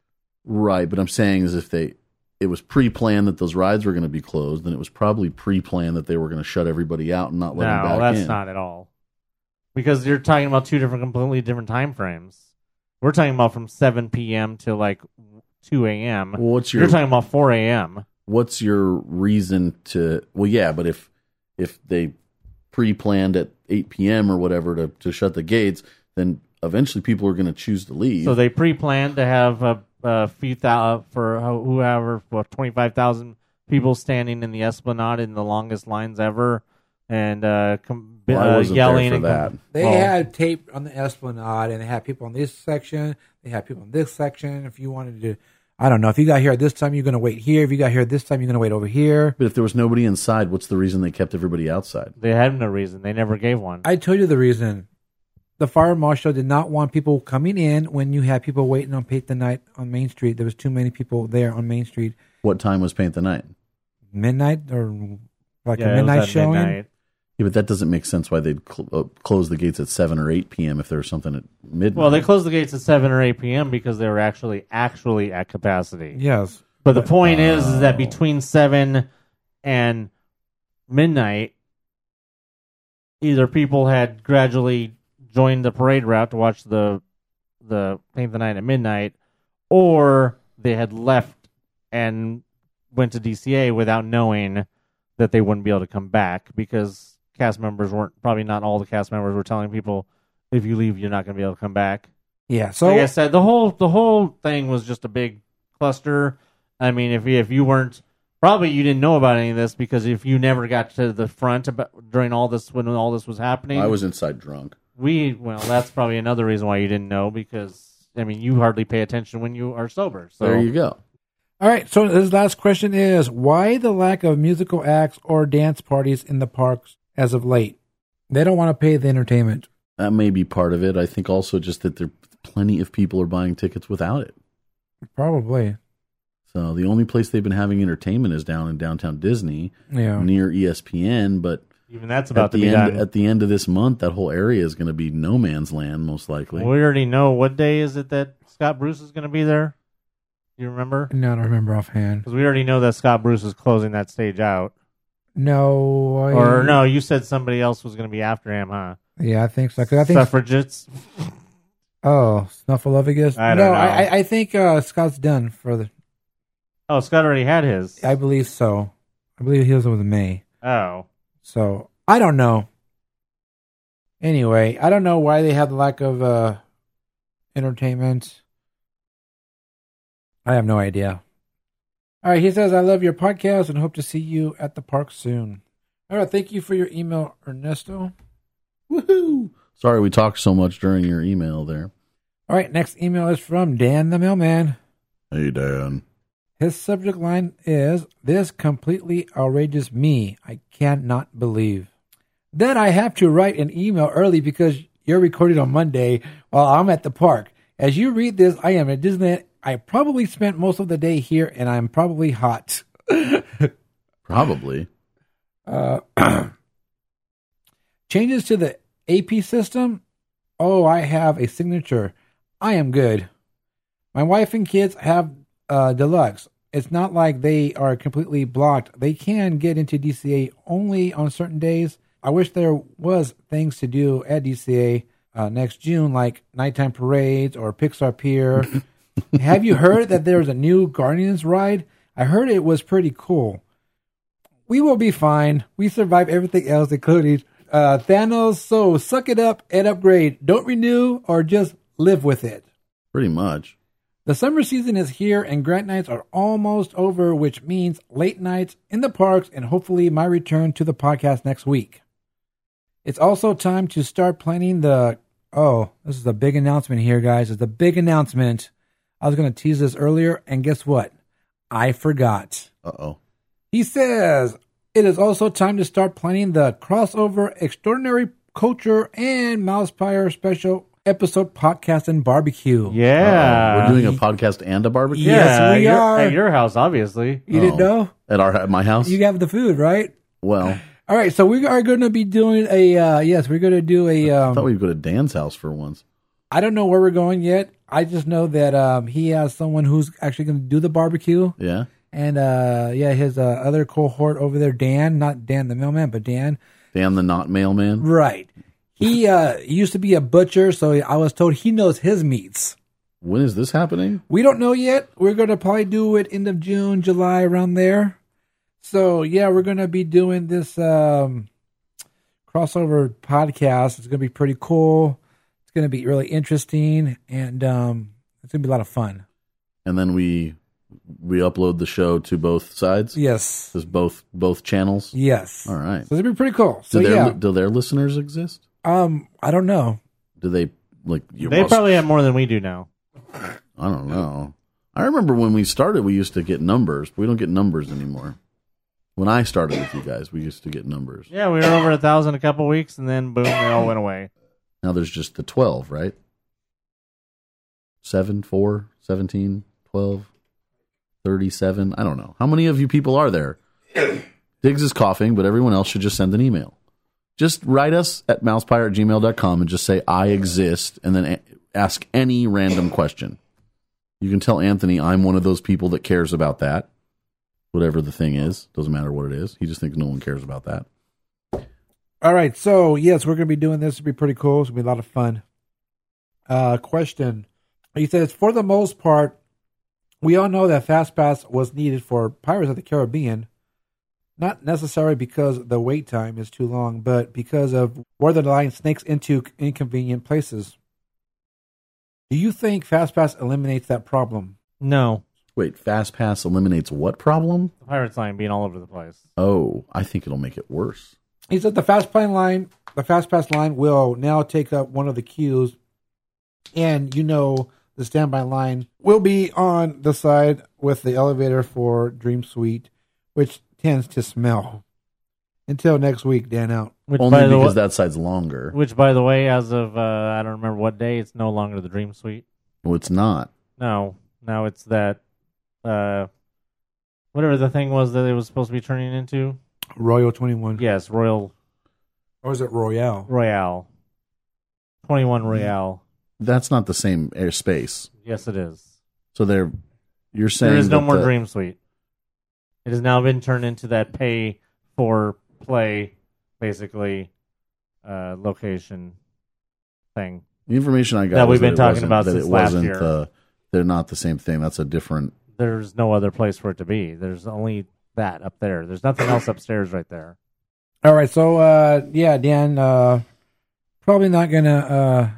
Right, but I'm saying is if they it was pre-planned that those rides were going to be closed, then it was probably pre-planned that they were going to shut everybody out and not let them
No,
back
that's
in.
not at all. Because you're talking about two different, completely different time frames. We're talking about from 7 p.m. to like 2 a.m.
Well, what's your
You're talking about 4 a.m.
what's your reason to? Well, yeah, but if if they pre-planned at 8 p.m. or whatever to to shut the gates, then eventually people are going to choose to leave.
So they pre-planned to have a, a few thousand for ho- whoever, what, 25,000 people standing in the Esplanade in the longest lines ever, and uh, com-
Well, I
uh,
wasn't there
yelling
for
and com-
They
well,
had tape on the Esplanade, and they had people on this section. They had people in this section. If you wanted to, I don't know. If you got here at this time, you're going to wait here. If you got here at this time, you're going to wait over here.
but if there was nobody inside, what's the reason they kept everybody outside?
they had no reason. They never gave one.
I told you the reason. The fire marshal did not want people coming in when you had people waiting on paint the night on Main Street. There was too many people there on Main Street.
What time was paint the night?
Midnight or like
Yeah, it
a
was
midnight
at
showing.
midnight.
Yeah, but that doesn't make sense. Why they'd cl- uh, close the gates at seven or eight p.m. if there was something at midnight?
Well, they closed the gates at 7 or 8 p.m. because they were actually actually at capacity.
Yes,
But the point is, is that between seven and midnight, either people had gradually joined the parade route to watch the the paint the night at midnight, or they had left and went to DCA without knowing that they wouldn't be able to come back because cast members weren't probably not all the cast members were telling people if you leave you're not going to be able to come back
yeah. So
like I said, the whole the whole thing was just a big cluster. I mean, if if you weren't probably you didn't know about any of this because if you never got to the front about, during all this when all this was happening,
I was inside drunk.
we well that's probably another reason why you didn't know because I mean, you hardly pay attention when you are sober. So
There you go.
All right. So this last question is why the lack of musical acts or dance parties in the parks as of late? They don't want to pay the entertainment.
That may be part of it. I think also just that there plenty of people are buying tickets without it.
Probably.
So the only place they've been having entertainment is down in downtown Disney,
Yeah.
near E ESPN. But
even that's about
at
to
the
be
end
done.
at the end of this month, that whole area is going to be no man's land, most likely.
we already know what day is it that Scott Bruce is going to be there. Do you remember?
No, I don't remember offhand.
Because we already know that Scott Bruce is closing that stage out.
No.
Oh,
I,
Or no, you said somebody else was going to be after him, huh?
Yeah, I think so. 'Cause I think.
Suffragettes.
Oh, Snuffleupagus.
I
no,
don't know.
I, I- I think uh, Scott's done for the.
Oh, Scott already had his.
I believe so. I believe he was with May.
Oh,
So I don't know. Anyway, I don't know why they have the lack of uh, entertainment. I have no idea. All right, he says, I love your podcast and hope to see you at the park soon. All right, thank you for your email, Ernesto. Woohoo!
Sorry, we talked so much during your email there.
All right, next email is from Dan the Mailman.
Hey Dan,
His subject line is This completely outrages me. I cannot believe. Then I have to write an email early because you're recorded on Monday while I'm at the park. As you read this, I am at Disneyland. I probably spent most of the day here and I'm probably hot.
probably.
Uh, changes to the AP system. Oh, I have a signature. I am good. My wife and kids have uh, deluxe. It's not like they are completely blocked. They can get into DCA only on certain days. I wish there was things to do at DCA uh, next June, like nighttime parades or Pixar Pier. have you heard that there's a new Guardians ride? I heard it was pretty cool we will be fine. We survive everything else, including uh, Thanos. So suck it up and upgrade. Don't renew or just live with it.
Pretty much.
The summer season is here, and grant nights are almost over, which means late nights in the parks and hopefully my return to the podcast next week. It's also time to start planning the. Oh, this is a big announcement here, guys. It's a big announcement. I was going to tease this earlier, and guess what? I forgot.
Uh oh.
He says it is also time to start planning the crossover extraordinary culture and mousepire special episode podcast and barbecue.
yeah.
We're doing a podcast and a barbecue.
Yes,
Yeah,
we
you're-
are.
At your house, obviously.
You
Oh.
didn't know?
At our at my house.
You have the food, right?
well,
All right, so we are going to be doing a uh, yes, we're going to do a
I thought
um,
we'd go to Dan's house for once.
I don't know where we're going yet. I just know that um, he has someone who's actually going to do the barbecue.
Yeah.
And uh, yeah, his uh, other cohort over there, Dan, not Dan the mailman, but Dan,
Dan the not mailman.
Right. He uh used to be a butcher, so I was told he knows his meats.
When is this happening?
We don't know yet. We're gonna probably do it end of June, July, around there. So yeah, we're gonna be doing this um crossover podcast. It's gonna be pretty cool. It's gonna be really interesting and um it's gonna be a lot of fun.
And then we we upload the show to both sides.
Yes.
There's both both channels.
Yes.
All right.
So it's gonna be pretty cool. So
do their
yeah.
do their listeners exist?
um I don't know.
Do they like you
They
must-
probably have more than we do now.
I don't know. I remember when we started we used to get numbers, but we don't get numbers anymore. When I started with you guys, we used to get numbers.
Yeah, we were over a thousand a couple weeks, and then boom, they all went away.
Now there's just the 12, right? 7, 4, 17, 12, 37. I don't know. How many of you people are there? Diggs is coughing, but everyone else should just send an email. Just write us at mousepire at gmail.com and just say, I exist, and then a- ask any random question. You can tell Anthony, I'm one of those people that cares about that. Whatever the thing is, doesn't matter what it is. He just thinks no one cares about that.
All right, so yes, we're gonna be doing this. It'll be pretty cool. It's gonna be a lot of fun. Uh, question: He says, for the most part, we all know that Fast Pass was needed for Pirates of the Caribbean, not necessarily because the wait time is too long, but because of where the line snakes into inconvenient places. Do you think Fast Pass eliminates that problem?
No,
Wait, Fast Pass eliminates what problem?
the pirates line being all over the place.
Oh, I think it'll make it worse.
He said the fast plane line, the fast pass line will now take up one of the queues, and you know the standby line will be on the side with the elevator for Dream Suite, which tends to smell. Until next week, Dan out.
Which,
Only
by the
because
way-
that side's longer.
Which, by the way, as of uh, I don't remember what day, it's no longer the Dream Suite.
Well, it's not.
No, now it's that uh, whatever the thing was that it was supposed to be turning into.
Royal 21.
Yes, Royal
Or is it Royale?
Royale, twenty
Mm.
one Royale.
That's not the same airspace.
Yes, it is.
So they're you're saying
there is no
that
more
the-
Dream Suite. It has now been turned into that pay for play, basically, uh, location thing.
The information I got
that
was
we've been
it
talking
wasn't-
about
that
since
it
last
wasn't
year.
the they're not the same thing. That's a different.
There's no other place for it to be. There's only that up there. There's nothing else upstairs right there.
All right, so uh, yeah, Dan, uh, probably not gonna uh,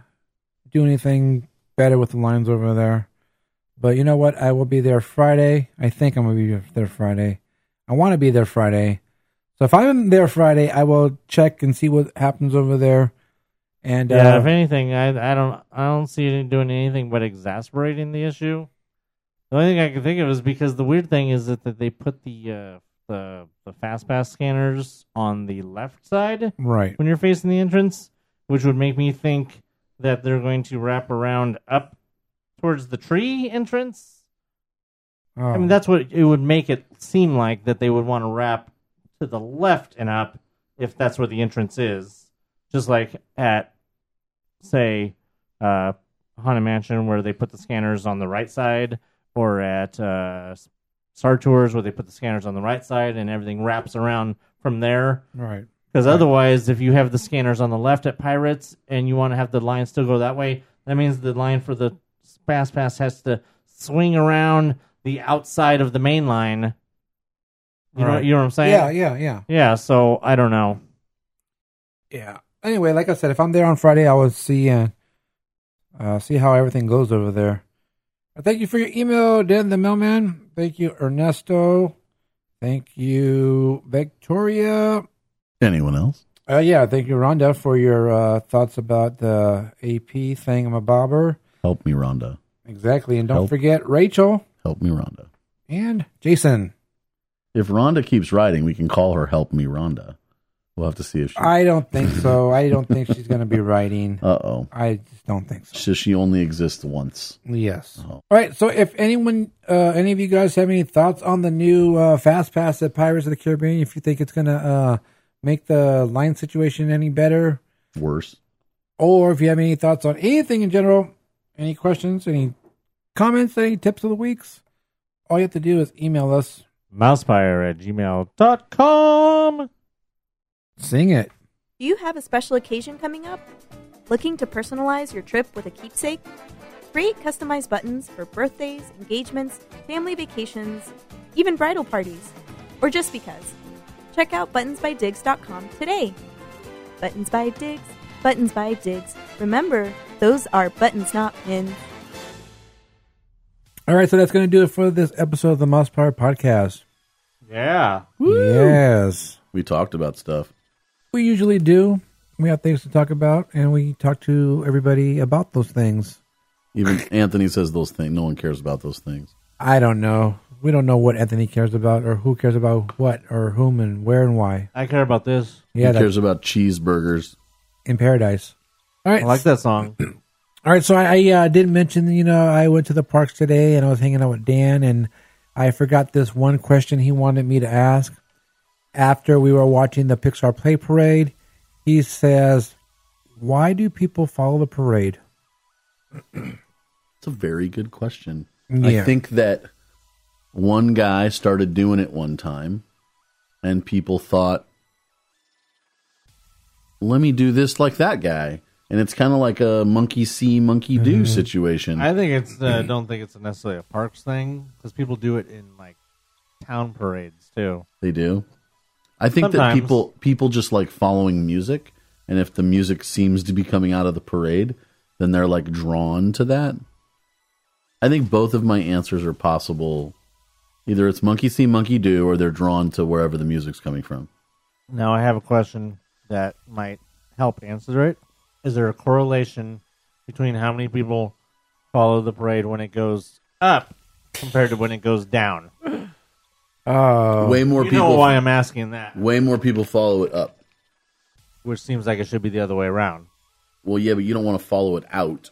do anything better with the lines over there. But you know what? I will be there Friday. I think I'm gonna be there Friday. I want to be there Friday. So if I'm there Friday, I will check and see what happens over there. And
Yeah,
uh,
if anything, I I don't I don't see it doing anything but exasperating the issue. The only thing I can think of is because the weird thing is that, that they put the uh, the the fast pass scanners on the left side
Right.
when you're facing the entrance, which would make me think that they're going to wrap around up towards the tree entrance. I
Oh.
mean, that's what it would make it seem like that they would want to wrap to the left and up if that's where the entrance is. Just like at, say, uh, Haunted Mansion, where they put the scanners on the right side, or at uh, Star Tours, where they put the scanners on the right side and everything wraps around from there.
Oh, Right.
Because otherwise, if you have the scanners on the left at Pirates and you want to have the line still go that way, that means the line for the Fast Pass has to swing around the outside of the main line. You know,
Right.
you know what I'm saying?
Yeah, yeah, yeah.
Yeah, so I don't know.
Yeah. Anyway, like I said, if I'm there on Friday, I will see uh, uh, see how everything goes over there. Uh, Thank you for your email, Dan the Mailman. Thank you, Ernesto. Thank you, Victoria.
Anyone else?
Uh, yeah, thank you, Rhonda, for your uh, thoughts about the AP thingamabobber.
Help me, Rhonda.
Exactly. And don't
Help.
forget Rachel
Help me, Rhonda.
and Jason.
If Rhonda keeps writing, we can call her "Help Me, Rhonda." We'll have to see if she.
I don't think so. I don't think she's going to be writing.
Uh oh.
I just don't think so.
So she only exists once.
Yes.
Oh.
All right. So, if anyone, uh, any of you guys have any thoughts on the new uh, Fast Pass at Pirates of the Caribbean, if you think it's going to uh, make the line situation any better,
Worse.
or if you have any thoughts on anything in general, any questions, any comments, any tips of the weeks, all you have to do is email us.
Mousefire at gmail.com.
Sing it.
Do you have a special occasion coming up? Looking to personalize your trip with a keepsake? Create customized buttons for birthdays, engagements, family vacations, even bridal parties, or just because. Check out buttonsbydigs.com today. Buttons by Digs, buttons by Digs. Remember, those are buttons, not pins.
All right. So, that's going to do it for this episode of the Mouse Power Podcast.
Yeah.
Yes.
We talked about stuff.
We usually do. We have things to talk about, and we talk to everybody about those things.
Even Anthony says those things. No one cares about those things.
I don't know. We don't know what Anthony cares about, or who cares about what, or whom, and where, and why.
I care about this.
Yeah,
Who
that,
cares about cheeseburgers?
in paradise. All right,
I like that song.
all right. So I, I uh, did mention, you know, I went to the parks today, and I was hanging out with Dan, and I forgot this one question he wanted me to ask after we were watching the Pixar Play Parade. He says, "Why do people follow the parade?"
It's a very good question. I
Yeah.
think that one guy started doing it one time, and people thought, "Let me do this like that guy," and it's kind of like a monkey see, monkey do
Mm-hmm.
situation.
I think it's, uh, don't think it's necessarily a parks thing because people do it in like town parades too.
They do. I think
Sometimes.
that people people just like following music, and if the music seems to be coming out of the parade, then they're like drawn to that. I think both of my answers are possible. Either it's monkey see, monkey do, or they're drawn to wherever the music's coming from.
Now I have a question that might help answer it. Is there a correlation between how many people follow the parade when it goes up compared to when it goes down.
Oh,
way more
you
people.
know why I'm asking that,
Way more people follow it up.
which seems like it should be the other way around.
Well, yeah, but you don't want to follow it out,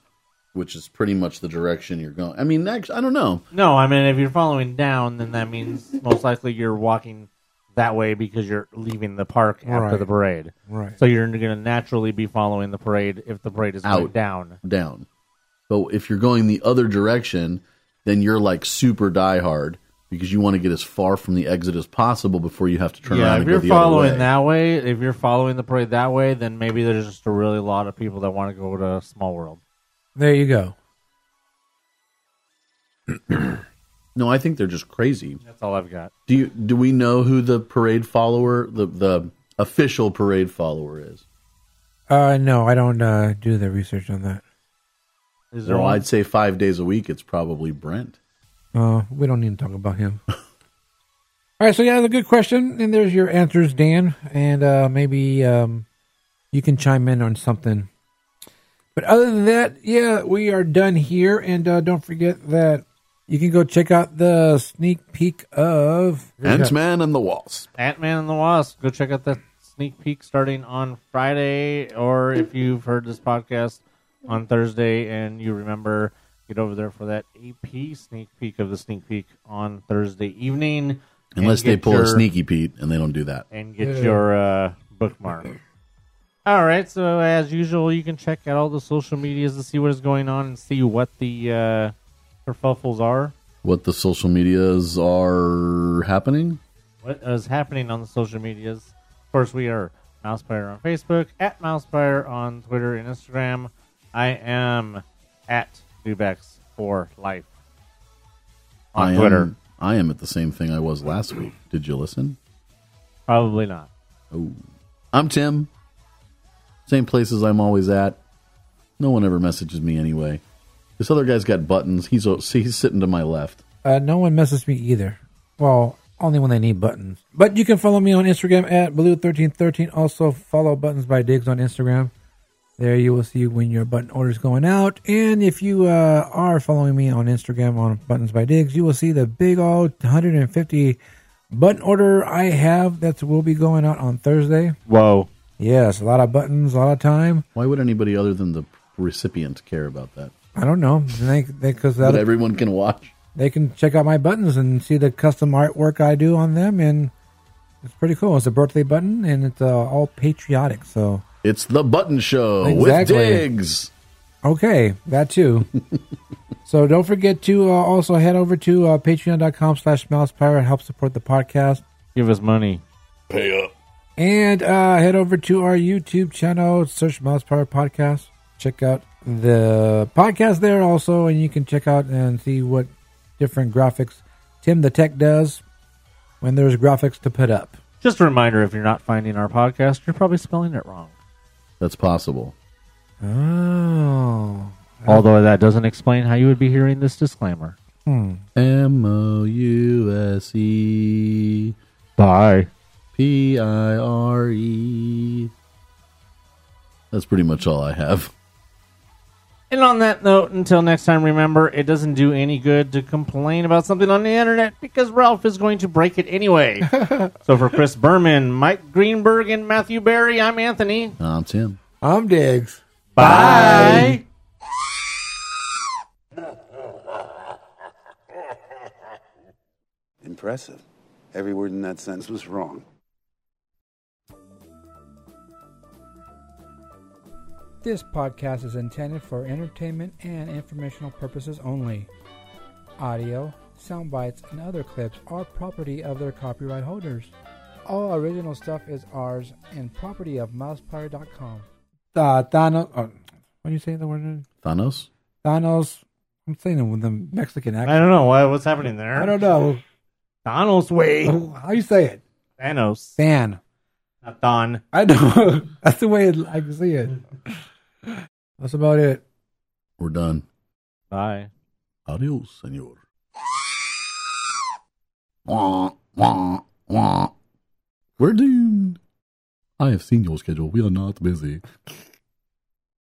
which is pretty much the direction you're going. I mean, next, I don't know.
No, I mean if you're following down, then that means most likely you're walking that way because you're leaving the park after
Right.
the parade.
Right.
So you're going to naturally be following the parade if the parade is going
Out.
down.
down. But if you're going the other direction, then you're like super diehard because you want to get as far from the exit as possible before you have to turn
yeah,
around
if
and
you're
go the
following
other way.
that way, if you're following the parade that way, then maybe there's just a really lot of people that want to go to Small World.
There you go.
No, I think they're just crazy.
That's all I've got.
Do you do we know who the parade follower, the the official parade follower is?
Uh, no, I don't uh, do the research on that.
Is there
Well,
one?
I'd say 5 days a week it's probably Brent.
Uh, we don't need to talk about him. All right, so yeah, that's a good question, and there's your answers, Dan, and uh, maybe um, you can chime in on something. But other than that, yeah, we are done here, and uh, don't forget that you can go check out the sneak peek of
Ant-Man and the Wasp.
Ant Man and the Wasp. Go check out that sneak peek starting on Friday, or if you've heard this podcast on Thursday and you remember, get over there for that AP sneak peek of the sneak peek on Thursday evening. and
Unless they
get
pull
your-
a sneaky Pete and they don't do that.
and get
Yeah.
your uh, bookmark. All right, so as usual, you can check out all the social medias to see what is going on and see what the uh, kerfuffles are,
What the social medias are happening?
what is happening on the social medias. Of course, we are Mousepire on Facebook, at Mousepire on Twitter and Instagram. I am at Dubex for life on
I am-
Twitter.
I am at the same thing I was last week. Did you listen?
Probably not.
Oh. I'm Tim. Same places I'm always at. No one ever messages me anyway. This other guy's got buttons. He's he's sitting to my left.
Uh, no one messes me either. Well, only when they need buttons. But you can follow me on Instagram at blue1313. Also, follow Buttons by Diggs on Instagram. There you will see when your button order's going out. And if you uh, are following me on Instagram on Buttons by Diggs, you will see the big old 150 button order I have that will be going out on Thursday.
Whoa.
Yes, a lot of buttons, a lot of time.
Why would anybody other than the recipient care about that?
I don't know. They, they, cause
That
that'll-
everyone can watch.
they can check out my buttons and see the custom artwork I do on them, and it's pretty cool. It's a birthday button, and it's uh, all patriotic. So
It's the Button Show
Exactly.
with Diggs.
okay, that too. so don't forget to uh, also head over to uh, patreon.com slash mousepire and help support the podcast.
Give us money.
Pay up.
And uh, head over to our YouTube channel, search Mouse Power Podcast. Check out the podcast there also, and you can check out and see what different graphics Tim the Tech does when there's graphics to put up.
Just a reminder if you're not finding our podcast, you're probably spelling it wrong.
That's possible.
Oh.
Although that doesn't explain how you would be hearing this disclaimer.
Hmm.
M O U S E
Bye.
P I R E. That's pretty much all I have.
And on that note, until next time, remember it doesn't do any good to complain about something on the internet because Ralph is going to break it anyway. so for Chris Berman, Mike Greenberg, and Matthew Barry, I'm Anthony.
I'm Tim.
I'm Diggs.
Bye.
Impressive. Every word in that sentence was wrong.
This podcast is intended for entertainment and informational purposes only. Audio, sound bites, and other clips are property of their copyright holders. All original stuff is ours and property of mousepire.com. Uh, Thanos. Oh, what do you say the word?
Thanos?
Thanos. I'm saying it with the Mexican
I
accent.
don't know why, what's happening there.
I don't know.
Donald's way.
How you say it?
Thanos.
Than.
Not Don.
I know. That's the way it, I can see it. That's about it.
We're done.
Bye.
Adios, senor. Wah, wah, wah. We're doomed. I have seen your schedule. We are not busy.